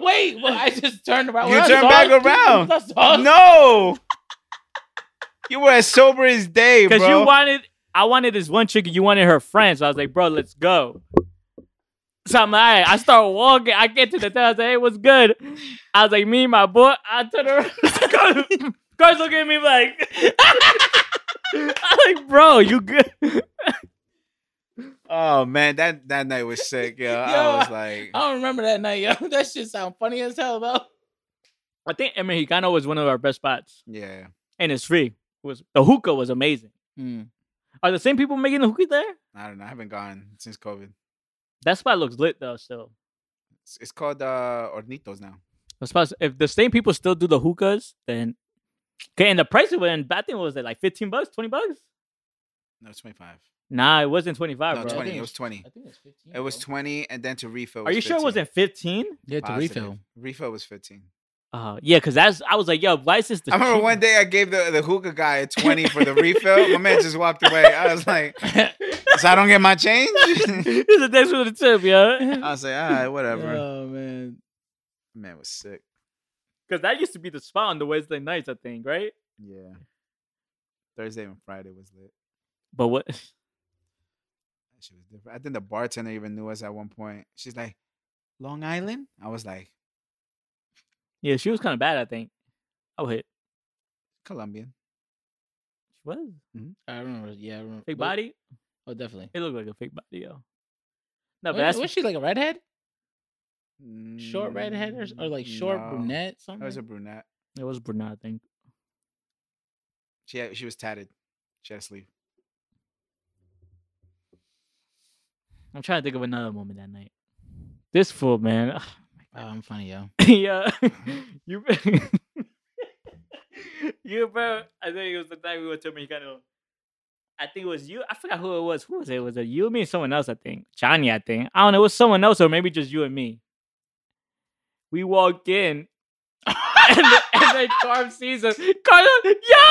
B: Wait, well, I just turned around.
A: You
B: When I
A: turned
B: saw
A: back
B: it-
A: around.
B: I saw it-
A: no. You were as sober as day, bro.
C: Because you wanted, I wanted this one chick, and you wanted her friend. So I was like, bro, let's go. So I'm like, I start walking. I get to the town. I was like, hey, what's good? I was like, me and my boy. I turn around. Carlos, Carlos looking at me like, I'm like, bro, you good?
A: oh man, that, that night was sick, yo.
B: Yo,
A: I was like,
B: I don't remember that night, yo. That shit sound funny as hell, though.
C: I think Mexicano was one of our best spots,
A: yeah.
C: and it's free. It was the hookah was amazing. Are the same people making the hookah there?
A: I don't know. I haven't gone since COVID.
C: That spot looks lit though. Still,
A: It's, it's called uh, Ornitos now.
C: The spots- if the same people still do the hookahs, then okay. And the price of it, and I think what was it like fifteen bucks, twenty bucks?
A: No, it's 25.
C: Nah, it wasn't twenty five,
A: No,
C: Ah, bro.
A: 20.
B: I think
A: It was 20.
B: I think it was 15.
A: It was
B: bro.
A: 20, and then to refill.
C: Are you sure it
A: 15.
C: wasn't fifteen?
B: You had to
A: Positive.
B: refill.
A: Refill was 15.
C: Uh, yeah, because that's I was like, yo, why is this the?
A: I remember one day I gave the, the hookah guy a 20 for the refill. My man just walked away. I was like, so I don't get my change?
C: this is the next one to tip, yeah.
A: I was like, all right, whatever.
B: Oh man,
A: Man was sick.
C: Because that used to be the spot on the Wednesday nights, I think, right?
A: Yeah. Thursday and Friday was lit.
C: But what?
A: That shit was different. I think the bartender even knew us at one point. She's like, Long Island? I was like,
C: Yeah, she was kind of bad. I think. Oh hit.
A: Colombian.
C: She was
B: I remember. Yeah, I remember.
C: fake
B: Well,
C: body.
B: Oh, definitely.
C: It looked like a fake body, yo. No, but
B: Wasn't-
C: that's
B: was she like a redhead? Short
A: Mm,
B: redhead or, s- or like short
A: no.
B: brunette?
A: It
B: Something.
A: was a brunette.
C: it was brunette, I think.
A: She, had, she was tatted. She had a sleeve.
C: I'm trying to think of another moment that night. This fool, man.
B: Oh, I'm funny, yo.
C: yeah, you, you, bro. I think it was the time we went to Mexicano. I think it was you. I forgot who it was. Who was it? Was it you, me, and someone else? I think Johnny. I think I don't know. It was someone else, or maybe just you and me. We walked in, and, the, and then Carm sees us. Carm, yo!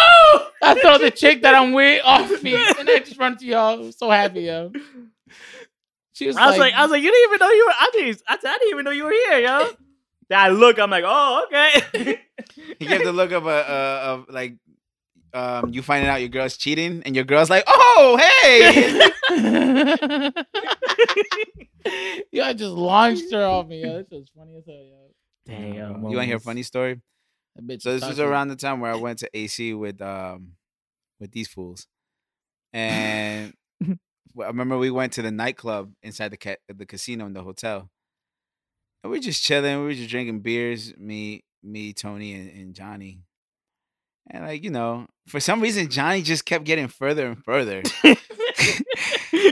B: I throw the chick that I'm with off me, and I just run to y'all. I was so happy, yo. She was,
C: I was like, I was like, you didn't even know you were. I didn't. I, said, I didn't even know you were here, yo. Then I look. I'm like, oh, okay.
A: He gave the look of a uh, of like um you finding out your girl's cheating and your girl's like, oh hey.
B: yo, I just launched her off me, yo. This was funny as hell, yo.
C: Damn.
A: you want to hear a funny story?
B: That bitch
A: So this was
B: toxic.
A: around the time where I went to AC with um with these fools, and well, I remember we went to the nightclub inside the ca- the casino in the hotel, and we were just chilling. We were just drinking beers. Me, me, Tony, and, and Johnny. And like you know, for some reason Johnny just kept getting further and further.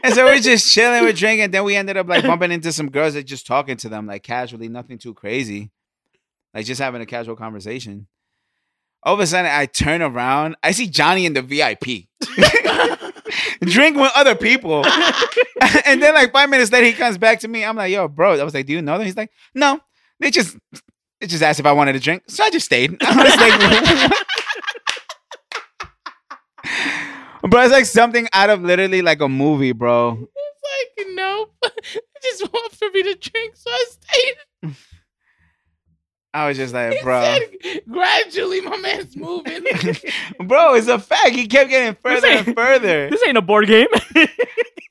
A: And so we're just chilling, we're drinking. Then we ended up like bumping into some girls and just talking to them, like casually, nothing too crazy. Like just having a casual conversation. All of a sudden, I turn around. I see Johnny in the VIP. Drink with other people. and then like five minutes later, he comes back to me. I'm like, yo, bro. I was like, do you know them? He's like, no. They just they just asked if I wanted a drink. So I just stayed. I was like, bro, it's like something out of literally like a movie, bro.
B: It's like, nope. I just want for me to drink, so I stayed.
A: I was just like,
B: He
A: bro.
B: said, gradually, my man's moving.
A: Bro, it's a fact. He kept getting further
C: ain't-
A: and further.
C: This ain't a board game.
A: I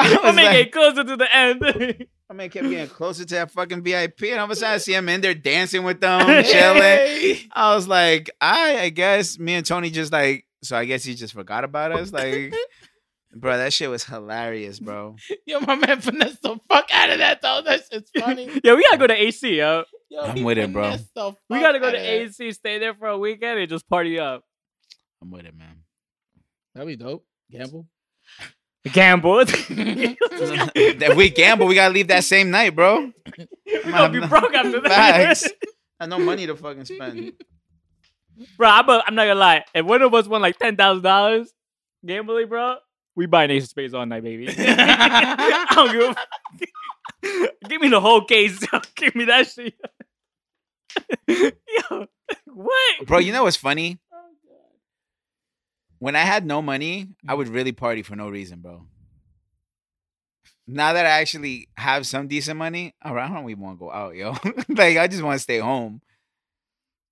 C: I'm
A: was
C: gonna
A: like,
C: get closer to the end.
A: I mean, kept getting closer to that fucking VIP, and all of a sudden I see him in there dancing with them, chilling.
B: Hey.
A: I was like, I, I guess me and Tony just like, so I guess he just forgot about us. Like, bro. That shit was hilarious, bro.
B: Yo, my man finessed the fuck out of that though. That shit's funny.
C: yeah, we gotta go to AC, yo.
B: Yo,
A: I'm
B: he
A: with it, bro.
B: finessed the
C: We
B: fuck
C: gotta go
B: outta
C: to
B: that.
C: AC, stay there for a weekend, and just party up.
A: I'm with it, man.
B: That'd be dope. Gamble.
C: Gamble.
A: if we gamble, we gotta leave that same night, bro.
C: we gonna be broke after that.
A: Facts. I no money to fucking spend.
C: bro, I'm, a, I'm not gonna lie. If one of us won like ten thousand dollars gambling, bro, we buy Nation Space all night, baby. I don't give a fuck. Give me the whole case. yo. Give me that shit. yo, what?
A: Bro, you know what's funny? When I had no money, I would really party for no reason, bro. Now that I actually have some decent money, all right, I don't even want to go out, yo. like I just want to stay home.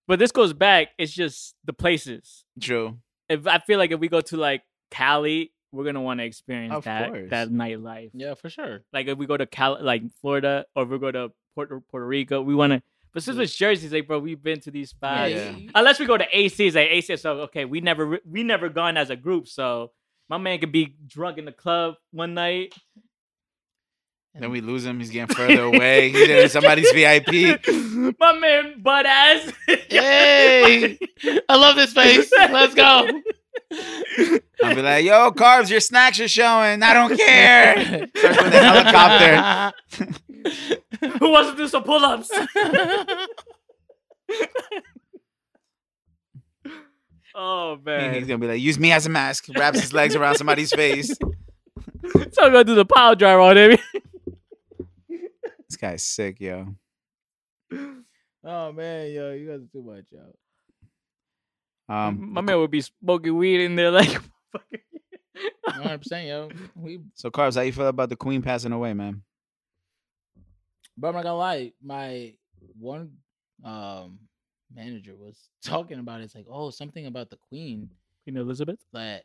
C: But this goes back. It's just the places.
A: True.
C: If I feel like if we go to like Cali, we're gonna want to experience
A: Of
C: that
A: course.
C: that nightlife.
B: Yeah, for sure.
C: Like if we go to Cal, like Florida, or if we go to Puerto, Puerto Rico, we want to. But since
B: Yeah.
C: it's Jersey, it's like, bro, we've been to these spots.
B: Yeah,
A: yeah.
B: you- you-
C: Unless we go to ACs, like ACs, so okay, we never re- we never gone as a group, so my man could be drunk in the club one night.
A: Then we lose him. He's getting further away. He's in somebody's VIP.
C: my man butt ass.
B: Hey, I love this face. Let's go.
A: I'll be like, yo, carbs, your snacks are showing. I don't care. Starts with the helicopter.
C: Who wants to do some pull-ups? oh
A: He's
C: man.
A: gonna be like, use me as a mask. Wraps his legs around somebody's face.
C: So I'm gonna do the power driver on him.
A: This guy's sick, yo.
B: oh man, yo, you guys are too much, yo.
A: Um,
C: my man would be smoking weed in there like
B: One hundred percent, yo. We,
A: so carbs, how you feel about the queen passing away, man?
B: but I'm not gonna lie. My one um manager was talking about it. it's like, oh, something about the queen
C: Queen Elizabeth.
B: that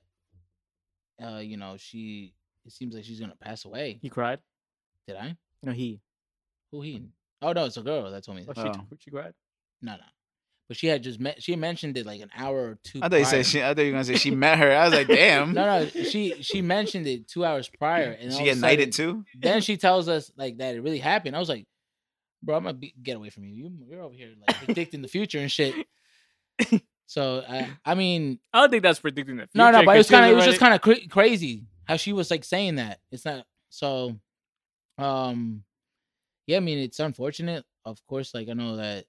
B: uh, you know, she it seems like she's gonna pass away.
C: He cried.
B: Did I?
C: No, he.
B: Who he? Oh no, it's a girl that told me.
C: Oh,
B: That.
C: she,
A: Oh.
C: she cried.
B: No, no. But she had just met. She mentioned it like an hour or two.
A: I thought you
B: prior.
A: said she. I thought you were gonna say she met her. I was like, damn.
B: No, no. She she mentioned it two hours prior, and all
A: she
B: of
A: get
B: a
A: knighted
B: sudden-
A: too.
B: Then she tells us like that it really happened. I was like, bro, I'm gonna be, get away from you. you. You're over here like predicting the future and shit. So I I mean
C: I don't think that's predicting the future.
B: no no, but it
C: 'cause
B: was
C: she
B: kind of it was
C: already-
B: just kind of cra- crazy how she was like saying that. It's not so. Um, yeah, I mean it's unfortunate. Of course, like I know that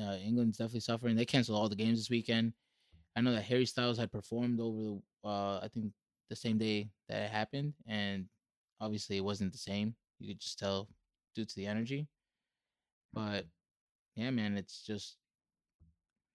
B: uh, England's definitely suffering. They canceled all the games this weekend. I know that Harry Styles had performed over the uh I think the same day that it happened and obviously it wasn't the same. You could just tell due to the energy. But
A: Mm-hmm.
B: yeah, man, it's just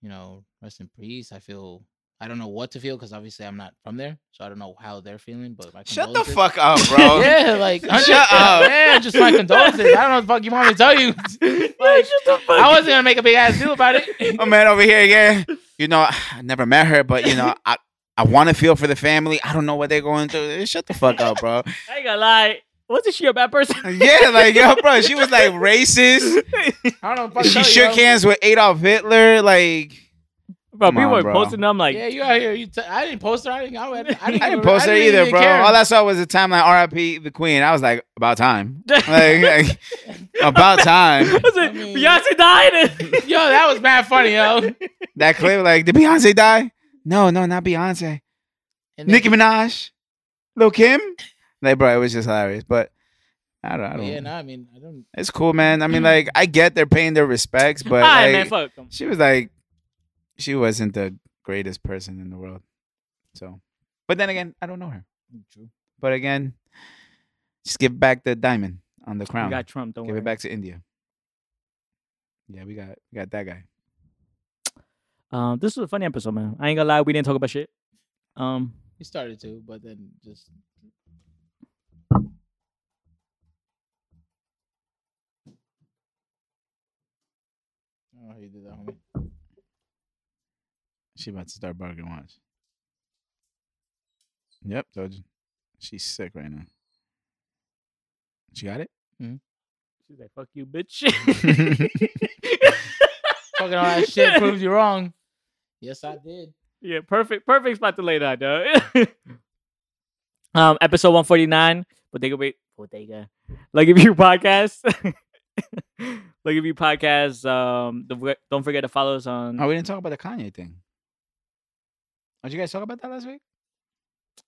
B: you know, rest in peace. I feel I don't know what to feel because obviously I'm not from there, so I don't know how they're feeling. But my
A: Shut the
B: condolences-
A: fuck up, bro.
B: yeah, like
A: Shut up.
B: Yeah, just my condolences. I don't know the fuck you want me to tell you.
C: Yeah, shut the fuck
B: I wasn't gonna make a big ass deal about it.
A: My man over here, yeah. You know, I never met her, but you know, I I want to feel for the family. I don't know what they're going through. Eh, Shut the fuck up, bro.
C: I ain't gonna lie. Wasn't she a bad person?
A: Yeah, like yo, bro. She was like racist.
B: I don't know. What the fuck to
A: She
B: tell you,
A: shook
B: yo.
A: hands with Adolf Hitler. Like
C: bro,
A: Come
C: people
A: on,
C: were
A: bro.
C: posting. I'm like,
B: yeah, you out here. You t- I didn't post her. I didn't. I, I didn't,
A: I didn't
B: even-
A: post her
B: didn't
A: either,
B: even
A: bro.
B: care.
A: All I saw was the timeline RIP the Queen. I was like, about time. Like, like, about time.
C: was it
B: I mean-
C: Beyonce died?
B: yo, that was mad funny, yo. And
A: That clip, like, did Beyonce die? No, no, not Beyonce.
B: then-
A: Nicki Minaj, Lil Kim. Like, bro, it was just hilarious. But I don't, I
B: but
A: don't.
B: Yeah, no, I mean, I don't.
A: It's cool, man. I mean, like, I get they're paying their respects, but
C: All right,
A: like,
C: man, fuck 'em.
A: she was like, she wasn't the greatest person in the world. So, but then again, I don't know her.
B: True.
A: But again, just give back the diamond on the crown.
C: We got Trump. Don't
A: Give
C: worry.
A: it back to India. Yeah, we got we got that guy.
C: Um, this was a funny episode, man. I ain't gonna lie. We didn't talk about shit. Um,
B: He started to, but then just I don't know how you Oh, did that, homie.
A: She about to start barking. Watch. Yep, told you. She's sick right now. She got it.
C: she's like, "Fuck you, bitch."
B: Fucking all that shit proves you wrong. Yes, I did.
C: yeah, perfect, perfect spot to lay that, dog. Um, episode 149, Bodega Wait, Bodega. Lucky View Podcast. Lucky View Podcast. Um, the, don't forget to follow us on.
A: Oh, we didn't talk about the Kanye thing. Oh, Did you guys talk about that last week?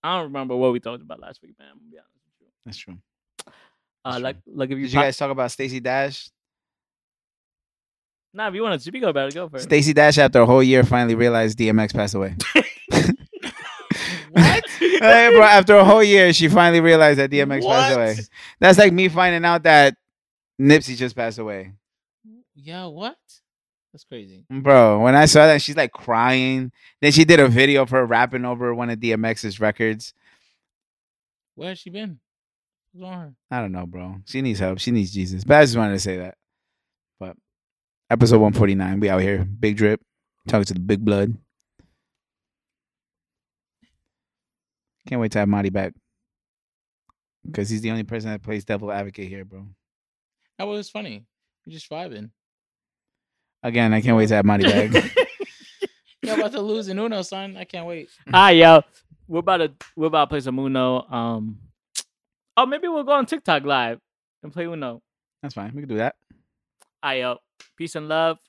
C: I don't remember what we talked about last week, man. I'm gonna be honest with you.
A: That's true.
C: Uh,
A: That's
C: Luck- Lucky View
A: Did you
C: Pod-
A: guys talk about Stacey Dash?
C: Nah, if you want to speak about it, go for it.
A: Stacey Dash, after a whole year, finally realized DMX passed away.
B: What?
A: Hey, bro, after a whole year, she finally realized that DMX
B: What?
A: passed away. That's like me finding out that Nipsey just passed away.
B: Yeah, what? That's crazy.
A: Bro, when I saw that, she's like crying. Then she did a video of her rapping over one of DMX's records.
B: Where has she been? What's on her?
A: I don't know, bro. She needs help. She needs Jesus. But I just wanted to say that. But episode 149, we out here. Big drip. Talking to the big blood. Can't wait to have Marty back. Because he's the only person that plays devil advocate here, bro.
B: That was funny. We're just vibing.
A: Again, I can't wait to have Marty back.
B: Yeah, about to lose in Uno, son. I can't wait.
C: Ah, yo, we're about to we're about to play some Uno. Um, oh, maybe we'll go on TikTok live and play Uno.
A: That's fine. We can do that.
C: Ah, yo, peace and love.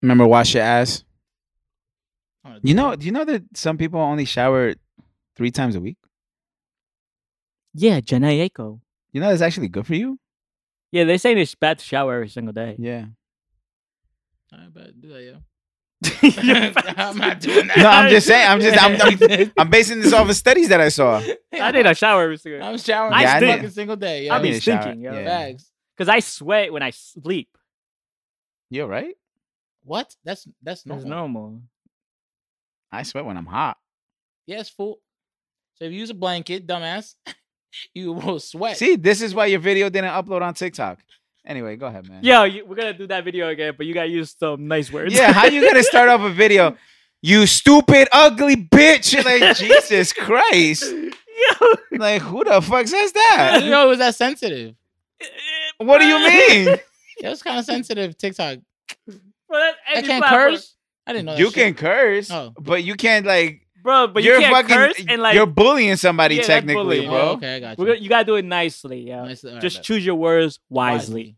A: Remember, wash your ass.
B: I'm gonna
A: You
B: do
A: know,
B: that.
A: do you know that some people only shower three times a week?
C: Yeah, Janae Eiko.
A: You know that's actually good for you?
C: Yeah, they say it's bad to shower every single day.
A: Yeah.
B: I bet do that, yeah.
C: I'm
B: I'm not doing that.
A: No, I'm just saying. I'm just. I'm. I'm, I'm basing this off of studies that I saw.
C: I did a shower every single day.
B: I'm showering
C: I
B: every
C: did.
B: fucking single day.
C: I
B: Yeah.
A: I'll
C: be
A: need a shower,
C: stinking, yo.
A: yeah.
B: Bags.
C: Because I sweat when I sleep.
A: You're right.
B: What? That's that's
C: That's
B: normal.
C: normal.
A: I sweat when I'm hot.
B: Yes, fool. So if you use a blanket, dumbass, you will sweat.
A: See, this is why your video didn't upload on TikTok. Anyway, go ahead, man.
C: Yo, you, we're going to do that video again, but you got to use some nice words.
A: Yeah. How you gonna start off a video? You stupid, ugly bitch! You're Like Jesus Christ!
C: Yo.
A: Like who the fuck says that?
B: I didn't know it was that sensitive.
A: What do you mean?
B: It was kind of sensitive. TikTok.
C: Bro, that's
B: I
C: any
B: can't
C: platform.
B: curse. I didn't know. That
A: You
B: shit.
A: can curse,
B: Oh.
A: but you can't like.
C: Bro, but you
A: you're
C: can't
A: fucking.
C: curse and like
A: you're bullying somebody
C: Yeah, that's
A: technically,
C: bullying.
B: Oh,
A: bro.
B: okay, I got you.
C: we're, gonna- you gotta do it nicely. Yeah,
B: Nice, all right,
C: just
B: bet.
C: choose your words wisely.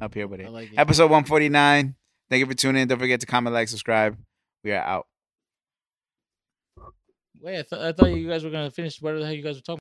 A: Up here with it.
B: I like it.
A: Episode 149. Thank you for tuning in. Don't forget to comment, like, subscribe. We are out.
B: Wait, I, th- I thought you guys were gonna finish whatever the hell you guys were talking.